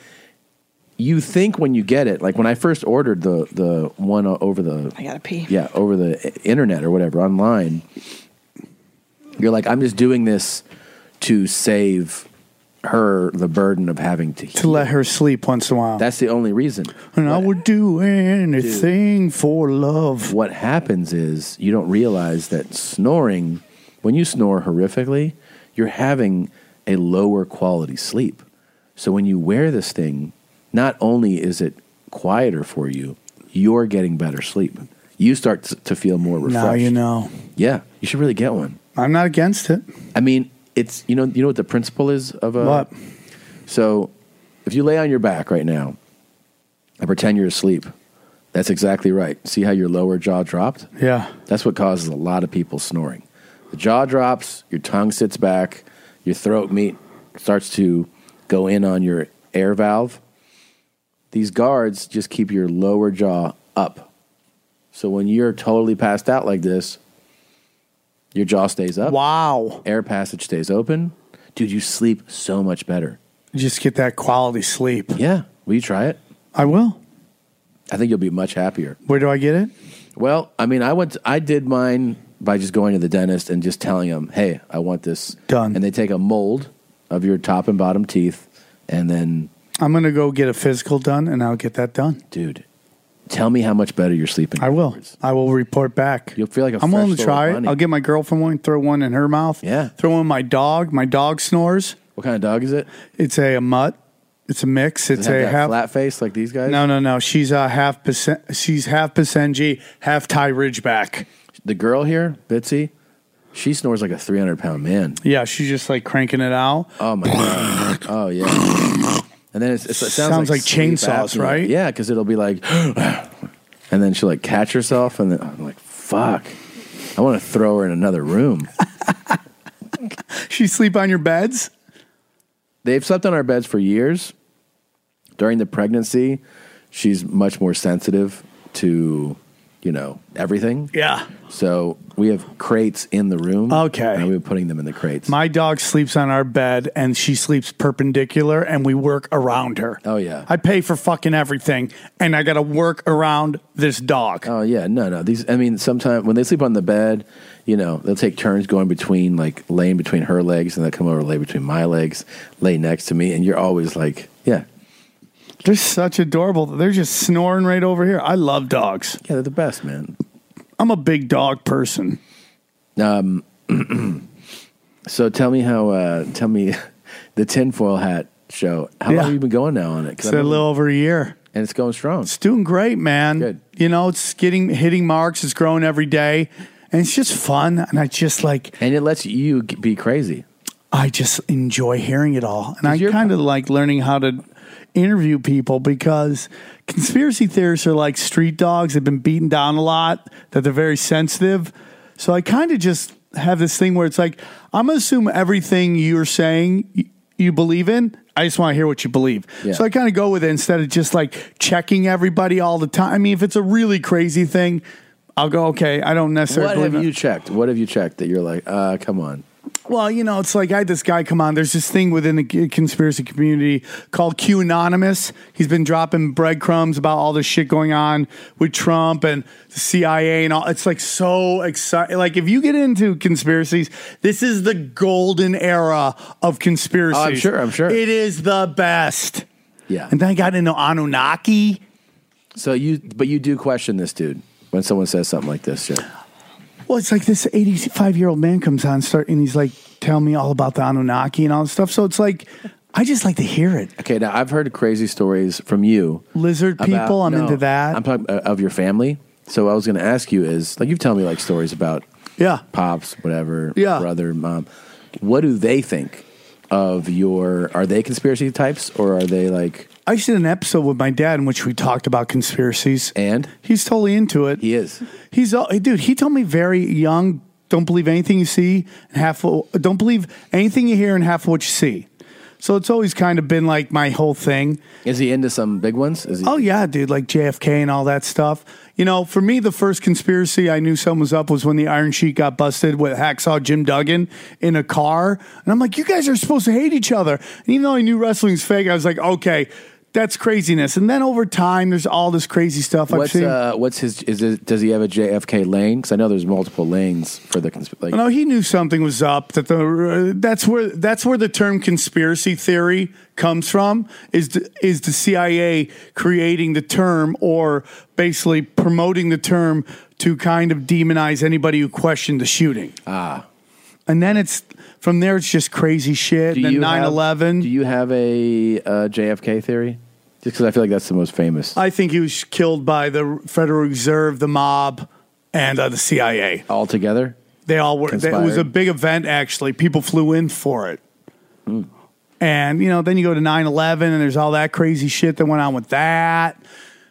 Speaker 1: You think when you get it, like when I first ordered the the one o- over the
Speaker 2: I gotta pee.
Speaker 1: yeah over the i- internet or whatever online, you're like, I'm just doing this to save her the burden of having to
Speaker 10: To let her sleep once in a while.
Speaker 1: That's the only reason.
Speaker 10: And I would do anything for love.
Speaker 1: What happens is you don't realize that snoring, when you snore horrifically, you're having a lower quality sleep. So when you wear this thing, not only is it quieter for you, you're getting better sleep. You start t- to feel more refreshed.
Speaker 10: Now you know.
Speaker 1: Yeah, you should really get one.
Speaker 10: I'm not against it.
Speaker 1: I mean, it's you know you know what the principle is of a
Speaker 10: What?
Speaker 1: So, if you lay on your back right now and pretend you're asleep, that's exactly right. See how your lower jaw dropped?
Speaker 10: Yeah.
Speaker 1: That's what causes a lot of people snoring. The jaw drops, your tongue sits back, your throat meat starts to go in on your air valve. These guards just keep your lower jaw up. So when you're totally passed out like this, your jaw stays up.
Speaker 10: Wow.
Speaker 1: Air passage stays open. Dude, you sleep so much better.
Speaker 10: Just get that quality sleep.
Speaker 1: Yeah. Will you try it?
Speaker 10: I will.
Speaker 1: I think you'll be much happier.
Speaker 10: Where do I get it?
Speaker 1: Well, I mean, I went. I did mine by just going to the dentist and just telling him, "Hey, I want this done." And they take a mold of your top and bottom teeth, and then
Speaker 10: I'm going to go get a physical done and I'll get that done.
Speaker 1: Dude, tell me how much better you're sleeping.
Speaker 10: I will. I will report back. You'll
Speaker 1: feel like a
Speaker 10: I'm willing
Speaker 1: fresh
Speaker 10: to
Speaker 1: load of
Speaker 10: try it.
Speaker 1: money.
Speaker 10: I'll get my girlfriend one, throw one in her mouth. Yeah. Throw one in my dog. My dog snores.
Speaker 1: What kind of dog is it?
Speaker 10: It's a, mutt. It's a mix.
Speaker 1: Does
Speaker 10: It's
Speaker 1: it have
Speaker 10: a
Speaker 1: that
Speaker 10: half.
Speaker 1: flat face like these guys.
Speaker 10: No, no, no. She's a half percent. She's half Pasenji, half Thai Ridgeback.
Speaker 1: The girl here, Bitsy, she snores like a 300 pound man.
Speaker 10: Yeah, she's just like cranking it out.
Speaker 1: Oh my god. Oh yeah. And then it's, it's, it sounds,
Speaker 10: Sounds like
Speaker 1: sleep
Speaker 10: chainsaws,
Speaker 1: apnea.
Speaker 10: right?
Speaker 1: Yeah, because it'll be like, and then she'll like catch herself, and then I'm like, fuck, I want to throw her in another room.
Speaker 10: She sleep on your beds.
Speaker 1: They've slept on our beds for years. During the pregnancy, she's much more sensitive to, you know, everything.
Speaker 10: Yeah.
Speaker 1: So we have crates in the room.
Speaker 10: Okay.
Speaker 1: And we've been putting them in the crates.
Speaker 10: My dog sleeps on our bed and she sleeps perpendicular and we work around her.
Speaker 1: Oh yeah.
Speaker 10: I pay for fucking everything and I got to work around this dog.
Speaker 1: Oh yeah, no, no. These, I mean, sometimes when they sleep on the bed, you know, they'll take turns going between, like, laying between her legs, and they'll come over and lay between my legs, lay next to me, and you're always like, yeah,
Speaker 10: They're such adorable. They're just snoring right over here. I love dogs.
Speaker 1: Yeah, they're the best, man.
Speaker 10: I'm a big dog person.
Speaker 1: Um, so tell me how, uh, tell me the tinfoil hat show. How
Speaker 10: Yeah.
Speaker 1: long have you been going now on it?
Speaker 10: It's
Speaker 1: 'Cause I
Speaker 10: a
Speaker 1: remember-
Speaker 10: little over a year.
Speaker 1: And it's going strong.
Speaker 10: It's doing great, man. You know, it's getting hitting marks. It's growing every day, and it's just fun. And I just like,
Speaker 1: and it lets you g- be crazy.
Speaker 10: I just enjoy hearing it all, and I kind of like learning how to interview people because conspiracy theorists are like street dogs. They've been beaten down a lot. That they're very sensitive. So I kind of just have this thing where it's like, I'm gonna assume everything you're saying y- you believe in. I just want to hear what you believe.
Speaker 1: Yeah.
Speaker 10: So I kind of go with it instead of just like checking everybody all the time. I mean, if it's a really crazy thing, I'll go, okay, I don't necessarily
Speaker 1: What
Speaker 10: believe in
Speaker 1: have
Speaker 10: it.
Speaker 1: you checked? What have you checked that you're like, uh, come on?
Speaker 10: Well, you know, it's like I had this guy come on. There's this thing within the c- conspiracy community called Q Anonymous. He's been dropping breadcrumbs about all this shit going on with Trump and the CIA and all. It's like so exciting. Like, if you get into conspiracies, this is the golden era of conspiracies.
Speaker 1: Oh, I'm sure, I'm sure.
Speaker 10: It is the best.
Speaker 1: Yeah.
Speaker 10: And then I got into Anunnaki.
Speaker 1: So you, but you do question this dude when someone says something like this. Sure.
Speaker 10: Well, it's like this 85 year old man comes on start and he's like, tell me all about the Anunnaki and all this stuff. So it's like, I just like to hear it.
Speaker 1: Okay, now I've heard crazy stories from you.
Speaker 10: Lizard
Speaker 1: about-
Speaker 10: people, I'm
Speaker 1: no,
Speaker 10: into that.
Speaker 1: I'm talking uh, of your family. So I was going to ask you is like you've told me like stories about
Speaker 10: yeah
Speaker 1: pops, whatever,
Speaker 10: Yeah.
Speaker 1: brother, mom. What do they think of your? Are they conspiracy types or are they like?
Speaker 10: I just did an episode with my dad in which we talked about conspiracies,
Speaker 1: and
Speaker 10: he's totally into it.
Speaker 1: He is.
Speaker 10: He's all, dude. He told me very young, don't believe anything you see, and half of- don't believe anything you hear, and half of what you see. So it's always kind of been like my whole thing.
Speaker 1: Is he into some big ones? Is he?
Speaker 10: Oh yeah, dude, like JFK and all that stuff. You know, for me, the first conspiracy I knew someone was up was when the Iron Sheik got busted with hacksaw Jim Duggan in a car, and I'm like, you guys are supposed to hate each other. And even though I knew wrestling's fake, I was like, okay, that's craziness. And then over time, there's all this crazy stuff I've
Speaker 1: What's
Speaker 10: seen.
Speaker 1: uh, what's his? Is it, does he have a JFK lane? Because I know there's multiple lanes for the consp- like.
Speaker 10: no, he knew something was up. That the that's where that's where the term conspiracy theory comes from. Is the, is the CIA creating the term or basically promoting the term to kind of demonize anybody who questioned the shooting?
Speaker 1: Ah.
Speaker 10: And then it's from there. It's just crazy shit. then nine
Speaker 1: have-
Speaker 10: eleven.
Speaker 1: Do you have a uh, JFK theory? Just because I feel like that's the most famous.
Speaker 10: I think he was killed by the Federal Reserve, the mob, and uh, the CIA
Speaker 1: all together.
Speaker 10: They all were. They, it was
Speaker 1: Conspired?
Speaker 10: a big event. Actually, people flew in for it.
Speaker 1: Hmm.
Speaker 10: And you know, then you go to 9-11 and there's all that crazy shit that went on with that.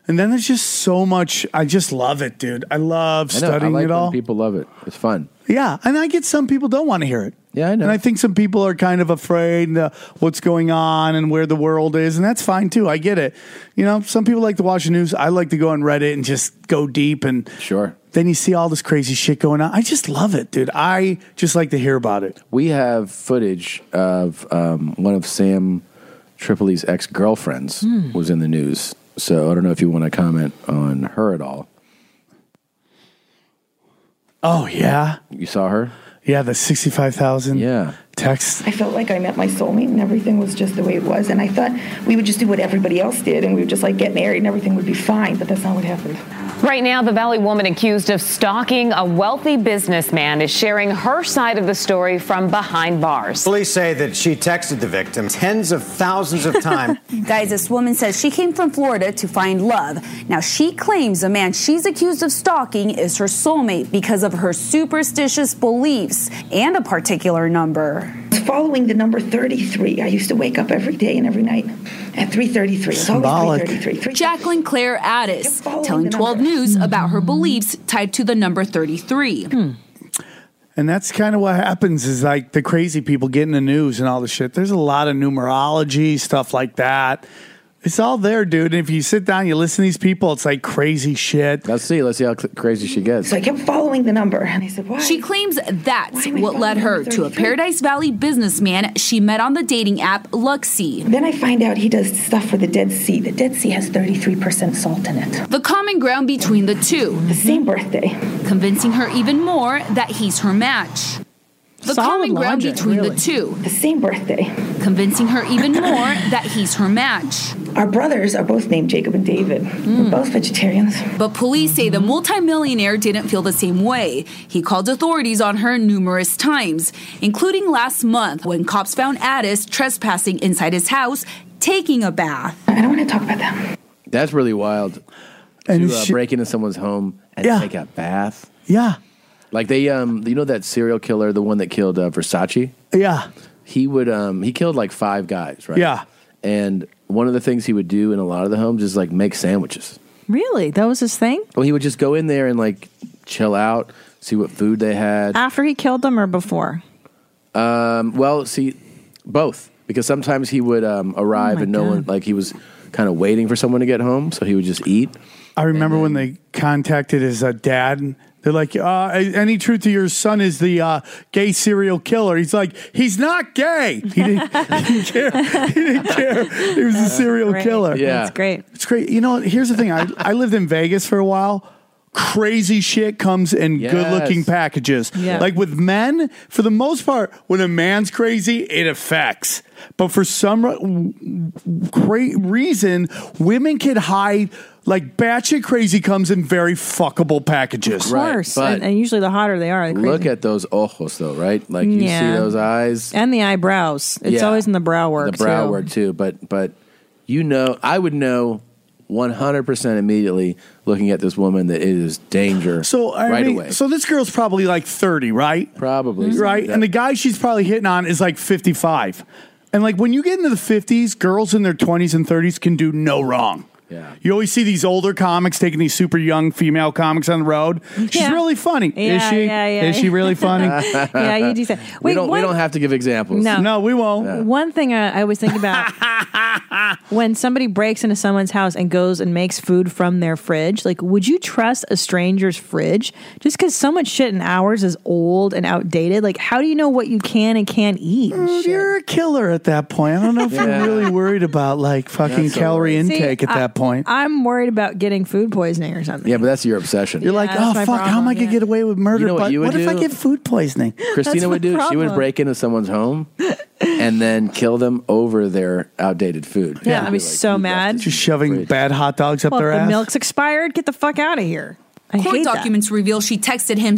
Speaker 10: And then there's just so much. I just love it, dude. I love
Speaker 1: I know, I
Speaker 10: studying
Speaker 1: like
Speaker 10: it
Speaker 1: when
Speaker 10: all.
Speaker 1: People love it. It's fun.
Speaker 10: Yeah, and I get some people don't want to hear it.
Speaker 1: Yeah, I know.
Speaker 10: And I think some people are kind of afraid uh, what's going on and where the world is, and that's fine too. I get it. You know, some people like to watch the news. I like to go on Reddit and just go deep and
Speaker 1: sure.
Speaker 10: Then you see all this crazy shit going on. I just love it, dude. I just like to hear about it.
Speaker 1: We have footage of um, one of Sam Tripoli's ex girlfriends
Speaker 10: Hmm.
Speaker 1: was in the news. So I don't know if you want to comment on her at all.
Speaker 10: Oh yeah,
Speaker 1: You saw her?
Speaker 10: yeah. The sixty-five thousand.
Speaker 1: Yeah.
Speaker 10: Text.
Speaker 7: I felt like I met my soulmate and everything was just the way it was. And I thought we would just do what everybody else did and we would just like get married and everything would be fine. But that's not what happened.
Speaker 8: Right now, the Valley woman accused of stalking a wealthy businessman is sharing her side of the story from behind bars.
Speaker 9: Police say that she texted the victim tens of thousands of times.
Speaker 22: Guys, this woman says she came from Florida to find love. Now, she claims the man she's accused of stalking is her soulmate because of her superstitious beliefs and a particular number.
Speaker 7: Following the number 33, I used to wake up every day and every night at 3:33. It's always
Speaker 22: Symbolic.
Speaker 7: 3:33.
Speaker 22: Jacqueline Claire Addis telling 12 News about her beliefs tied to the number 33.
Speaker 10: And that's kind of what happens is like the crazy people get in the news and all this shit. There's a lot of numerology, stuff like that. It's all there, dude. And if you sit down, you listen to these people, it's like crazy shit.
Speaker 1: Let's see. Let's see how crazy she gets.
Speaker 7: So I kept following the number and I said, "Why?"
Speaker 22: She claims that's what led her to a Paradise Valley businessman she met on the dating app Luxy.
Speaker 7: Then I find out he does stuff for the Dead Sea. The Dead Sea has 33% salt in it.
Speaker 22: The common ground between the two. The
Speaker 7: same birthday.
Speaker 22: Convincing her even more that he's her match. The common ground
Speaker 7: logic,
Speaker 22: between
Speaker 7: really.
Speaker 22: the two.
Speaker 7: The same birthday.
Speaker 22: Convincing her even more that he's her match.
Speaker 7: Our brothers are both named Jacob and David.
Speaker 16: Hmm.
Speaker 7: We're both vegetarians.
Speaker 22: But police say the multimillionaire didn't feel the same way. He called authorities on her numerous times, including last month when cops found Addis trespassing inside his house, taking a bath. I don't want to talk about that.
Speaker 1: That's really wild.
Speaker 22: And
Speaker 1: to uh,
Speaker 22: she-
Speaker 1: break into someone's home and
Speaker 22: Yeah.
Speaker 1: take a bath.
Speaker 10: Yeah.
Speaker 1: Like they, um, you know that serial killer, the one that killed uh, Versace.
Speaker 10: Yeah.
Speaker 1: He would, um, he killed like five guys, right?
Speaker 10: Yeah.
Speaker 1: And one of the things he would do in a lot of the homes is like make sandwiches.
Speaker 2: Really? That was his thing?
Speaker 1: Well, he would just go in there and like chill out, see what food they had.
Speaker 2: After he killed them or before?
Speaker 1: Um, well, see, both because sometimes he would um,
Speaker 2: Oh
Speaker 1: arrive
Speaker 10: my
Speaker 1: and no
Speaker 10: God.
Speaker 1: one like he was kind of waiting for someone to get home, so he would just eat.
Speaker 10: I remember when they contacted his uh, dad. They're like, uh, any truth to your son is the uh, gay serial killer. He's like, he's not gay. He didn't, he didn't care. He didn't care. He was a serial
Speaker 2: great.
Speaker 10: killer.
Speaker 2: Yeah. That's great.
Speaker 10: It's great. You know, here's the thing. I, I lived in Vegas for a while. Crazy shit comes in
Speaker 1: Yes.
Speaker 10: good looking packages.
Speaker 1: Yeah.
Speaker 10: Like with men, for the most part, when a man's crazy, it affects. But for some re- w- w- great reason, women can hide. Like batshit crazy comes in very fuckable packages.
Speaker 2: Of course. and, and usually the hotter they are, the crazier.
Speaker 1: Look at those ojos, though, right? Like you see
Speaker 2: Yeah.
Speaker 1: those eyes.
Speaker 2: and the eyebrows. It's
Speaker 1: Yeah.
Speaker 2: always in the brow work.
Speaker 1: the brow
Speaker 2: too.
Speaker 1: work too. But but you know, I would know one hundred percent immediately looking at this woman that it is danger.
Speaker 10: So I
Speaker 1: right
Speaker 10: mean,
Speaker 1: away.
Speaker 10: so this girl's probably like thirty, right?
Speaker 1: Probably
Speaker 10: right. And the guy she's probably hitting on is like fifty-five. And like when you get into the fifties, girls in their twenties and thirties can do no wrong.
Speaker 1: Yeah.
Speaker 10: You always see these older comics taking these super young female comics on the road. She's
Speaker 2: Yeah.
Speaker 10: really funny, is
Speaker 2: Yeah,
Speaker 10: she?
Speaker 2: yeah, yeah.
Speaker 10: Is she really funny?
Speaker 2: Yeah, you do say-
Speaker 1: we
Speaker 2: Wait,
Speaker 1: don't.
Speaker 2: one-
Speaker 1: We don't have to give examples.
Speaker 2: No.
Speaker 10: no, we won't.
Speaker 2: One thing I, I was thinking about when somebody breaks into someone's house and goes and makes food from their fridge, like, would you trust a stranger's fridge just because so much shit in ours is old and outdated? Like, how do you know what you can and can't eat?
Speaker 10: You're a killer at that point. I don't know if
Speaker 2: Yeah.
Speaker 10: you're really worried about like fucking
Speaker 1: That's all
Speaker 10: calorie
Speaker 2: See,
Speaker 10: intake at
Speaker 2: I-
Speaker 10: that point.
Speaker 2: I'm worried about getting food poisoning or something.
Speaker 1: Yeah, but that's your obsession.
Speaker 10: You're like,
Speaker 2: Yeah,
Speaker 10: oh
Speaker 2: that's my
Speaker 10: fuck, how am
Speaker 2: problem,
Speaker 10: I gonna get away with murder?
Speaker 1: You know what
Speaker 10: but
Speaker 1: you would
Speaker 10: what if I
Speaker 1: do?
Speaker 10: get food poisoning?
Speaker 1: Christina would do. She would break into someone's home and then kill them over their outdated food.
Speaker 2: Yeah, I'd be so mad.
Speaker 10: Just shoving bad hot dogs up
Speaker 2: Well,
Speaker 10: their
Speaker 2: if the
Speaker 10: ass.
Speaker 2: milk's expired. Get the fuck out of here. I
Speaker 22: Court
Speaker 2: hate that.
Speaker 22: documents reveal she texted him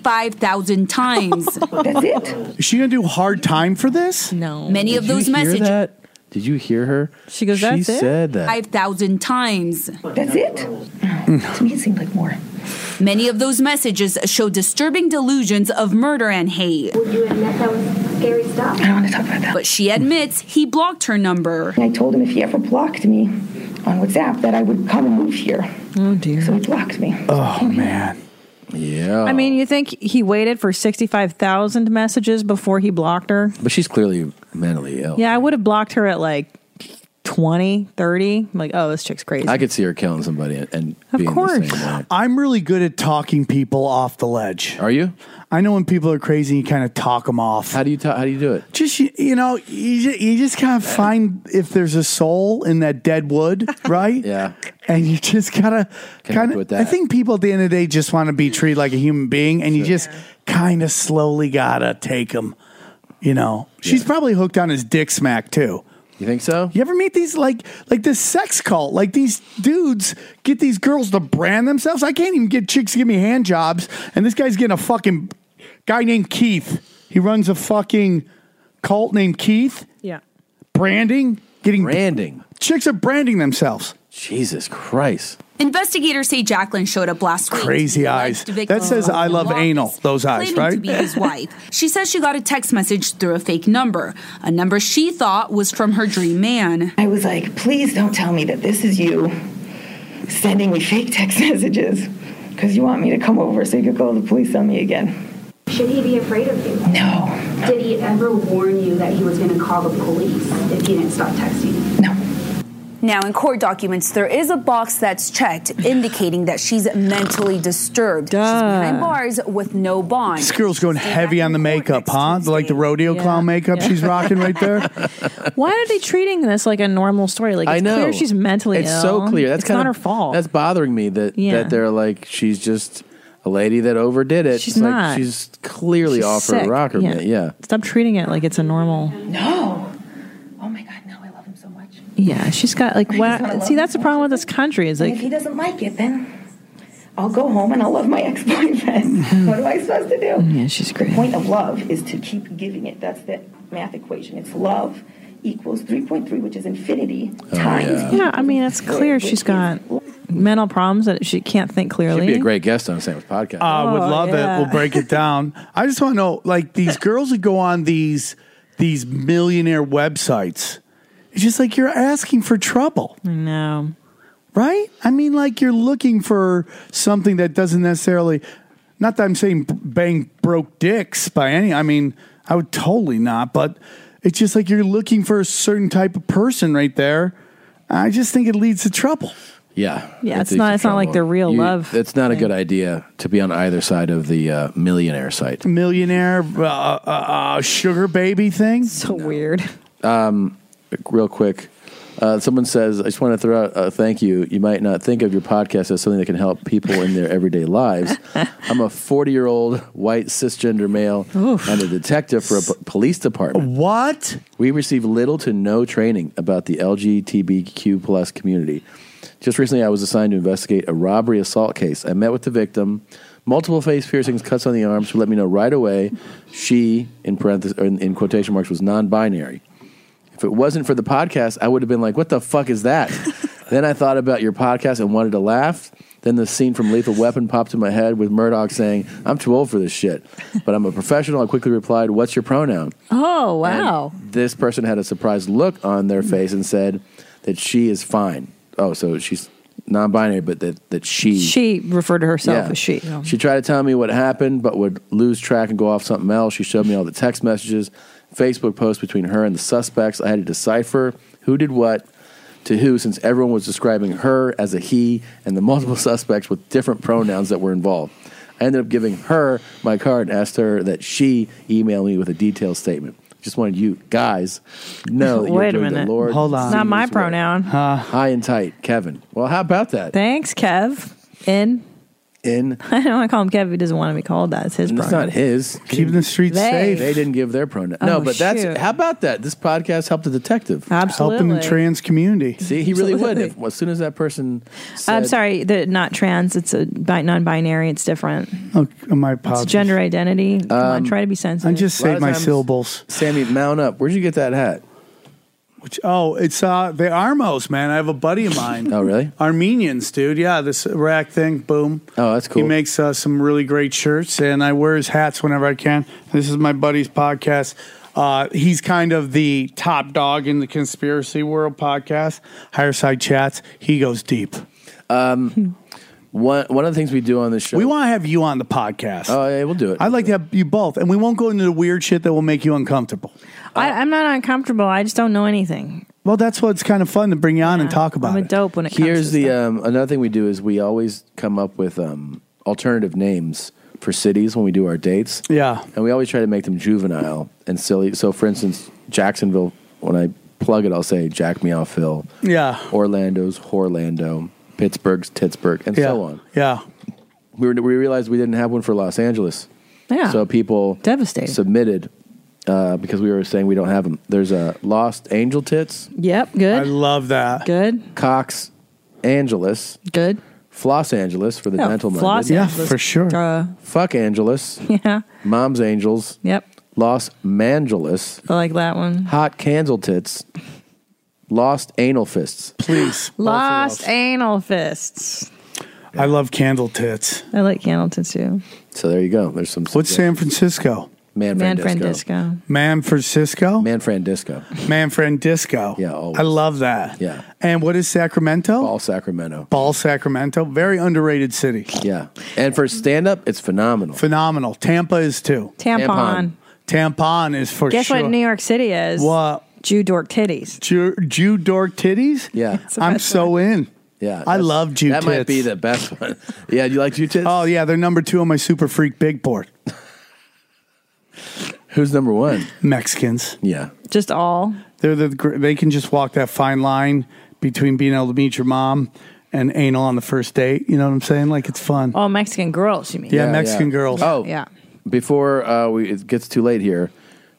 Speaker 22: 65,000 times. That's
Speaker 10: it. Is she gonna do hard time for this?
Speaker 2: No.
Speaker 22: Many
Speaker 1: Did
Speaker 22: of
Speaker 1: you
Speaker 22: those
Speaker 1: hear
Speaker 22: messages.
Speaker 1: that? Did you hear her?
Speaker 22: She
Speaker 1: goes, She "That's it?" said that.
Speaker 22: 5,000 times.
Speaker 7: That's it? To me, it seemed like more.
Speaker 22: Many of those messages show disturbing delusions of murder and hate. Would you admit that was scary stuff? I
Speaker 7: don't want to talk about that.
Speaker 22: But she admits he blocked her number.
Speaker 7: And I told him if he ever blocked me on WhatsApp that I would come and move here.
Speaker 2: Oh, dear.
Speaker 7: So he blocked me.
Speaker 10: Oh man.
Speaker 1: Yeah.
Speaker 2: I mean, you think he waited for 65,000 messages before he blocked her?
Speaker 1: but she's clearly mentally ill.
Speaker 2: Yeah, I would have blocked her at like 20, 30. I'm like, oh, this chick's crazy.
Speaker 1: I could see her killing somebody and, and being the same way.
Speaker 10: I'm really good at talking people off the ledge.
Speaker 1: Are you?
Speaker 10: I know when people are crazy, you kind of talk them off. How
Speaker 1: do you talk, how do you do it?
Speaker 10: Just you, you know, you just, you just kind of find if there's a soul in that dead wood, right?
Speaker 1: yeah.
Speaker 10: And you just gotta kind of.
Speaker 1: with
Speaker 10: I
Speaker 1: that.
Speaker 10: think people at the end of the day just want to be treated like a human being, and you just kind of slowly gotta take them. You know, she's probably hooked on his dick smack too.
Speaker 1: You think so?
Speaker 10: You ever meet these like like this sex cult? Like these dudes get these girls to brand themselves. I can't even get chicks to give me hand jobs, and this guy's getting a fucking guy named Keith. He runs a fucking cult named Keith.
Speaker 2: Yeah.
Speaker 10: Branding, getting
Speaker 1: branding.
Speaker 10: Chicks are branding themselves.
Speaker 1: Jesus Christ.
Speaker 22: Investigators say Jacqueline showed up last week.
Speaker 10: Crazy eyes. That says I love anal. Those eyes,
Speaker 22: claiming to
Speaker 10: right?
Speaker 22: be his wife. She says she got a text message through a fake number, a number she thought was from her dream man.
Speaker 7: I was like, please don't tell me that this is you sending me fake text messages because you want me to come over so you could call the police on me again.
Speaker 4: Should he be afraid of you? No. Did he ever warn you that he was going to call the police if you didn't stop texting?
Speaker 22: Now, in court documents, there is a box that's checked indicating that she's mentally disturbed. She's behind bars with no bond.
Speaker 10: This girl's going heavy on the makeup, huh? Like the rodeo clown makeup
Speaker 2: Yeah.
Speaker 10: she's rocking right there.
Speaker 2: Why are they treating this like a normal story? Like, it's
Speaker 1: I know.
Speaker 2: clear she's mentally
Speaker 1: It's
Speaker 2: ill.
Speaker 1: so clear. That's
Speaker 2: it's
Speaker 1: kind
Speaker 2: not her
Speaker 1: of,
Speaker 2: fault.
Speaker 1: That's bothering me that
Speaker 2: Yeah.
Speaker 1: that they're like she's just a lady that overdid it.
Speaker 2: She's
Speaker 1: It's like,
Speaker 2: not.
Speaker 1: she's clearly
Speaker 2: She's
Speaker 1: off her
Speaker 2: sick.
Speaker 1: rocker.
Speaker 2: Yeah.
Speaker 1: Yeah. yeah.
Speaker 2: Stop treating it like it's a normal.
Speaker 7: No.
Speaker 2: Yeah, she's got like what? See, that's the problem with this country. Is
Speaker 7: And if
Speaker 2: like
Speaker 7: he doesn't like it, then I'll go home and I'll love my ex boyfriend. what am I supposed to do?
Speaker 2: Yeah, she's great.
Speaker 7: The point of love is to keep giving it. That's the math equation. It's love equals 3.3, which is infinity, times.
Speaker 1: yeah.
Speaker 2: Yeah, I mean, it's clear she's got mental problems that she can't think
Speaker 1: She'd
Speaker 2: clearly.
Speaker 1: be a great guest on Sandwich Podcast.
Speaker 10: I would
Speaker 2: Oh,
Speaker 10: love
Speaker 2: yeah.
Speaker 10: it. We'll break it down. I just want to know, like these girls that go on these these millionaire websites. It's just like you're asking for trouble.
Speaker 2: No.
Speaker 10: Right? I mean, like you're looking for something that doesn't necessarily. Not that I'm saying b- bang broke dicks by any. I mean, I would totally not. But it's just like you're looking for a certain type of person right there. I just think it leads to trouble.
Speaker 1: Yeah,
Speaker 2: Yeah,
Speaker 1: That's
Speaker 2: it's not-
Speaker 1: the
Speaker 2: it's not like
Speaker 1: trouble.
Speaker 2: the real love
Speaker 1: It's not a good idea to be on either side of the uh, millionaire site.
Speaker 10: Millionaire uh, uh, uh, sugar baby thing. So
Speaker 2: weird.
Speaker 1: Um, real quick, uh, someone says, "I just want to throw out a thank you. You might not think of your podcast as something that can help people in their everyday lives. I'm a 40 year old white cisgender male and a detective for a p- police department.
Speaker 10: What?
Speaker 1: We receive little to no training about the LGBTQ plus community. Just recently, I was assigned to investigate a robbery assault case. I met with the victim." Multiple face piercings, cuts on the arm. She let me know right away she, in, parentheses, or in, in quotation marks, was non binary. If it wasn't for the podcast, I would have been like, what the fuck is that? then I thought about your podcast and wanted to laugh. Then the scene from Lethal Weapon popped in my head with Murdoch saying, I'm too old for this shit. But I'm a professional. I quickly replied, What's your pronoun?
Speaker 2: Oh, wow.
Speaker 1: This person had a surprised look on their face and said that she is fine. Oh, so she's non binary, but that, that she.
Speaker 2: she referred to herself as she.
Speaker 1: She tried to tell me what happened, but would lose track and go off something else. She showed me all the text messages, Facebook posts between her and the suspects. I had to decipher who did what to who, since everyone was describing her as a he and the multiple suspects with different pronouns that were involved. I ended up giving her my card and asked her that she email me with a detailed statement. Just wanted you guys to know that
Speaker 2: Wait a
Speaker 1: you're doing
Speaker 2: minute.
Speaker 1: the Lord.
Speaker 2: Hold on. Uh, It's not my pronoun.
Speaker 1: High and tight, Kevin. Well, how about that?
Speaker 2: Thanks, Kev. In.
Speaker 1: In.
Speaker 2: I don't want to call him Kev. He doesn't want to be called that. It's his
Speaker 1: And It's
Speaker 2: pronoun.
Speaker 1: not his.
Speaker 10: Keep the streets
Speaker 2: They. safe.
Speaker 1: They didn't give their pronoun.
Speaker 2: Oh,
Speaker 1: no, but
Speaker 2: shoot.
Speaker 1: that's how about that? This podcast helped the detective.
Speaker 2: Absolutely. Helping the
Speaker 10: trans community.
Speaker 1: See, he really would.
Speaker 2: Absolutely.
Speaker 1: If, as soon as that person,
Speaker 2: I'm
Speaker 1: said-
Speaker 2: sorry, the, not trans. It's a bi- non-binary. It's different.
Speaker 10: Okay, Oh, my
Speaker 2: It's
Speaker 10: apologies.
Speaker 2: gender identity. Come on,
Speaker 1: Um,
Speaker 2: try to be sensitive.
Speaker 1: A lot of times- Sammy, mount up. Where'd you get that hat?
Speaker 10: Which, oh, it's uh, the Armos, man. I have a buddy of mine.
Speaker 1: oh, really?
Speaker 10: Armenians, dude. Yeah, this rack thing. Boom.
Speaker 1: Oh, that's cool.
Speaker 10: He makes uh, some really great shirts, and I wear his hats whenever I can. This is my buddy's podcast. Uh, he's kind of the top dog in the conspiracy world podcast, Higher Side Chats. He goes deep.
Speaker 1: Um, one one of the things we do on the show,
Speaker 10: we want to have you on the podcast.
Speaker 1: Oh, yeah, we'll do it.
Speaker 10: I'd like to have you both, and we won't go into the weird shit that will make you uncomfortable.
Speaker 2: I, I'm not uncomfortable. I just don't know anything.
Speaker 10: Well, that's what's kind of fun to bring you on and talk about.
Speaker 2: I'm a dope when it comes.
Speaker 1: Here's the um, another thing we do is we always come up with um, alternative names for cities when we do our dates.
Speaker 10: Yeah,
Speaker 1: and we always try to make them juvenile and silly. So, for instance, Jacksonville. When I plug it, I'll say Jack Me Off Phil.
Speaker 10: Yeah.
Speaker 1: Orlando's Horlando, Pittsburgh's Titsburg, and
Speaker 10: yeah.
Speaker 1: so on.
Speaker 10: Yeah.
Speaker 1: We, were, we realized we didn't have one for Los Angeles.
Speaker 2: Yeah.
Speaker 1: So people
Speaker 2: Devastated.
Speaker 1: submitted uh, because we were saying we don't have them. There's a Lost Angel Tits.
Speaker 2: Yep. Good.
Speaker 10: I love that.
Speaker 2: Good.
Speaker 1: Cox Angeles.
Speaker 2: Good.
Speaker 1: Floss Angeles for the
Speaker 2: Yeah,
Speaker 1: dental
Speaker 2: Floss
Speaker 1: minded.
Speaker 2: Yeah, Angeles. for sure. Uh,
Speaker 1: Fuck Angeles.
Speaker 2: Yeah.
Speaker 1: Mom's Angels.
Speaker 2: Yep.
Speaker 1: Los Mangeles.
Speaker 2: I like that one.
Speaker 1: Hot Cancel Tits. Lost Anal Fists.
Speaker 10: Please.
Speaker 2: Lost anal fists.
Speaker 10: I love candle tits.
Speaker 2: I like candle tits too.
Speaker 1: So there you go. There's some.
Speaker 10: What's San Francisco?
Speaker 1: Man
Speaker 2: Man friend disco.
Speaker 10: Man Francisco?
Speaker 1: Man Fran Disco.
Speaker 10: Man Friend Disco. Yeah, I love that.
Speaker 1: Yeah.
Speaker 10: And what is Sacramento?
Speaker 1: Ball Sacramento.
Speaker 10: Ball Sacramento. Very underrated city.
Speaker 1: Yeah. And for stand up, it's phenomenal.
Speaker 10: Phenomenal. Tampa is too.
Speaker 2: Tampon.
Speaker 10: Tampon is for
Speaker 2: Guess
Speaker 10: sure.
Speaker 2: what New York City is?
Speaker 10: What?
Speaker 2: Jew dork titties.
Speaker 10: Jew, Jew dork titties?
Speaker 1: Yeah.
Speaker 10: I'm so in.
Speaker 1: Yeah.
Speaker 10: I
Speaker 1: that's-
Speaker 10: love Jew
Speaker 1: That might
Speaker 10: tits.
Speaker 1: be the best one. yeah. Do you like Jew tits?
Speaker 10: Oh, yeah. They're number two on my super freak big board.
Speaker 1: Who's number one?
Speaker 10: Oh. Mexicans.
Speaker 1: Yeah.
Speaker 2: Just all.
Speaker 10: They're the gr- they can just walk that fine line between being able to meet your mom and anal on the first date. You know what I'm saying? Like it's fun.
Speaker 2: All Oh, Mexican girls, you mean?
Speaker 10: Yeah, Yeah, Mexican yeah. girls.
Speaker 1: Oh.
Speaker 2: Yeah.
Speaker 1: Before uh, we, it gets too late here,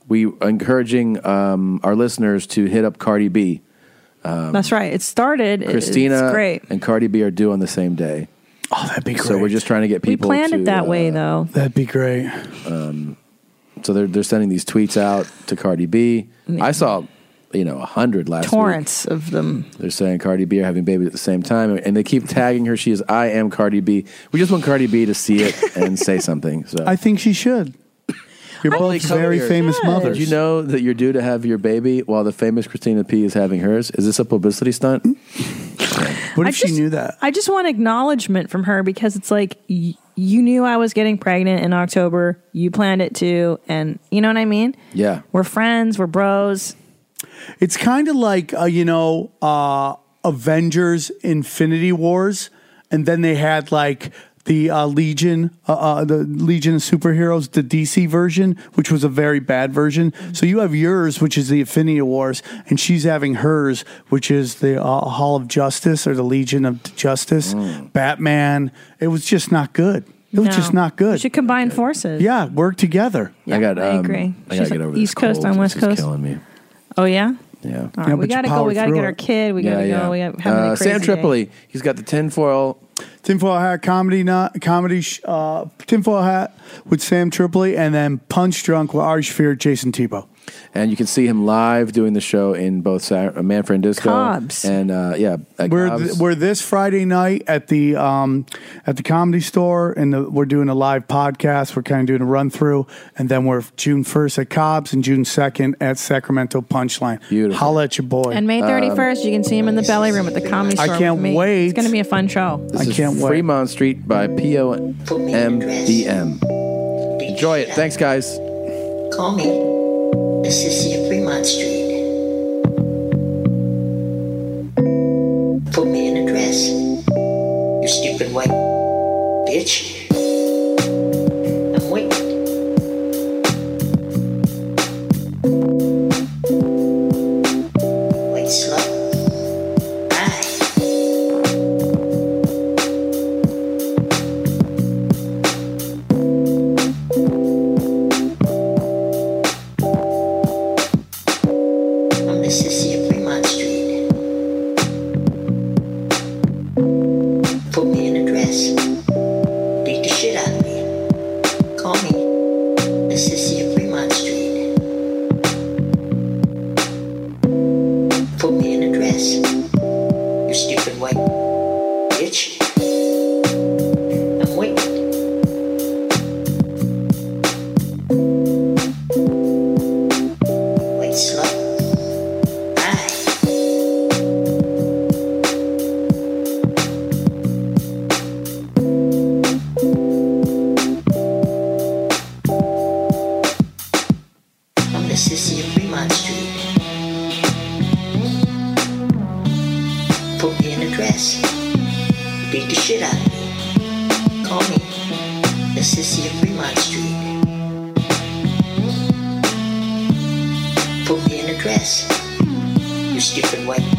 Speaker 1: we encouraging um, our listeners to hit up Cardi B. Um,
Speaker 2: That's right. It started. it-
Speaker 1: Christina
Speaker 2: It's great.
Speaker 1: and Cardi B are due on the same day.
Speaker 10: Oh, that'd be
Speaker 1: So we're just trying to get
Speaker 2: We
Speaker 1: people.
Speaker 2: planned
Speaker 1: to,
Speaker 2: it that
Speaker 1: uh,
Speaker 2: way, though.
Speaker 10: That'd be great.
Speaker 1: Um, so they're they're sending these tweets out to Cardi B. I saw, you know, a hundred last
Speaker 2: Torrents of them.
Speaker 1: They're saying Cardi B are having babies at the same time, and they keep tagging her. She is I am Cardi B. We just want Cardi B to see it and say something. So
Speaker 10: I think she should. You're both very famous mothers.
Speaker 1: Did you know that you're due to have your baby while the famous Christina P is having hers? Is this a publicity stunt?
Speaker 10: Mm. what if she knew that?
Speaker 2: I just want acknowledgement from her because it's like y- you knew I was getting pregnant in October. You planned it too, and you know what I mean.
Speaker 1: Yeah.
Speaker 2: We're friends. We're bros.
Speaker 10: It's kind of like uh, you know uh, Avengers Infinity Wars, and then they had like the uh, Legion, uh, uh, the Legion of Superheroes, the DC version, which was a very bad version. So you have yours, which is the Infinity Wars, and she's having hers, which is the uh, Hall of Justice or the Legion of Justice,
Speaker 1: Mm.
Speaker 10: Batman. It was just not good. It was
Speaker 2: No.
Speaker 10: just not good.
Speaker 2: You should combine forces.
Speaker 10: Yeah, work together.
Speaker 1: I got.
Speaker 2: I
Speaker 1: um,
Speaker 2: agree.
Speaker 1: I gotta
Speaker 2: She's
Speaker 1: get
Speaker 2: like
Speaker 1: over
Speaker 2: East
Speaker 1: this
Speaker 2: Coast
Speaker 1: cold.
Speaker 2: on West
Speaker 1: This is
Speaker 2: Coast.
Speaker 1: killing me.
Speaker 2: Oh yeah.
Speaker 1: Yeah.
Speaker 2: All right, we gotta go. We gotta get our kid. We gotta go. We gotta have a crazy
Speaker 1: Uh, Sam
Speaker 2: day.
Speaker 1: Tripoli. He's got the tinfoil.
Speaker 10: Uh, Tinfoil Hat comedy not comedy sh- uh, Tinfoil Hat with Sam Tripoli, and then Punch Drunk with Ari Shafir, Jason Tebow.
Speaker 1: And you can see him live doing the show in both Sa- uh, Manfred Disco
Speaker 10: Cobb's.
Speaker 1: and uh, yeah, at
Speaker 10: We're
Speaker 1: Cobb's.
Speaker 10: th- we're this Friday night at the um, at the comedy store, and the, we're doing a live podcast. We're kind of doing a run through, and then we're June first at Cobb's and June second at Sacramento Punchline. Beautiful. Holla at your boy.
Speaker 2: And May 31st, you can see him in the belly room at the comedy
Speaker 10: I
Speaker 2: store. with
Speaker 10: can't
Speaker 2: me.
Speaker 10: wait.
Speaker 2: It's going to be a fun show.
Speaker 1: This is Fremont Street by P O M D M. Enjoy it. Thanks, guys.
Speaker 6: Call me. This is City Fremont Street. Put me in a dress. You stupid white bitch. I'm waiting. Wait slow. Bye. on Mississippi Fremont Street. Put me in a dress. Beat the shit out of me. Call me Mississippi Fremont Street. Put me in a dress. You stupid white bitch. I'm waiting. Wait slow. on Mississippi Fremont Street. Put me in a dress. Beat the shit out of me. Call me Mississippi Fremont Street. Put me in a dress. You stupid white